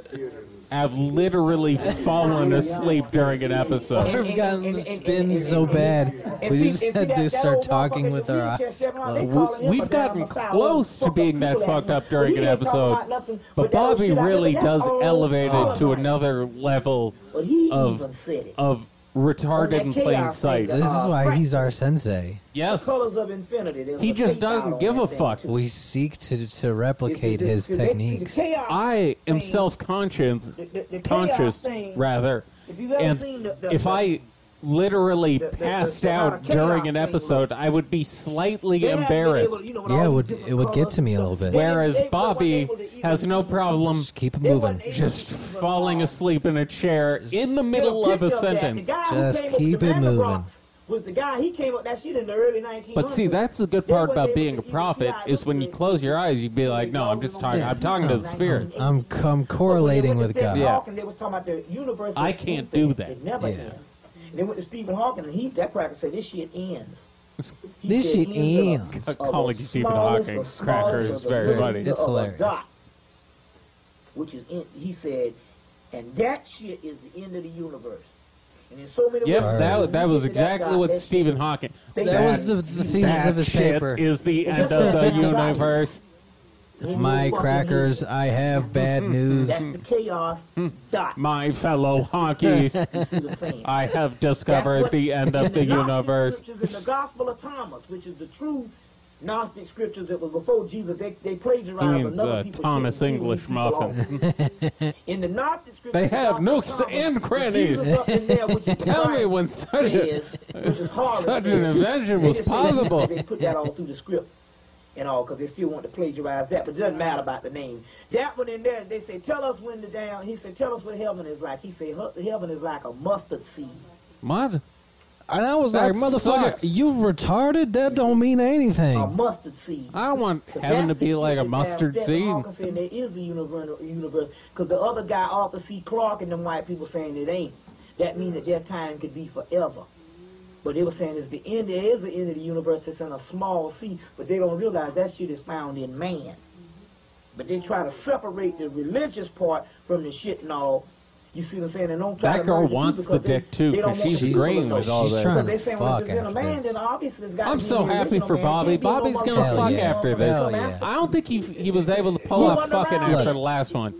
Speaker 1: have
Speaker 3: (laughs)
Speaker 1: literally fallen asleep during an episode.
Speaker 2: We've gotten the spin so bad.
Speaker 3: And
Speaker 2: We
Speaker 3: see-
Speaker 2: just
Speaker 3: and see
Speaker 2: had
Speaker 3: that-
Speaker 2: to
Speaker 3: that
Speaker 2: start
Speaker 3: old
Speaker 2: talking
Speaker 3: motherfucker
Speaker 2: with
Speaker 3: in
Speaker 2: our
Speaker 3: the wheelchair
Speaker 2: eyes
Speaker 3: sitting around, they
Speaker 2: closed.
Speaker 3: calling him
Speaker 1: We've
Speaker 3: a
Speaker 1: gotten
Speaker 3: damn
Speaker 1: close to
Speaker 3: fuck
Speaker 1: being that
Speaker 3: fool ass
Speaker 1: fucked up
Speaker 3: nigga.
Speaker 1: during
Speaker 3: He
Speaker 1: an
Speaker 3: didn't talk
Speaker 1: episode,
Speaker 3: about nothing
Speaker 1: But
Speaker 3: that old
Speaker 1: Bobby
Speaker 3: shit I said,
Speaker 1: really
Speaker 3: that's
Speaker 1: does
Speaker 3: old
Speaker 1: elevate it to
Speaker 3: Carmine.
Speaker 1: another level
Speaker 3: But he
Speaker 1: of-
Speaker 3: even said it.
Speaker 1: of retarded in plain sight.
Speaker 2: This
Speaker 3: Uh,
Speaker 2: is why he's our sensei.
Speaker 1: Yes.
Speaker 3: Colors of infinity. There's
Speaker 1: He
Speaker 3: a
Speaker 1: just
Speaker 3: fake out
Speaker 1: doesn't
Speaker 3: on
Speaker 1: give
Speaker 3: that
Speaker 1: a
Speaker 3: thing.
Speaker 1: fuck.
Speaker 2: We seek to, to
Speaker 3: The- the-
Speaker 2: replicate
Speaker 3: the-
Speaker 2: his
Speaker 3: the- the- the
Speaker 2: techniques.
Speaker 3: chaos-
Speaker 1: I am self conscious
Speaker 3: the- the- the chaos
Speaker 1: conscious
Speaker 3: thing-
Speaker 1: rather.
Speaker 3: If you've ever
Speaker 1: And
Speaker 3: seen the- the-
Speaker 1: if
Speaker 3: the-
Speaker 1: I literally
Speaker 3: the- the- the-
Speaker 1: passed
Speaker 3: the-
Speaker 1: out
Speaker 3: the-
Speaker 1: during
Speaker 3: the-
Speaker 1: an
Speaker 3: the-
Speaker 1: episode, I would be slightly
Speaker 3: They haven't been able to,
Speaker 1: embarrassed.
Speaker 3: you know, with
Speaker 2: Yeah,
Speaker 3: all
Speaker 2: it
Speaker 3: these
Speaker 2: would
Speaker 3: different
Speaker 2: it would get
Speaker 3: colors
Speaker 2: to me a
Speaker 3: and
Speaker 2: little
Speaker 3: stuff,
Speaker 2: bit.
Speaker 3: they-
Speaker 1: Whereas
Speaker 3: they- they
Speaker 1: Bobby
Speaker 3: wasn't able to even-
Speaker 1: has no problem
Speaker 2: Just Um, keep it
Speaker 3: they wasn't
Speaker 2: moving.
Speaker 3: able to
Speaker 1: just
Speaker 3: even resolve.
Speaker 1: falling asleep in a chair in the
Speaker 3: Get a
Speaker 1: middle of
Speaker 3: picture
Speaker 1: a
Speaker 3: that. The
Speaker 1: sentence.
Speaker 3: guy who
Speaker 2: Just
Speaker 3: came up with
Speaker 2: keep
Speaker 3: the
Speaker 2: it
Speaker 3: Vanderbilt
Speaker 2: moving.
Speaker 3: Was the guy he came up that shit in the early 1900s?
Speaker 1: But see, that's the good
Speaker 3: They
Speaker 1: part
Speaker 3: wasn't
Speaker 1: about
Speaker 3: able
Speaker 1: being
Speaker 3: to
Speaker 1: a
Speaker 3: even
Speaker 1: prophet
Speaker 3: see
Speaker 1: is when you
Speaker 3: eyewitness.
Speaker 1: close your eyes, you'd be like, "No, I'm just talking. I'm talking to the spirits."
Speaker 2: I'm I'm correlating with God.
Speaker 1: Yeah.
Speaker 3: Hawking, they was talking about the universe.
Speaker 1: I
Speaker 3: was
Speaker 1: can't
Speaker 3: infinite.
Speaker 1: do that.
Speaker 3: It never
Speaker 2: Yeah.
Speaker 3: ends. And they went to Stephen Hawking, and he that cracker said, "This shit ends." He
Speaker 2: This
Speaker 3: said,
Speaker 2: shit
Speaker 3: "Ends
Speaker 2: ends.
Speaker 3: at a-
Speaker 1: Uh,
Speaker 3: of
Speaker 1: calling
Speaker 3: the
Speaker 1: Stephen
Speaker 3: smallest
Speaker 1: Hawking
Speaker 3: of smallest
Speaker 1: cracker
Speaker 3: of
Speaker 1: is
Speaker 3: the
Speaker 1: very
Speaker 3: little
Speaker 1: funny.
Speaker 3: of
Speaker 2: It's
Speaker 3: a
Speaker 2: hilarious.
Speaker 3: dot, Which is, in, he said, and that shit is the end of the universe. And in so many
Speaker 1: Yep,
Speaker 3: ways,
Speaker 1: that that was
Speaker 3: when you get to
Speaker 1: exactly
Speaker 3: dot,
Speaker 1: what
Speaker 3: that shit
Speaker 1: Stephen Hawking.
Speaker 3: That
Speaker 2: That was the, the thesis
Speaker 1: That
Speaker 2: of his
Speaker 1: shit
Speaker 2: paper.
Speaker 1: is
Speaker 3: (laughs)
Speaker 1: the end of the universe.
Speaker 2: My crackers, I have bad
Speaker 1: Mm-hmm.
Speaker 2: news.
Speaker 3: That's the chaos dot.
Speaker 1: Hmm. My fellow honkies,
Speaker 3: to the same.
Speaker 1: I have
Speaker 3: (laughs) That's
Speaker 1: discovered
Speaker 3: what-
Speaker 1: the end of the
Speaker 3: (laughs) Gnostic
Speaker 1: universe.
Speaker 3: scriptures In the Gospel of Thomas, which is the true Gnostic scriptures that was before Jesus, they, they plagiarized
Speaker 1: He means
Speaker 3: another
Speaker 1: uh,
Speaker 3: people's
Speaker 1: Thomas
Speaker 3: scriptures,
Speaker 1: English
Speaker 3: leaving people off.
Speaker 1: Muffin. (laughs)
Speaker 3: In the Gnostic scriptures,
Speaker 1: They
Speaker 3: the
Speaker 1: have
Speaker 3: Gospel
Speaker 1: nooks
Speaker 3: of Thomas,
Speaker 1: and crannies.
Speaker 3: Jesus up in there, which is
Speaker 1: (laughs) Tell me
Speaker 3: the
Speaker 1: when such a
Speaker 3: Bible says, which is horrid.
Speaker 1: such an invention
Speaker 3: They
Speaker 1: was
Speaker 3: just say that- (laughs)
Speaker 1: possible.
Speaker 3: They put that all through the script and all because they still want to plagiarize that, but it doesn't matter about the name. That one in there, they say, tell us when the down. He said, tell us what heaven is like. He said, "Huh, heaven is like a mustard seed.
Speaker 1: Mud.
Speaker 2: And I was
Speaker 1: That
Speaker 2: like, motherfucker,
Speaker 1: sucks. Oh,
Speaker 2: you retarded? That don't mean
Speaker 3: A
Speaker 2: anything.
Speaker 3: mustard seed.
Speaker 1: I don't want
Speaker 3: But
Speaker 1: heaven to
Speaker 3: that's
Speaker 1: be
Speaker 3: the
Speaker 1: like
Speaker 3: shit
Speaker 1: a
Speaker 3: that
Speaker 1: mustard
Speaker 3: Jeff
Speaker 1: seed.
Speaker 3: Hawkins said There is a universal universe because the other guy, Arthur C. Clarke, and them white people saying it ain't. That means that their time could be forever. But they were saying it's the end. There is the end of the universe. It's in a small seed, but they don't realize that shit is found in man. But they try to separate the religious part from the shit and all. You see what I'm saying? And don't try
Speaker 1: That
Speaker 3: to
Speaker 1: girl
Speaker 3: merge the two
Speaker 1: wants the
Speaker 3: because they-
Speaker 1: dick, too,
Speaker 3: they don't
Speaker 1: 'cause
Speaker 3: want
Speaker 1: she's
Speaker 3: people to
Speaker 1: agreeing
Speaker 3: know.
Speaker 1: with all
Speaker 2: She's
Speaker 1: that.
Speaker 2: trying
Speaker 3: But they
Speaker 2: to
Speaker 3: saying, well,
Speaker 2: fuck
Speaker 3: if it's in a
Speaker 2: after
Speaker 3: man,
Speaker 2: this.
Speaker 3: then obviously it's gotta
Speaker 1: I'm
Speaker 3: be
Speaker 1: so
Speaker 3: the
Speaker 1: happy
Speaker 3: original
Speaker 1: for
Speaker 3: man.
Speaker 1: Bobby.
Speaker 3: Can't be no
Speaker 1: Bobby's gonna
Speaker 3: motherfucker
Speaker 2: Hell
Speaker 1: fuck
Speaker 2: yeah.
Speaker 1: after this.
Speaker 2: Hell
Speaker 3: come
Speaker 2: yeah.
Speaker 3: after
Speaker 1: I don't think he he was able to pull
Speaker 3: He
Speaker 1: off
Speaker 3: wasn't
Speaker 1: fucking
Speaker 3: around.
Speaker 1: after
Speaker 2: Look.
Speaker 1: the last one.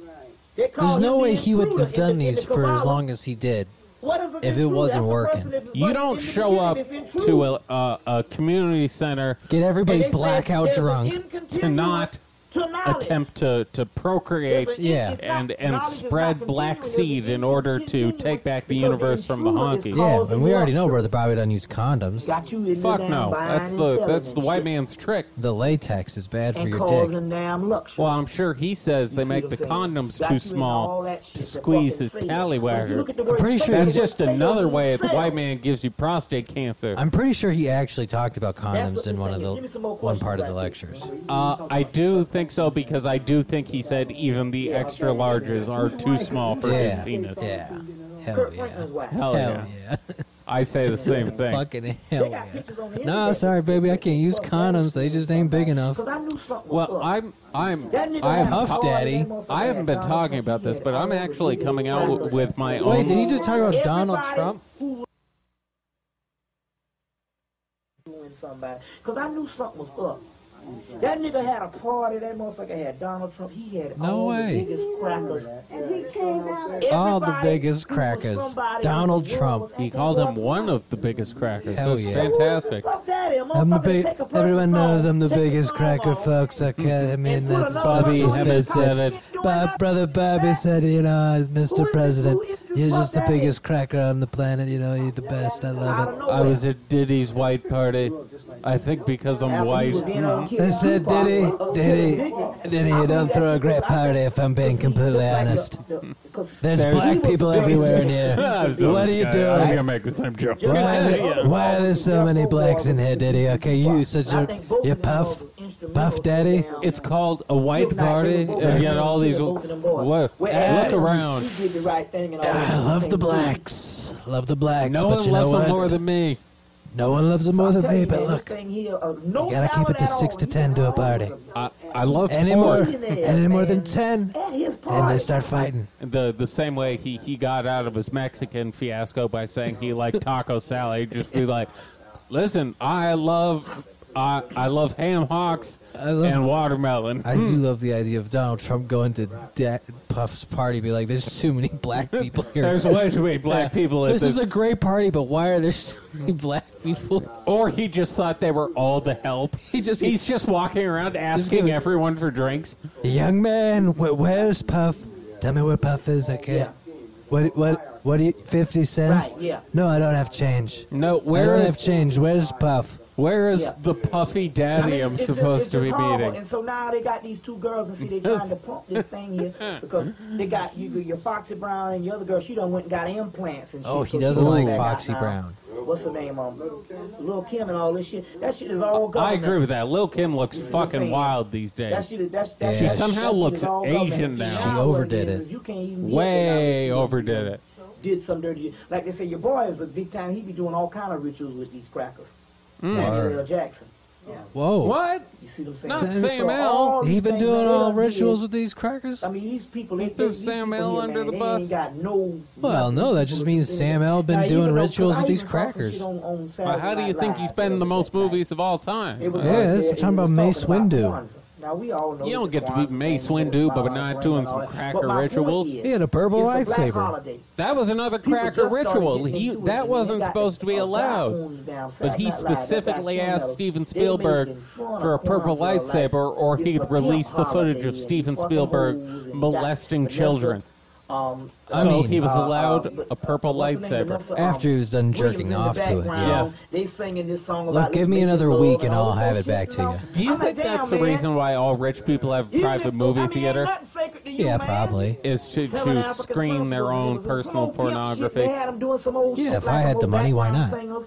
Speaker 3: They call
Speaker 2: There's no
Speaker 3: him
Speaker 2: way
Speaker 3: the
Speaker 2: he would
Speaker 3: intruder
Speaker 2: have
Speaker 3: in
Speaker 2: done
Speaker 3: the- in
Speaker 2: these
Speaker 3: the
Speaker 2: for as
Speaker 3: Kabbalah.
Speaker 2: long as he did.
Speaker 3: What is an
Speaker 2: if it
Speaker 3: intruder?
Speaker 2: wasn't
Speaker 3: That's the
Speaker 2: working.
Speaker 3: person that-
Speaker 1: You don't
Speaker 3: in the
Speaker 1: show up
Speaker 3: beginning, it's intruder.
Speaker 1: to a, a, a community center
Speaker 2: Get
Speaker 3: And
Speaker 2: everybody
Speaker 3: they say
Speaker 2: blackout
Speaker 3: there's an
Speaker 2: drunk.
Speaker 3: incontinuous
Speaker 1: to not
Speaker 3: to knowledge.
Speaker 1: attempt to, to procreate
Speaker 3: There's an-
Speaker 2: Yeah.
Speaker 3: it's not-
Speaker 1: and, and
Speaker 3: knowledge is not
Speaker 1: spread
Speaker 3: continuous,
Speaker 1: black
Speaker 3: it's
Speaker 1: seed in order to
Speaker 3: incontinuous
Speaker 1: take back the
Speaker 3: because
Speaker 1: universe from the
Speaker 3: intruder is
Speaker 1: honky.
Speaker 2: Yeah,
Speaker 3: causing
Speaker 2: and we already
Speaker 3: what?
Speaker 2: know Brother Bobby done use condoms.
Speaker 3: Got you in the
Speaker 1: Fuck
Speaker 3: damn
Speaker 1: no.
Speaker 3: buying
Speaker 1: That's
Speaker 3: and
Speaker 1: the
Speaker 3: selling
Speaker 1: that's the
Speaker 3: and
Speaker 1: white
Speaker 3: shit
Speaker 1: man's trick.
Speaker 2: The latex is bad for
Speaker 3: and
Speaker 2: your dick.
Speaker 3: causing damn luxury.
Speaker 1: Well, I'm sure he says they make the condoms too small to squeeze his tallywagger.
Speaker 2: pretty sure
Speaker 1: That's just another way the white man gives you prostate cancer.
Speaker 2: I'm pretty sure he actually talked about condoms
Speaker 3: what
Speaker 2: in
Speaker 3: the
Speaker 2: one of
Speaker 3: thing
Speaker 2: the
Speaker 3: is. Give me some more
Speaker 2: one part of the
Speaker 3: questions
Speaker 2: lectures.
Speaker 1: Uh, I do think so because I do think he said even the extra larges are too small for
Speaker 2: Yeah,
Speaker 1: his penis.
Speaker 2: yeah, hell
Speaker 3: Kurt
Speaker 2: yeah,
Speaker 3: Franklin's wife.
Speaker 1: Hell yeah.
Speaker 2: hell yeah,
Speaker 1: I say the
Speaker 2: (laughs)
Speaker 1: same thing.
Speaker 2: fucking hell
Speaker 3: They got
Speaker 2: yeah.
Speaker 3: pictures on the
Speaker 2: Nah,
Speaker 3: internet.
Speaker 2: sorry, baby, I can't use condoms. They just ain't big enough.
Speaker 3: 'Cause I knew something was
Speaker 1: Well,
Speaker 3: up.
Speaker 1: I'm I'm
Speaker 3: That nigga
Speaker 1: I
Speaker 3: had
Speaker 1: haven't,
Speaker 2: Huff
Speaker 1: ta-
Speaker 3: all that
Speaker 2: Daddy.
Speaker 3: motherfucker
Speaker 1: I haven't been
Speaker 3: had
Speaker 1: talking about this, but I'm actually coming out w- with my
Speaker 2: Wait, did
Speaker 1: own.
Speaker 2: he just talk about Donald
Speaker 3: Everybody
Speaker 2: Trump?
Speaker 3: who was doing somebody, because I knew something was up. That nigga had a party. That motherfucker had Donald Trump. He had
Speaker 2: No
Speaker 3: all
Speaker 2: way.
Speaker 3: the biggest crackers.
Speaker 5: And he came out and
Speaker 2: All the
Speaker 3: Everybody
Speaker 2: biggest
Speaker 3: who was
Speaker 2: crackers.
Speaker 3: somebody
Speaker 2: Donald
Speaker 3: in the
Speaker 2: Trump.
Speaker 3: world was
Speaker 1: He
Speaker 3: at
Speaker 1: called
Speaker 3: that
Speaker 1: him one of the biggest crackers.
Speaker 2: Hell
Speaker 1: That's
Speaker 2: yeah.
Speaker 1: fantastic.
Speaker 3: Fuck that, a
Speaker 2: I'm the
Speaker 3: motherfucker
Speaker 2: big.
Speaker 3: take a person's
Speaker 2: Everyone knows
Speaker 3: phone,
Speaker 2: I'm the
Speaker 3: take his
Speaker 2: biggest
Speaker 3: phone
Speaker 2: cracker,
Speaker 3: off.
Speaker 2: folks. I, can't, I mean,
Speaker 3: put
Speaker 2: that's
Speaker 3: another
Speaker 2: Bobby
Speaker 3: phone on
Speaker 1: Hemmett
Speaker 2: Smith
Speaker 3: his
Speaker 2: said
Speaker 1: said
Speaker 3: pocket.
Speaker 1: it.
Speaker 2: it.
Speaker 3: Doing
Speaker 2: Bob,
Speaker 3: nothing.
Speaker 2: brother Bobby said, you know,
Speaker 3: Who
Speaker 2: Mr.
Speaker 3: is-
Speaker 2: President,
Speaker 3: who is this
Speaker 2: you're just the
Speaker 3: fuck that
Speaker 2: biggest cracker on the planet. You know, you're the best. I
Speaker 3: Out of
Speaker 2: love it.
Speaker 3: nowhere.
Speaker 1: I was at Diddy's white party. I think because I'm
Speaker 3: After he
Speaker 1: white.
Speaker 3: was in on Kid
Speaker 2: I said,
Speaker 3: Tupac,
Speaker 2: Diddy,
Speaker 3: uh,
Speaker 2: Diddy, Diddy, you don't throw a great
Speaker 3: I said,
Speaker 2: party if I'm being completely
Speaker 3: Like the-
Speaker 2: honest.
Speaker 3: the- 'cause
Speaker 2: There's
Speaker 1: There's-
Speaker 2: black people (laughs) everywhere
Speaker 1: (laughs)
Speaker 2: in here.
Speaker 1: I was-
Speaker 2: What are you
Speaker 1: I was gonna
Speaker 2: doing?
Speaker 1: make the same joke.
Speaker 2: Why, are there- why are there so many blacks in here, Diddy? Okay, you such
Speaker 3: I
Speaker 2: a
Speaker 3: think both
Speaker 2: you
Speaker 3: of them
Speaker 2: puff
Speaker 3: was instrumental
Speaker 2: Puff Daddy.
Speaker 1: It's called a white
Speaker 3: Midnight,
Speaker 1: party,
Speaker 3: they were both
Speaker 1: and you
Speaker 3: of
Speaker 1: got
Speaker 3: them
Speaker 1: all
Speaker 3: kids,
Speaker 1: these.
Speaker 3: both of them boys.
Speaker 1: What?
Speaker 3: Whereas
Speaker 1: Look around.
Speaker 3: You did the right thing and all that.
Speaker 2: I Ah, love the
Speaker 3: Things.
Speaker 2: blacks. Love the blacks.
Speaker 1: No
Speaker 2: but
Speaker 1: one
Speaker 2: you know
Speaker 1: loves them
Speaker 2: what?
Speaker 1: more than me.
Speaker 2: No one loves them more
Speaker 3: I'm
Speaker 2: than
Speaker 3: telling
Speaker 2: me,
Speaker 3: you,
Speaker 2: but
Speaker 3: man,
Speaker 2: look.
Speaker 3: this thing here, uh, no
Speaker 2: You gotta keep
Speaker 3: talent
Speaker 2: it to
Speaker 3: at
Speaker 2: six
Speaker 3: all.
Speaker 2: to
Speaker 3: He
Speaker 2: ten to a
Speaker 3: was
Speaker 2: party.
Speaker 1: I, I love
Speaker 2: Any more,
Speaker 1: pork.
Speaker 2: any more than ten,
Speaker 3: At his party.
Speaker 2: and they start fighting.
Speaker 1: The the same way he, he got out of his Mexican fiasco by saying he liked taco salad. He'd just be like, "Listen, I love I I love ham hocks
Speaker 2: I love-
Speaker 1: and watermelon."
Speaker 2: I do love the idea of Donald Trump going to da- Puff's party, be like, "There's too many black people (laughs) here."
Speaker 1: There's way too many black people at
Speaker 2: This
Speaker 1: this,
Speaker 2: is a great party, but why are there (laughs) so many black people?
Speaker 1: or he just thought they were all the help.
Speaker 2: He just-
Speaker 1: he's just walking around asking
Speaker 2: gonna-
Speaker 1: everyone for drinks.
Speaker 2: Young man, wh- where's Puff? Tell me where Puff is, okay? What? What? What? Do you, Fifty cents?
Speaker 3: Right, yeah.
Speaker 2: No, I don't have change.
Speaker 1: No,
Speaker 2: I
Speaker 1: where
Speaker 2: don't have change. Where's Puff?
Speaker 1: where is
Speaker 3: Yeah.
Speaker 1: the puffy daddy I'm
Speaker 3: (laughs) It's just-
Speaker 1: supposed
Speaker 3: it's
Speaker 1: to
Speaker 3: just
Speaker 1: be
Speaker 3: horrible.
Speaker 1: meeting?
Speaker 3: And so now they got these two girls, and see, they trying to pump this thing
Speaker 2: (laughs)
Speaker 3: here because they got you, your Foxy Brown and your other girl. She done went and got implants and shit.
Speaker 2: Oh, he
Speaker 3: So
Speaker 2: doesn't
Speaker 3: she
Speaker 2: like
Speaker 3: got
Speaker 2: Foxy
Speaker 3: now-
Speaker 2: Brown.
Speaker 3: What's her name? Um, Lil Kim and all this shit. That shit is all
Speaker 1: I
Speaker 3: government.
Speaker 1: agree with that. Lil Kim looks fucking
Speaker 3: saying.
Speaker 1: wild these
Speaker 3: That
Speaker 1: days.
Speaker 3: shit is that's,
Speaker 2: Yeah.
Speaker 3: that
Speaker 2: She
Speaker 3: shit-
Speaker 2: somehow
Speaker 3: that shit is
Speaker 1: looks
Speaker 3: all government.
Speaker 1: Asian now.
Speaker 3: Now
Speaker 2: She
Speaker 3: what
Speaker 2: overdid
Speaker 3: is,
Speaker 2: it.
Speaker 3: is You can't even
Speaker 1: Way overdid it.
Speaker 3: Did some dirty. Like they say, your boy is a big time. He be doing all kind of rituals with these crackers. Samuel L.
Speaker 2: Word.
Speaker 3: Jackson.
Speaker 2: Whoa.
Speaker 1: What?
Speaker 3: You see what I'm saying?
Speaker 1: Not
Speaker 3: So
Speaker 1: Sam L.
Speaker 3: all these
Speaker 2: He been
Speaker 3: things
Speaker 2: doing
Speaker 3: that
Speaker 2: all
Speaker 3: they done
Speaker 2: rituals
Speaker 3: did-
Speaker 2: with these crackers?
Speaker 3: I mean, these people. They,
Speaker 1: He threw
Speaker 3: they- these
Speaker 1: Sam
Speaker 3: people
Speaker 1: L.
Speaker 3: here,
Speaker 1: under
Speaker 3: man,
Speaker 1: the
Speaker 3: they
Speaker 1: bus.
Speaker 3: Ain't got no.
Speaker 2: Well, no, that just means Sam L. been
Speaker 3: Now, even
Speaker 2: doing
Speaker 3: though-
Speaker 2: rituals
Speaker 3: I
Speaker 2: with these
Speaker 3: even saw some shit
Speaker 2: crackers.
Speaker 3: on- on
Speaker 1: Well, how do you
Speaker 3: Saturday
Speaker 1: think
Speaker 3: Night
Speaker 1: he's
Speaker 3: Live
Speaker 1: been in the
Speaker 3: the
Speaker 1: most
Speaker 3: other night.
Speaker 1: movies of all time?
Speaker 3: It was
Speaker 2: Yeah,
Speaker 3: like
Speaker 2: that's
Speaker 3: that.
Speaker 2: what
Speaker 3: It
Speaker 2: I'm
Speaker 3: was
Speaker 2: about Mace
Speaker 3: talking about
Speaker 2: Windu.
Speaker 3: Kwanzaa. Now we all know
Speaker 1: You don't get
Speaker 3: that
Speaker 1: to be
Speaker 3: Kwanzaa
Speaker 1: Mace
Speaker 3: thing is
Speaker 1: Windu,
Speaker 3: about
Speaker 1: but not
Speaker 3: Kwanzaa
Speaker 1: doing
Speaker 3: and all
Speaker 1: some
Speaker 3: that.
Speaker 1: cracker
Speaker 3: But my point
Speaker 1: rituals.
Speaker 3: is,
Speaker 2: He had a purple
Speaker 3: it's a black
Speaker 2: lightsaber.
Speaker 3: holiday.
Speaker 1: That was another
Speaker 3: People
Speaker 1: cracker
Speaker 3: just started
Speaker 1: ritual.
Speaker 3: getting
Speaker 1: He
Speaker 3: into it
Speaker 1: that
Speaker 3: and
Speaker 1: wasn't
Speaker 3: they got
Speaker 1: supposed to be
Speaker 3: all
Speaker 1: allowed.
Speaker 3: typhoons down
Speaker 1: But
Speaker 3: south.
Speaker 1: he
Speaker 3: Not lying, that's
Speaker 1: specifically
Speaker 3: like, you know,
Speaker 1: asked Steven
Speaker 3: they making
Speaker 1: Spielberg
Speaker 3: fun of
Speaker 1: for a purple
Speaker 3: Kwanzaa like
Speaker 1: lightsaber, or
Speaker 3: it's
Speaker 1: he'd
Speaker 3: a pimp
Speaker 1: release the
Speaker 3: holiday
Speaker 1: footage of
Speaker 3: and
Speaker 1: Steven
Speaker 3: fucking
Speaker 1: Spielberg
Speaker 3: hoes and that.
Speaker 1: molesting
Speaker 3: Vanessa,
Speaker 1: children.
Speaker 3: Um,
Speaker 2: I
Speaker 1: so
Speaker 2: mean-
Speaker 1: he was
Speaker 3: uh, uh,
Speaker 1: allowed
Speaker 3: but,
Speaker 1: a purple
Speaker 3: what's her name,
Speaker 1: lightsaber.
Speaker 3: Vanessa, um,
Speaker 2: After he was done
Speaker 3: Williams in
Speaker 2: jerking
Speaker 3: the
Speaker 2: off to it,
Speaker 3: background,
Speaker 2: yeah.
Speaker 1: Yes.
Speaker 3: They singing this song
Speaker 2: Look,
Speaker 3: about
Speaker 2: give
Speaker 3: let's
Speaker 2: me
Speaker 3: make
Speaker 2: another
Speaker 3: it love
Speaker 2: week and
Speaker 3: all
Speaker 2: I'll
Speaker 3: this
Speaker 2: have it
Speaker 3: bullshit,
Speaker 2: back to
Speaker 3: know?
Speaker 2: you.
Speaker 1: Do you
Speaker 3: I'm
Speaker 1: think
Speaker 3: like,
Speaker 1: that's
Speaker 3: damn,
Speaker 1: the
Speaker 3: man.
Speaker 1: reason why all rich people have
Speaker 3: You
Speaker 1: private
Speaker 3: just-
Speaker 1: movie
Speaker 3: I mean,
Speaker 1: theater?
Speaker 3: ain't nothing sacred to you,
Speaker 2: Yeah,
Speaker 3: man.
Speaker 2: probably.
Speaker 1: Is to,
Speaker 3: Telling
Speaker 1: to
Speaker 3: African
Speaker 1: screen their
Speaker 3: principles,
Speaker 1: own
Speaker 3: it was some
Speaker 1: personal
Speaker 3: old pimp shit. They
Speaker 1: pornography.
Speaker 3: had 'em doing some old
Speaker 2: Yeah,
Speaker 3: shit
Speaker 2: if
Speaker 3: like
Speaker 2: I had
Speaker 3: old
Speaker 2: the money, why
Speaker 3: background
Speaker 2: not?
Speaker 3: singers.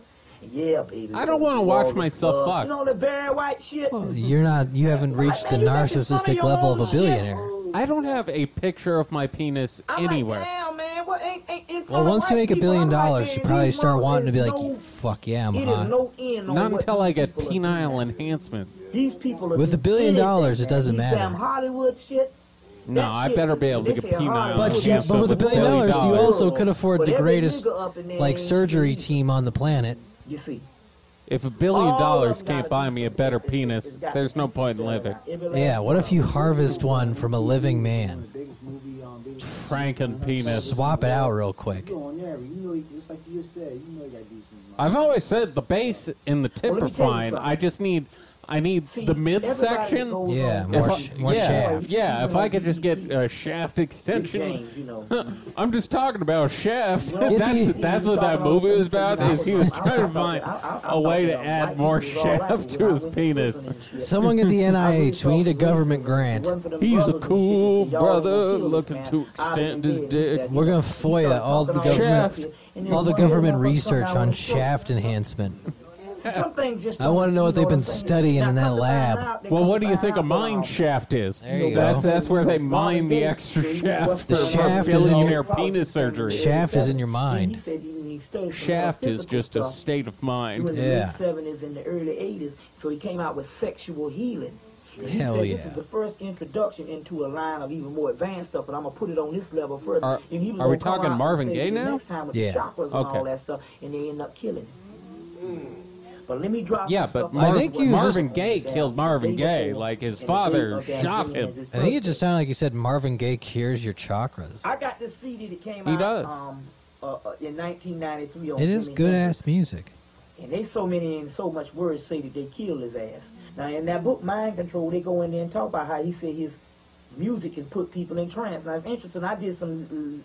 Speaker 3: Yeah, baby.
Speaker 1: I don't wanna watch
Speaker 3: Glory,
Speaker 1: myself
Speaker 3: love.
Speaker 1: fuck.
Speaker 3: You know the very white shit.
Speaker 2: Well, you're not. You haven't reached the narcissistic level of a billionaire.
Speaker 1: I don't have a picture of my penis
Speaker 3: I'm
Speaker 1: anywhere.
Speaker 3: Like, damn, man, what ain't, ain't, ain't
Speaker 2: Well, once you
Speaker 3: white
Speaker 2: make a
Speaker 3: people,
Speaker 2: billion
Speaker 3: I'm like,
Speaker 2: dollars, you
Speaker 3: man,
Speaker 2: probably
Speaker 3: these
Speaker 2: start wanting to be
Speaker 3: motherfuckers
Speaker 2: like, "You fuck yeah, I'm
Speaker 3: no, it is
Speaker 2: hot."
Speaker 3: no end on
Speaker 1: Not
Speaker 3: what
Speaker 1: until I
Speaker 3: these
Speaker 1: get
Speaker 3: people are
Speaker 1: penile
Speaker 3: doing.
Speaker 1: enhancement.
Speaker 3: These people are
Speaker 2: With a
Speaker 3: doing
Speaker 2: billion
Speaker 3: anything,
Speaker 2: dollars, it
Speaker 3: man.
Speaker 2: doesn't
Speaker 3: These Damn
Speaker 2: matter.
Speaker 3: Hollywood shit.
Speaker 1: No, I better be able to get penile
Speaker 2: But you,
Speaker 1: enhancement
Speaker 2: but with a
Speaker 1: with
Speaker 2: billion dollars, you
Speaker 1: dollars.
Speaker 2: also could afford the greatest like surgery team on the planet.
Speaker 3: You see.
Speaker 1: If a billion
Speaker 3: All
Speaker 1: dollars
Speaker 3: of them
Speaker 1: can't
Speaker 3: gotta
Speaker 1: buy
Speaker 3: be-
Speaker 1: me a better
Speaker 3: it's- it's
Speaker 1: penis,
Speaker 3: got-
Speaker 1: there's no point in living.
Speaker 2: Yeah, what if you harvest one from a living man?
Speaker 4: biggest movie on biggest
Speaker 1: Franken penis.
Speaker 2: Swap it out real quick.
Speaker 4: on there, you know, just like you just said, you know, you gotta do some.
Speaker 1: I've always said the base and the tip
Speaker 3: Well, let
Speaker 1: are
Speaker 3: me tell you
Speaker 1: fine.
Speaker 3: something.
Speaker 1: I just need, I need
Speaker 3: See,
Speaker 1: the
Speaker 3: everybody
Speaker 1: midsection.
Speaker 3: goes
Speaker 2: Yeah,
Speaker 3: on-
Speaker 1: If
Speaker 2: more,
Speaker 1: I-
Speaker 2: sh- more
Speaker 1: yeah,
Speaker 2: shaft.
Speaker 1: yeah. If I could just get uh, a shaft (laughs) extension,
Speaker 3: James, you know.
Speaker 1: I'm just talking about shaft.
Speaker 3: Get
Speaker 1: that's
Speaker 2: the-
Speaker 1: that's what that movie was about. Is he was trying to find a way to add more shaft to his penis.
Speaker 2: Someone get the NIH. We need a government grant.
Speaker 1: He's a cool brother looking to extend his dick.
Speaker 2: We're gonna FOIA all the government,
Speaker 1: Shaft.
Speaker 2: all the government research on shaft enhancement. (laughs) I wanna know what they've been studying in that lab.
Speaker 1: Well, what do you think a mine shaft is?
Speaker 2: There you
Speaker 1: that's
Speaker 2: go.
Speaker 1: that's where they mine the extra shaft
Speaker 2: The
Speaker 1: for
Speaker 2: shaft is in
Speaker 1: billionaire
Speaker 2: your-
Speaker 1: penis surgery.
Speaker 2: Shaft is in your mind.
Speaker 1: Shaft is just a state of
Speaker 3: He was
Speaker 1: mind.
Speaker 3: in the
Speaker 2: Yeah.
Speaker 3: late seventies and the early eighties, so he came out with sexual healing. And he
Speaker 2: Hell
Speaker 3: said, This
Speaker 2: yeah.
Speaker 3: is the first introduction into a line of even more advanced stuff, but I'm gonna put it on this level first.
Speaker 1: Are-
Speaker 3: and he was
Speaker 1: are we
Speaker 3: gonna come
Speaker 1: talking
Speaker 3: out and
Speaker 1: Marvin
Speaker 3: say
Speaker 1: Gaye
Speaker 3: the
Speaker 1: now?
Speaker 3: Next time with
Speaker 2: Yeah.
Speaker 3: The chakras and
Speaker 1: Okay.
Speaker 3: all that stuff, and they end up killing him. But let me drop.
Speaker 1: Yeah,
Speaker 3: some
Speaker 1: but
Speaker 3: stuff
Speaker 1: Marv-
Speaker 2: I
Speaker 3: off
Speaker 2: think
Speaker 3: what
Speaker 2: he was
Speaker 1: Marvin
Speaker 3: Marvin
Speaker 1: Gaye
Speaker 3: down
Speaker 1: killed
Speaker 3: the
Speaker 1: Marvin
Speaker 3: day
Speaker 1: Gaye.
Speaker 3: before
Speaker 1: Like his
Speaker 3: and the day
Speaker 1: father
Speaker 3: of that
Speaker 1: shot
Speaker 3: Jimi
Speaker 1: him.
Speaker 3: Hendrix
Speaker 2: I think it
Speaker 3: birthday.
Speaker 2: just sounded like you said Marvin Gaye cures your chakras.
Speaker 3: I got this CD that came
Speaker 1: He
Speaker 3: out
Speaker 1: does.
Speaker 3: um uh, uh, in 1993. on
Speaker 2: It is
Speaker 3: Jimi
Speaker 2: good
Speaker 3: Hendrix.
Speaker 2: ass music.
Speaker 3: And they so many and so much words say that they killed his ass. Now in that book Mind Control, they go in there and talk about how he said his music can put people in trance. Now it's interesting. I did some.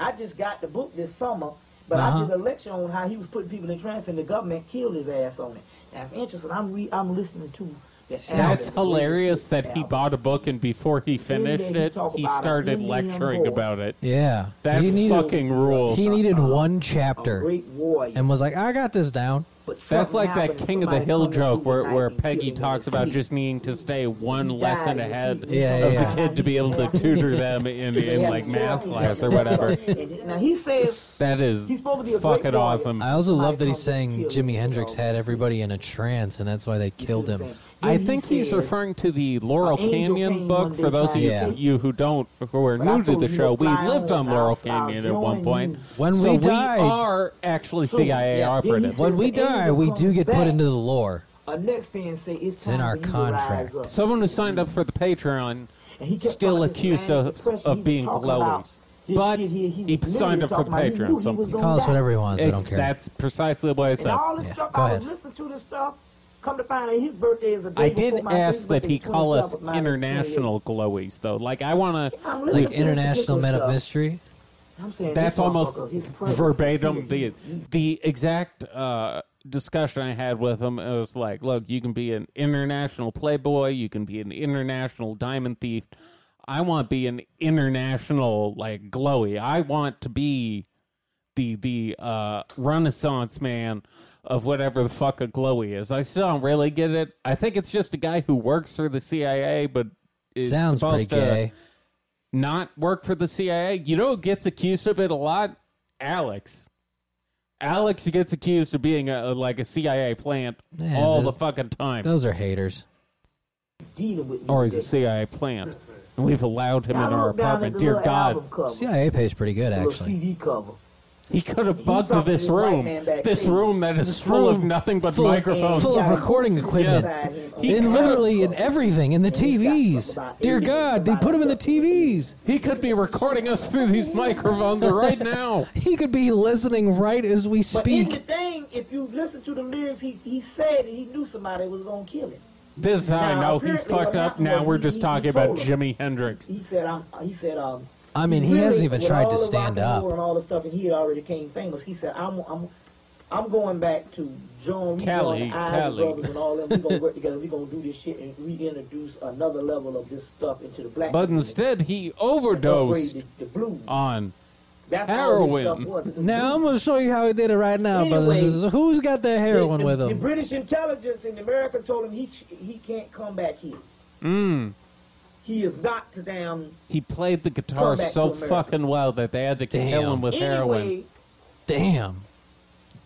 Speaker 3: uh, I just got the book this summer, but
Speaker 2: Uh-huh.
Speaker 3: I did a lecture on how he was putting people in trance, and the government killed his ass on it. Now it's interesting. I'm re- I'm listening to. the
Speaker 1: That's
Speaker 3: album, the
Speaker 1: hilarious
Speaker 3: latest
Speaker 1: that he
Speaker 3: album.
Speaker 1: bought a book and before he finished
Speaker 3: he
Speaker 1: it,
Speaker 3: talk
Speaker 1: he
Speaker 3: about a
Speaker 1: started
Speaker 3: Indian
Speaker 1: lecturing
Speaker 3: boy.
Speaker 1: about it.
Speaker 2: Yeah,
Speaker 1: That
Speaker 2: he needed
Speaker 1: fucking rules.
Speaker 2: he needed one
Speaker 3: A
Speaker 2: chapter
Speaker 3: great warrior.
Speaker 2: and was like, I got this down.
Speaker 3: But
Speaker 1: That's
Speaker 3: something
Speaker 1: like that
Speaker 3: happened and
Speaker 1: King of the
Speaker 3: somebody
Speaker 1: Hill
Speaker 3: come in
Speaker 1: joke
Speaker 3: through the
Speaker 1: where,
Speaker 3: night
Speaker 1: where
Speaker 3: and
Speaker 1: Peggy
Speaker 3: killed him
Speaker 1: talks
Speaker 3: with a
Speaker 1: about
Speaker 3: key.
Speaker 1: just needing to stay one
Speaker 3: He
Speaker 1: lesson
Speaker 3: died and
Speaker 1: ahead
Speaker 3: he-
Speaker 2: Yeah,
Speaker 1: of
Speaker 2: yeah.
Speaker 1: the kid to be able to tutor them in, in
Speaker 3: Yeah.
Speaker 1: like math class or whatever.
Speaker 3: Now he says
Speaker 1: That is
Speaker 3: He's supposed to be a great
Speaker 1: fucking
Speaker 3: lawyer.
Speaker 1: awesome.
Speaker 2: I also love that he's saying Jimi Hendrix had everybody in a trance, and that's why they killed him.
Speaker 1: I think he's
Speaker 3: says,
Speaker 1: referring to the Laurel
Speaker 3: Angel
Speaker 1: Canyon
Speaker 3: came
Speaker 1: book.
Speaker 3: one
Speaker 1: For
Speaker 3: day
Speaker 1: those of you,
Speaker 2: Yeah.
Speaker 1: you who don't, who are
Speaker 3: I
Speaker 1: new to
Speaker 3: told
Speaker 1: the
Speaker 3: you
Speaker 1: show,
Speaker 3: to
Speaker 1: we
Speaker 3: fly
Speaker 1: lived
Speaker 3: on
Speaker 1: on
Speaker 3: out,
Speaker 1: Laurel
Speaker 3: I'll
Speaker 1: Canyon at
Speaker 3: join
Speaker 1: one point.
Speaker 3: you.
Speaker 2: When
Speaker 1: so
Speaker 2: we
Speaker 1: we
Speaker 2: die-
Speaker 1: are actually CIA
Speaker 3: yeah.
Speaker 1: operatives.
Speaker 2: When we die, we do get put into the lore.
Speaker 3: A next thing say it's,
Speaker 2: in
Speaker 3: time
Speaker 2: our
Speaker 3: for you to rise
Speaker 2: contract.
Speaker 3: up."
Speaker 1: Someone who signed up for the Patreon
Speaker 3: And he kept
Speaker 1: still
Speaker 3: talking about this
Speaker 1: accused
Speaker 3: manic
Speaker 1: us
Speaker 3: depression he
Speaker 1: of
Speaker 3: was
Speaker 1: being
Speaker 3: talking about.
Speaker 1: glowings,
Speaker 3: This
Speaker 1: but
Speaker 3: shit
Speaker 1: he,
Speaker 3: was literally
Speaker 1: signed up for the
Speaker 3: talking about he knew
Speaker 1: Patreon.
Speaker 3: he
Speaker 1: So
Speaker 3: was gonna
Speaker 2: Call us
Speaker 3: die.
Speaker 2: whatever he wants. I
Speaker 1: it's-
Speaker 2: don't care.
Speaker 1: that's precisely what I
Speaker 3: And
Speaker 1: said.
Speaker 3: all this
Speaker 2: Yeah,
Speaker 3: stuff
Speaker 2: go
Speaker 3: I
Speaker 2: ahead.
Speaker 3: was listening to this stuff. Come to find out his birthday is a day
Speaker 1: I
Speaker 3: before
Speaker 1: did
Speaker 3: my
Speaker 1: ask
Speaker 3: birthday,
Speaker 1: that he call
Speaker 3: 27th
Speaker 1: us
Speaker 3: of mine is
Speaker 1: international glowies, though. Like I want to.
Speaker 3: 28th. I'm listening
Speaker 2: like
Speaker 3: to this
Speaker 2: international
Speaker 3: particular
Speaker 2: men of
Speaker 3: stuff.
Speaker 2: mystery.
Speaker 3: I'm saying
Speaker 1: That's
Speaker 3: this
Speaker 1: almost
Speaker 3: motherfucker, he's crazy.
Speaker 1: verbatim the the exact uh, discussion I had with him. It was like, look, you can be an international playboy, you can be an international diamond thief. I want to be an international like glowy. I want to be the the uh, Renaissance man of whatever the fuck a glowy is. I still don't really get it. I think it's just a guy who works for the CIA, but is
Speaker 2: Sounds pretty
Speaker 1: supposed to
Speaker 2: gay.
Speaker 1: not work for the CIA. You know who gets accused of it a lot? Alex. Alex gets accused of being a, like a CIA plant
Speaker 2: Yeah,
Speaker 1: all
Speaker 2: those-
Speaker 1: the fucking time.
Speaker 2: Those are haters.
Speaker 3: Dealing with me
Speaker 1: or he's a
Speaker 3: today.
Speaker 1: CIA plant. And we've allowed him
Speaker 3: Now
Speaker 1: in our
Speaker 3: look down at
Speaker 1: apartment.
Speaker 3: the
Speaker 1: Dear
Speaker 3: little
Speaker 1: God,
Speaker 3: album cover,
Speaker 2: CIA pays pretty good,
Speaker 3: little
Speaker 2: actually.
Speaker 3: CD cover.
Speaker 1: he could have
Speaker 3: He's
Speaker 1: bugged
Speaker 3: talking to
Speaker 1: this
Speaker 3: this white
Speaker 1: room.
Speaker 3: man backstage.
Speaker 1: This room that is
Speaker 2: This
Speaker 1: full of
Speaker 2: room
Speaker 1: nothing but
Speaker 2: full of-
Speaker 1: microphones.
Speaker 2: full of
Speaker 3: Yeah.
Speaker 2: recording equipment.
Speaker 3: Find him on
Speaker 1: He
Speaker 2: In
Speaker 1: could've-
Speaker 2: literally in everything, in the TVs. Dear God, they put him in the TVs.
Speaker 1: He could be recording us through these microphones right now.
Speaker 2: He could be listening right as we
Speaker 3: But in
Speaker 2: speak.
Speaker 3: the thing, if you listen to the lyrics, he, he said that he knew somebody was gonna kill him.
Speaker 1: This is how I
Speaker 3: Now,
Speaker 1: know he's
Speaker 3: apparently what
Speaker 1: fucked up.
Speaker 3: happened
Speaker 1: Now
Speaker 3: was
Speaker 1: we're
Speaker 3: he-
Speaker 1: just
Speaker 3: he
Speaker 1: talking about
Speaker 3: told him.
Speaker 1: Jimi Hendrix.
Speaker 3: He said, um, he said, um.
Speaker 2: I mean, he
Speaker 3: really,
Speaker 2: hasn't even
Speaker 3: with
Speaker 2: tried
Speaker 3: all
Speaker 2: to
Speaker 3: the rock
Speaker 2: stand
Speaker 3: and roll
Speaker 2: up.
Speaker 3: And all the stuff, and he had already came famous. He said, I'm, I'm, I'm going back to John
Speaker 1: Cali,
Speaker 3: Reed, Brown,
Speaker 1: Cali.
Speaker 3: Isaac Brothers, and all them.
Speaker 1: (laughs)
Speaker 3: We're gonna work together. We're gonna do this shit and reintroduce another level of this stuff into the black.
Speaker 1: But
Speaker 3: community.
Speaker 1: instead, he
Speaker 3: And upgrade
Speaker 1: overdosed
Speaker 3: the, the blues.
Speaker 1: on
Speaker 3: That's all this
Speaker 1: Uh, heroin.
Speaker 3: stuff was. It was
Speaker 2: Now I'm gonna show you how he did it right now,
Speaker 3: Anyway,
Speaker 2: brothers. This is- Who's got their heroin
Speaker 3: the,
Speaker 2: with
Speaker 3: the, The
Speaker 2: him?
Speaker 3: British intelligence in America told him he he can't come back here.
Speaker 1: Mm.
Speaker 3: He is not to damn.
Speaker 1: He played the guitar
Speaker 3: Come back
Speaker 1: so
Speaker 3: to America.
Speaker 1: fucking well that they had to
Speaker 2: Damn.
Speaker 1: kill him with heroin.
Speaker 3: Anyway,
Speaker 2: Damn,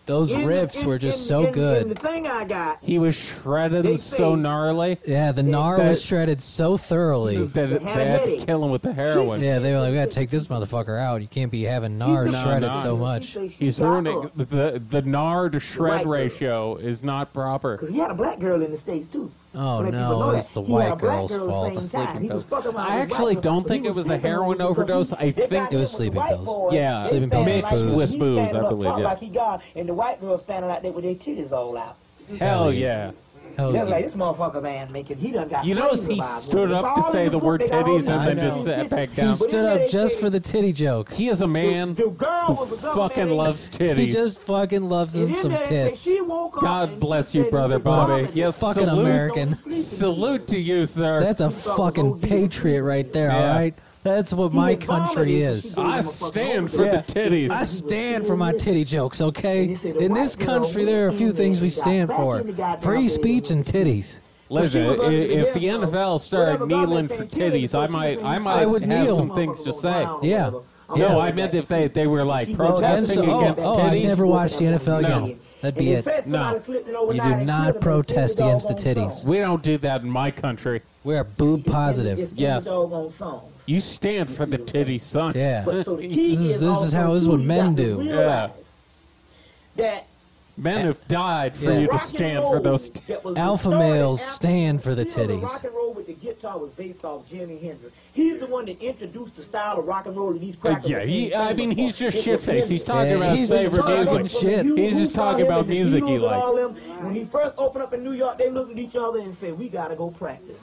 Speaker 2: those
Speaker 3: in-
Speaker 2: riffs
Speaker 3: in-
Speaker 2: were just
Speaker 3: in-
Speaker 2: so
Speaker 3: in- In the
Speaker 2: good.
Speaker 3: thing I got,
Speaker 1: He was shredding
Speaker 3: They
Speaker 1: so
Speaker 3: say-
Speaker 1: gnarly
Speaker 2: Yeah, the gnar
Speaker 1: that-
Speaker 2: was shredded so thoroughly.
Speaker 1: that they
Speaker 3: had a
Speaker 1: had to
Speaker 3: headache.
Speaker 1: kill him with the heroin.
Speaker 2: Yeah, they were like, we gotta take this motherfucker out. You can't be having gnar
Speaker 1: No,
Speaker 2: shredded
Speaker 1: no.
Speaker 2: so
Speaker 3: he
Speaker 2: much.
Speaker 3: say she
Speaker 1: He's
Speaker 3: got
Speaker 1: ruining
Speaker 3: up.
Speaker 1: the the gnar to shred
Speaker 3: girl.
Speaker 1: ratio is not proper.
Speaker 3: Cause he had a black girl in the states too.
Speaker 2: Oh
Speaker 3: Let people know
Speaker 2: no,
Speaker 3: that.
Speaker 2: it's the
Speaker 3: He had a
Speaker 2: white
Speaker 3: black
Speaker 2: girl's
Speaker 3: girl at the same
Speaker 2: fault.
Speaker 3: time. He was fucking around
Speaker 1: I
Speaker 3: with white
Speaker 1: actually
Speaker 3: girls,
Speaker 1: don't
Speaker 3: but
Speaker 1: think
Speaker 3: he
Speaker 1: it was a
Speaker 3: sleeping with
Speaker 1: heroin
Speaker 3: them because
Speaker 1: overdose.
Speaker 3: he-
Speaker 1: I
Speaker 3: they got
Speaker 1: think-
Speaker 3: him
Speaker 2: It was
Speaker 3: with
Speaker 2: sleeping
Speaker 3: white
Speaker 2: pills.
Speaker 3: boys.
Speaker 1: Yeah,
Speaker 3: They
Speaker 1: sleeping
Speaker 2: pills
Speaker 3: standing
Speaker 2: mixed
Speaker 3: like-
Speaker 2: with
Speaker 3: he
Speaker 1: booze, I
Speaker 3: standing up
Speaker 1: believe,
Speaker 3: talking
Speaker 1: yeah.
Speaker 3: Like he God, and the white girl standing out there with their titties all out.
Speaker 1: Hell yeah.
Speaker 2: Hell
Speaker 3: They're like
Speaker 2: Oh, yeah.
Speaker 3: this motherfucker man making he done got.
Speaker 1: You notice
Speaker 3: crazy
Speaker 1: he
Speaker 3: about it.
Speaker 1: stood
Speaker 3: It's
Speaker 1: up to
Speaker 3: all
Speaker 1: say
Speaker 3: in
Speaker 1: the word
Speaker 3: book. They got all
Speaker 1: titties
Speaker 3: these
Speaker 1: and then
Speaker 2: I
Speaker 1: just
Speaker 3: titties.
Speaker 1: sat back
Speaker 2: He
Speaker 1: down.
Speaker 2: stood up just for the titty joke.
Speaker 1: He is a man
Speaker 3: The girl
Speaker 1: who
Speaker 3: was a good
Speaker 1: fucking
Speaker 3: man.
Speaker 1: loves titties.
Speaker 2: He just fucking loves
Speaker 3: And
Speaker 2: him
Speaker 3: then
Speaker 2: some
Speaker 3: they- they-
Speaker 2: tits.
Speaker 3: she woke up and
Speaker 1: God
Speaker 3: she
Speaker 1: bless
Speaker 3: said
Speaker 1: you,
Speaker 3: it
Speaker 1: brother
Speaker 3: was a
Speaker 1: Bobby.
Speaker 3: woman.
Speaker 1: Yes,
Speaker 2: Fucking
Speaker 1: salute,
Speaker 2: American.
Speaker 1: Salute to you, sir.
Speaker 2: That's a fucking patriot right there,
Speaker 1: Yeah.
Speaker 2: all right? That's what
Speaker 3: He
Speaker 2: my
Speaker 3: was vomiting
Speaker 2: country
Speaker 3: and
Speaker 2: is.
Speaker 3: she
Speaker 1: I stand for
Speaker 2: Yeah.
Speaker 1: the titties.
Speaker 2: I stand for my titty jokes, okay? In this country, there are a few things we stand for free speech and titties.
Speaker 1: Listen,
Speaker 3: Well, she was under
Speaker 1: if, if
Speaker 3: the
Speaker 1: the
Speaker 3: death row.
Speaker 1: NFL started
Speaker 3: Whatever God
Speaker 1: kneeling
Speaker 3: they
Speaker 1: for
Speaker 3: say titties,
Speaker 1: titties, I might, I might
Speaker 2: I would
Speaker 1: have
Speaker 2: kneel.
Speaker 1: some things to say.
Speaker 2: Yeah.
Speaker 1: No, I meant if they, they were like
Speaker 3: Oh,
Speaker 1: protesting
Speaker 2: against- oh,
Speaker 1: against
Speaker 2: oh, I
Speaker 1: titties.
Speaker 2: never watched the NFL
Speaker 1: again.
Speaker 2: That'd be it.
Speaker 1: No.
Speaker 2: You do not protest against the titties.
Speaker 1: We don't do that in my country.
Speaker 2: We are boob positive.
Speaker 1: Yes.
Speaker 3: Song.
Speaker 1: You stand for the titties, son.
Speaker 2: Yeah.
Speaker 3: But so the key
Speaker 2: This is- this
Speaker 3: also
Speaker 2: is how- this is what
Speaker 3: you
Speaker 2: men
Speaker 3: got to
Speaker 2: do.
Speaker 3: realize That
Speaker 1: Men have died for
Speaker 2: Yeah.
Speaker 1: you
Speaker 3: rock
Speaker 1: to
Speaker 3: and
Speaker 1: stand
Speaker 3: roll
Speaker 1: for those. T-
Speaker 3: that was
Speaker 2: Alpha
Speaker 3: started
Speaker 2: males
Speaker 3: after-
Speaker 2: stand for the
Speaker 3: Still,
Speaker 2: titties.
Speaker 3: rock and roll with the guitar was based off Jimi Hendrix. He's the one that introduced the style of rock and roll to these
Speaker 1: Uh,
Speaker 3: crackers.
Speaker 1: yeah,
Speaker 3: that
Speaker 1: he,
Speaker 3: came
Speaker 1: I mean,
Speaker 3: from
Speaker 1: he's
Speaker 3: the-
Speaker 1: just
Speaker 3: it
Speaker 1: shit
Speaker 3: was
Speaker 1: face. He's
Speaker 3: Hendrix.
Speaker 1: talking
Speaker 2: Yeah,
Speaker 1: about
Speaker 2: he's just
Speaker 1: favorite
Speaker 2: talking
Speaker 1: music.
Speaker 2: shit.
Speaker 3: When you-
Speaker 1: He's
Speaker 3: we
Speaker 1: just
Speaker 3: saw
Speaker 1: talking
Speaker 3: him
Speaker 1: about
Speaker 3: and the
Speaker 1: music he
Speaker 3: Beatles and all
Speaker 1: likes.
Speaker 3: them, When he first opened up in New York, they looked at each other and said, "We gotta go practice."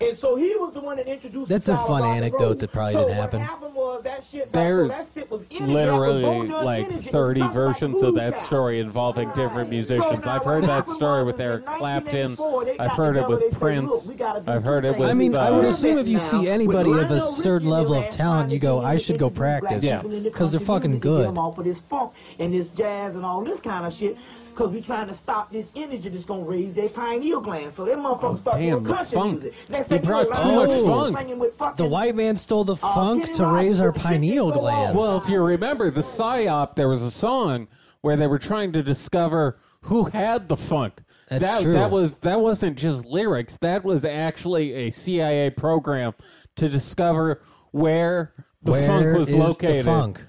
Speaker 3: And so he was the one that introduced.
Speaker 2: That's
Speaker 3: the
Speaker 2: a
Speaker 3: style of
Speaker 2: fun
Speaker 3: rock and
Speaker 2: anecdote
Speaker 3: roll.
Speaker 2: that probably
Speaker 3: So
Speaker 2: didn't
Speaker 3: what
Speaker 2: happen.
Speaker 3: happened was of that shit.
Speaker 1: There's
Speaker 3: that shit was energy. That was
Speaker 1: Literally,
Speaker 3: bonus
Speaker 1: like
Speaker 3: energy. It was
Speaker 1: 30
Speaker 3: something like
Speaker 1: versions of that
Speaker 3: moonshot.
Speaker 1: story involving different musicians. I've heard that story with Eric Clapton. I've heard it with Prince. I've heard it with.
Speaker 2: I mean, I would
Speaker 1: uh,
Speaker 2: assume if you see anybody of a certain level of talent, you go, I should go practice.
Speaker 1: Yeah.
Speaker 2: Because they're fucking good.
Speaker 3: Off of this funk and this jazz and all this kind of shit. Cause we trying to stop this energy that's gonna raise their pineal gland. So them motherfuckers start
Speaker 1: damn,
Speaker 3: doing
Speaker 1: the
Speaker 3: country
Speaker 1: funk.
Speaker 3: music. Next
Speaker 1: He
Speaker 3: thing you
Speaker 1: brought
Speaker 3: know,
Speaker 1: too
Speaker 3: Lionel
Speaker 2: much
Speaker 3: Richie
Speaker 1: funk.
Speaker 3: singing with fucking-
Speaker 2: The white man stole the funk to raise our pineal glands.
Speaker 1: (laughs) Well, if you remember the psyop, there was a song where they were trying to discover who had the funk.
Speaker 2: That's
Speaker 1: that,
Speaker 2: true.
Speaker 1: That was that wasn't just lyrics. That was actually a CIA program to discover where the
Speaker 2: Where
Speaker 1: funk was
Speaker 2: is the
Speaker 1: located.
Speaker 2: funk?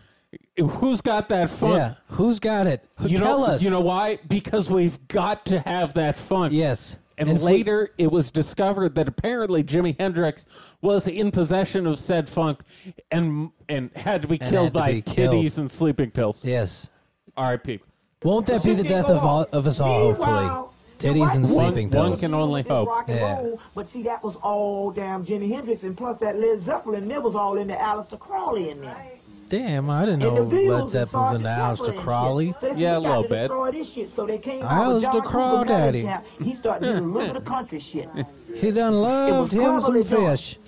Speaker 1: Who's got that funk?
Speaker 2: yeah, who's got it? Who-
Speaker 1: You
Speaker 2: Tell
Speaker 1: know,
Speaker 2: us.
Speaker 1: You know why? Because we've got to have that funk.
Speaker 2: yes.
Speaker 1: And,
Speaker 2: if we-
Speaker 1: later, it was discovered that apparently Jimi Hendrix was in possession of said funk, and and had to be
Speaker 2: And
Speaker 1: killed
Speaker 2: had to
Speaker 1: by
Speaker 2: be
Speaker 1: titties
Speaker 2: killed.
Speaker 1: and sleeping pills.
Speaker 2: yes.
Speaker 1: R.I.P.
Speaker 2: Won't that be the death of all of us all? Hopefully,
Speaker 3: Meanwhile,
Speaker 2: titties and
Speaker 3: the white
Speaker 2: sleeping
Speaker 1: one
Speaker 2: pills.
Speaker 1: can- only
Speaker 3: Rock
Speaker 1: hope.
Speaker 3: and
Speaker 2: Yeah.
Speaker 3: roll, But see, that was all damn Jimi Hendrix, and plus that Led Zeppelin, there was all in the Aleister Crowley in there.
Speaker 2: Damn, I didn't
Speaker 3: And
Speaker 2: know
Speaker 3: the Beatles
Speaker 2: Oh, Led
Speaker 3: and
Speaker 2: Zeppelin's and
Speaker 3: Sgt.
Speaker 2: Aleister
Speaker 3: Pepper and
Speaker 2: Crowley.
Speaker 3: shit. So they
Speaker 1: Yeah, a
Speaker 3: decided
Speaker 1: little
Speaker 3: to
Speaker 1: bit.
Speaker 3: destroy this shit, so they came
Speaker 2: Aleister
Speaker 3: out with John Cougar
Speaker 2: Crawdaddy.
Speaker 3: Mellencamp. He started doing a little bit of country shit.
Speaker 2: He done loved him some
Speaker 3: probably done.
Speaker 2: fish.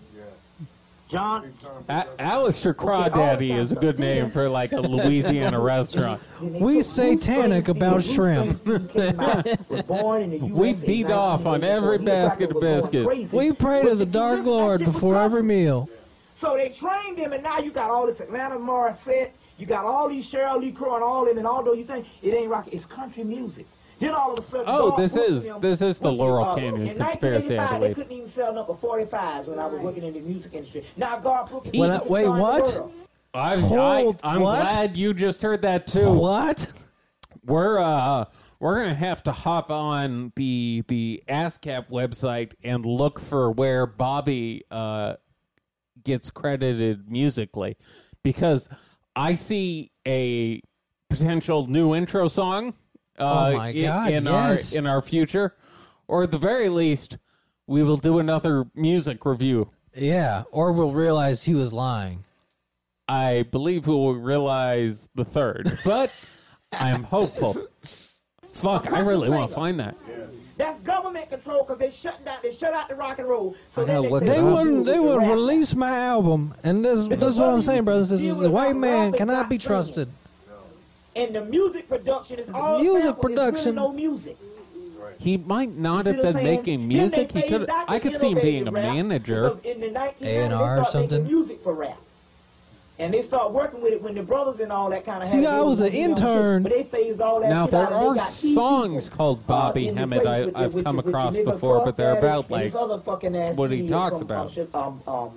Speaker 3: John,
Speaker 1: A- Alistair Crawdaddy is a good name for like a
Speaker 2: (laughs)
Speaker 1: Louisiana restaurant.
Speaker 2: We satanic about shrimp.
Speaker 3: was born in the USA,
Speaker 1: We beat off on every
Speaker 3: 1984.
Speaker 1: basket of
Speaker 3: He was going
Speaker 1: biscuits.
Speaker 3: crazy.
Speaker 2: We pray to
Speaker 3: But
Speaker 2: the
Speaker 3: see,
Speaker 2: Dark
Speaker 3: that
Speaker 2: Lord
Speaker 3: shit was
Speaker 2: before every
Speaker 3: country.
Speaker 2: meal.
Speaker 3: So they trained him, and now you got all this Atlanta Morissette, you got all these Cheryl Lee Crow and all them, and although you think it ain't rock, it's country music. Then all of a sudden,
Speaker 1: Oh,
Speaker 3: Garth
Speaker 1: this
Speaker 3: Brooks
Speaker 1: is-
Speaker 3: and them-
Speaker 1: this is the
Speaker 3: Brooks,
Speaker 1: Laurel
Speaker 3: uh,
Speaker 1: Canyon
Speaker 3: in
Speaker 1: conspiracy, I
Speaker 3: 1985,
Speaker 1: believe.
Speaker 3: They couldn't even sell number 45s when I was working in the music industry. Now Garth Brooks. is
Speaker 2: When I-
Speaker 3: the
Speaker 2: wait,
Speaker 3: star in the
Speaker 2: what?
Speaker 3: world.
Speaker 1: I've,
Speaker 2: Hold,
Speaker 1: I, am
Speaker 2: what?
Speaker 1: glad you just heard that too.
Speaker 2: What?
Speaker 1: We're uh we're gonna have to hop on the the ASCAP website and look for where Bobby uh gets credited musically because I see a potential new intro song uh
Speaker 2: Oh my
Speaker 1: i-
Speaker 2: God,
Speaker 1: in
Speaker 2: yes.
Speaker 1: our in our future. Or at the very least, we will do another music review.
Speaker 2: Yeah, or we'll realize he was lying.
Speaker 1: I believe we will realize the third,
Speaker 2: (laughs)
Speaker 1: but I'm hopeful. Fuck, I really want to find that.
Speaker 3: That's government control because they shut down. They shut out the rock and roll. So
Speaker 1: I
Speaker 3: then
Speaker 1: gotta look
Speaker 3: said,
Speaker 1: it
Speaker 2: They
Speaker 1: up.
Speaker 3: "We'll do
Speaker 2: wouldn't. They
Speaker 3: the
Speaker 2: would
Speaker 3: rap."
Speaker 2: release my album, and this this is what I'm saying, brothers. This is the white man cannot be trusted.
Speaker 3: And the music production is all
Speaker 2: Music
Speaker 3: sample. It's
Speaker 2: production.
Speaker 3: Really no music.
Speaker 1: He might not
Speaker 3: You
Speaker 1: have
Speaker 3: see what
Speaker 1: been
Speaker 3: I'm saying?
Speaker 1: making
Speaker 3: Then
Speaker 1: music.
Speaker 3: they
Speaker 1: He
Speaker 3: made
Speaker 1: could.
Speaker 3: Dr.
Speaker 1: I could see him
Speaker 3: Innovative
Speaker 1: being a
Speaker 3: rap,
Speaker 1: manager.
Speaker 3: because in the 1990s,
Speaker 2: A&R or
Speaker 3: they started making
Speaker 2: something?
Speaker 3: Music for rap. And they start working with it when the brothers and all that kind of.
Speaker 2: See, I was an intern.
Speaker 3: But they phased all that
Speaker 1: Now
Speaker 3: shit
Speaker 1: there
Speaker 3: out and they
Speaker 1: are
Speaker 3: got key
Speaker 1: songs
Speaker 3: people, uh,
Speaker 1: called Bobby
Speaker 3: in the
Speaker 1: Hammett
Speaker 3: place
Speaker 1: I-
Speaker 3: with the-
Speaker 1: I've
Speaker 3: with
Speaker 1: come
Speaker 3: the- with the
Speaker 1: across
Speaker 3: nigga
Speaker 1: before, but they're
Speaker 3: Cross
Speaker 1: about,
Speaker 3: Daddy and this
Speaker 1: like,
Speaker 3: other fucking ass
Speaker 1: what he
Speaker 3: idiot
Speaker 1: talks
Speaker 3: from,
Speaker 1: about.
Speaker 3: um, shit, Um, um,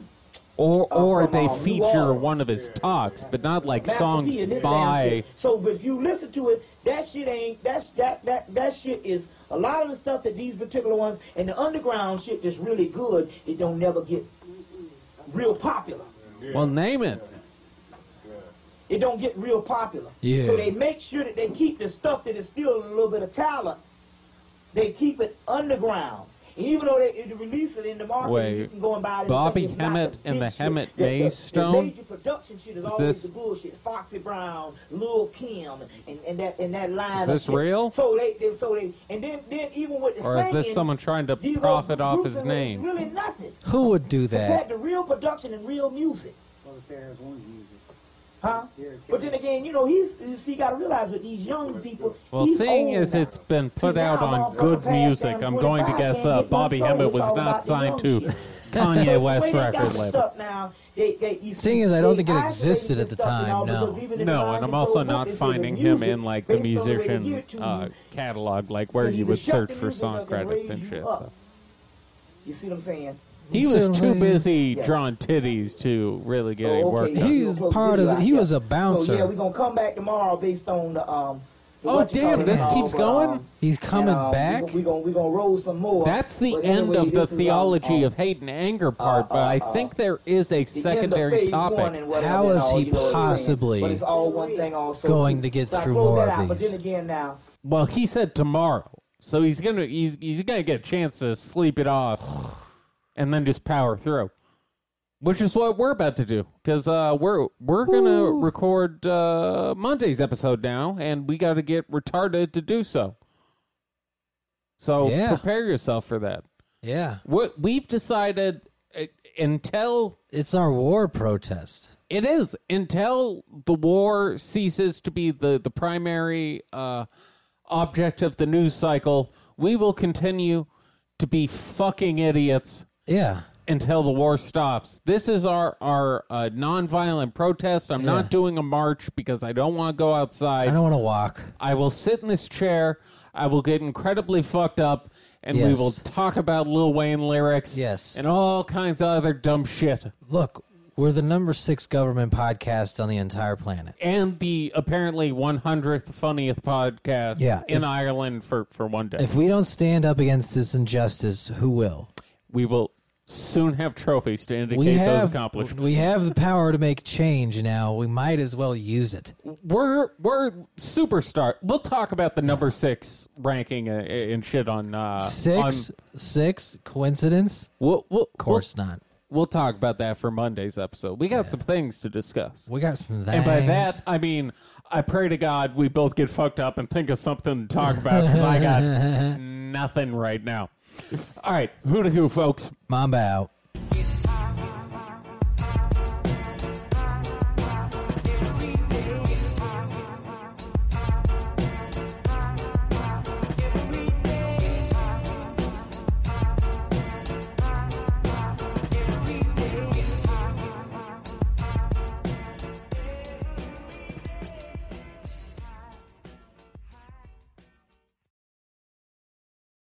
Speaker 1: Or or
Speaker 3: from,
Speaker 1: they
Speaker 3: um, New
Speaker 1: feature
Speaker 3: Orleans.
Speaker 1: one of his talks, but not like
Speaker 3: Master
Speaker 1: songs
Speaker 3: P and this damn
Speaker 1: by.
Speaker 3: shit. So but if you listen to it, that shit ain't that's that that that shit is a lot of the stuff that these particular ones and the underground shit that's really good. It don't never get real popular.
Speaker 1: Well, name it.
Speaker 3: It don't get real popular.
Speaker 2: Yeah.
Speaker 3: So they make sure that they keep the stuff that is still a little bit of talent. They keep it underground. And even though they, they release it in the market,
Speaker 1: Wait.
Speaker 3: you can go and buy it.
Speaker 1: Bobby
Speaker 3: it's not
Speaker 1: Hemmett
Speaker 3: big
Speaker 1: and the
Speaker 3: shit.
Speaker 1: Hemmett
Speaker 3: The- the- the
Speaker 1: Maystone?
Speaker 3: major production shit
Speaker 1: Is
Speaker 3: is, always
Speaker 1: this-
Speaker 3: the bullshit. Foxy Brown, Lil Kim, and, and that and that line.
Speaker 1: Is
Speaker 3: of
Speaker 1: this
Speaker 3: shit.
Speaker 1: real?
Speaker 3: So they, they so they and then then even with the
Speaker 1: Or is this
Speaker 3: singing,
Speaker 1: someone trying to
Speaker 3: these
Speaker 1: profit
Speaker 3: old
Speaker 1: off
Speaker 3: groups
Speaker 1: his
Speaker 3: and it's
Speaker 1: name?
Speaker 3: Really nothing.
Speaker 2: Who would do
Speaker 3: Compared
Speaker 2: that?
Speaker 3: to real production and real music. Huh? But then again, you know, he's you see, you gotta realize with these young people.
Speaker 1: Well,
Speaker 3: he's
Speaker 1: seeing
Speaker 3: old
Speaker 1: as
Speaker 3: now.
Speaker 1: it's been put
Speaker 3: See, now
Speaker 1: out
Speaker 3: I'm all
Speaker 1: on
Speaker 3: fucking
Speaker 1: good
Speaker 3: past
Speaker 1: music,
Speaker 3: damn
Speaker 1: I'm going to
Speaker 3: 25,
Speaker 1: guess
Speaker 3: can't
Speaker 1: uh,
Speaker 3: get
Speaker 1: Bobby
Speaker 3: no soul,
Speaker 1: Hemmett
Speaker 3: it's
Speaker 1: was
Speaker 3: all
Speaker 1: not
Speaker 3: about the
Speaker 1: signed
Speaker 3: young
Speaker 1: to
Speaker 3: shit.
Speaker 1: (laughs) Kanye
Speaker 3: Way
Speaker 1: West
Speaker 3: they got
Speaker 1: record label.
Speaker 3: stuff now, they- they- you
Speaker 2: Seeing
Speaker 3: see,
Speaker 2: as I don't
Speaker 3: they
Speaker 2: think it
Speaker 3: isolated
Speaker 2: existed at
Speaker 3: this
Speaker 2: the
Speaker 3: stuff and
Speaker 2: time,
Speaker 3: all, because
Speaker 2: no.
Speaker 3: even if
Speaker 1: No,
Speaker 3: I
Speaker 1: and I'm
Speaker 3: go
Speaker 1: also
Speaker 3: look
Speaker 1: not
Speaker 3: into the
Speaker 1: finding
Speaker 3: music
Speaker 1: him in like the
Speaker 3: based on what they
Speaker 1: musician
Speaker 3: give to you,
Speaker 1: uh, catalog, like where
Speaker 3: so you
Speaker 1: you
Speaker 3: can
Speaker 1: would
Speaker 3: shut
Speaker 1: search
Speaker 3: the
Speaker 1: for
Speaker 3: music up
Speaker 1: song
Speaker 3: and
Speaker 1: credits
Speaker 3: raise
Speaker 1: and
Speaker 3: you
Speaker 1: shit.
Speaker 3: up.
Speaker 1: So.
Speaker 3: You see what I'm saying?
Speaker 1: He was
Speaker 2: Certainly.
Speaker 1: too busy drawing titties to really get any
Speaker 3: Oh,
Speaker 1: work
Speaker 3: okay.
Speaker 1: done.
Speaker 2: He's part of. The, he was a
Speaker 3: So yeah,
Speaker 2: bouncer.
Speaker 3: we're gonna come back tomorrow based on the um. the
Speaker 1: Oh,
Speaker 3: what you
Speaker 1: damn,
Speaker 3: call it,
Speaker 1: this
Speaker 3: uh,
Speaker 1: keeps
Speaker 3: but,
Speaker 1: going?
Speaker 3: um,
Speaker 2: He's coming
Speaker 3: and, um,
Speaker 2: back.
Speaker 3: We're gonna we gonna roll some more.
Speaker 1: That's the
Speaker 3: But
Speaker 1: end
Speaker 3: anyway,
Speaker 1: of the
Speaker 3: this is, um,
Speaker 1: theology
Speaker 3: um,
Speaker 1: of hate and anger part, but I think there is a
Speaker 3: Uh-huh. the end of
Speaker 1: secondary
Speaker 3: phase one
Speaker 1: topic.
Speaker 3: and whatever
Speaker 2: How
Speaker 3: and
Speaker 2: is
Speaker 3: all,
Speaker 2: he
Speaker 3: you know what I'm saying?
Speaker 2: possibly
Speaker 3: But it's all one thing also.
Speaker 2: going to get
Speaker 3: So I
Speaker 2: through
Speaker 3: close
Speaker 2: more
Speaker 3: that
Speaker 2: of
Speaker 3: out, But
Speaker 2: these?
Speaker 3: then again, now
Speaker 1: Well, he said tomorrow, so he's gonna (sighs) he's he's gonna get a chance to sleep it off, and then just power through. which is what we're about to do because uh, we're we're gonna
Speaker 2: Woo.
Speaker 1: record uh, Monday's episode now, and we got to get retarded to do so. So
Speaker 2: Yeah.
Speaker 1: prepare yourself for that.
Speaker 2: Yeah.
Speaker 1: What we've decided uh, until
Speaker 2: It's our war protest.
Speaker 1: it is until the war ceases to be the the primary uh, object of the news cycle, we will continue to be fucking idiots
Speaker 2: Yeah.
Speaker 1: until the war stops. This is our our uh, nonviolent protest. I'm
Speaker 2: Yeah.
Speaker 1: not doing a march because I don't want to go outside.
Speaker 2: I
Speaker 1: I,
Speaker 2: don't want to walk.
Speaker 1: will sit in this chair. I will get incredibly fucked up, and we
Speaker 2: Yes.
Speaker 1: will talk about Lil Wayne lyrics,
Speaker 2: Yes.
Speaker 1: and all kinds of other dumb shit,
Speaker 2: Look, we're the number six government podcast on the entire planet.
Speaker 1: and the apparently 100th funniest podcast
Speaker 2: Yeah,
Speaker 1: in
Speaker 2: if-
Speaker 1: Ireland for for one day.
Speaker 2: If we don't stand up against this injustice, who will?
Speaker 1: we will soon have trophies to indicate
Speaker 2: We
Speaker 1: those
Speaker 2: have
Speaker 1: accomplishments.
Speaker 2: we have the power to make change now. We might as well use it.
Speaker 1: we're we're superstar. We'll talk about the number six ranking uh, and shit on uh,
Speaker 2: Six,
Speaker 1: On,
Speaker 2: six coincidence?
Speaker 1: we'll, we'll,
Speaker 2: Of course not.
Speaker 1: we'll, we'll talk about that for Monday's episode. We got some things to discuss,
Speaker 2: We got some.
Speaker 1: and by
Speaker 2: things.
Speaker 1: that I mean I pray to God we both get fucked up and think of something to talk about because I got nothing right now. All right, who to who, folks.
Speaker 2: Mamba out.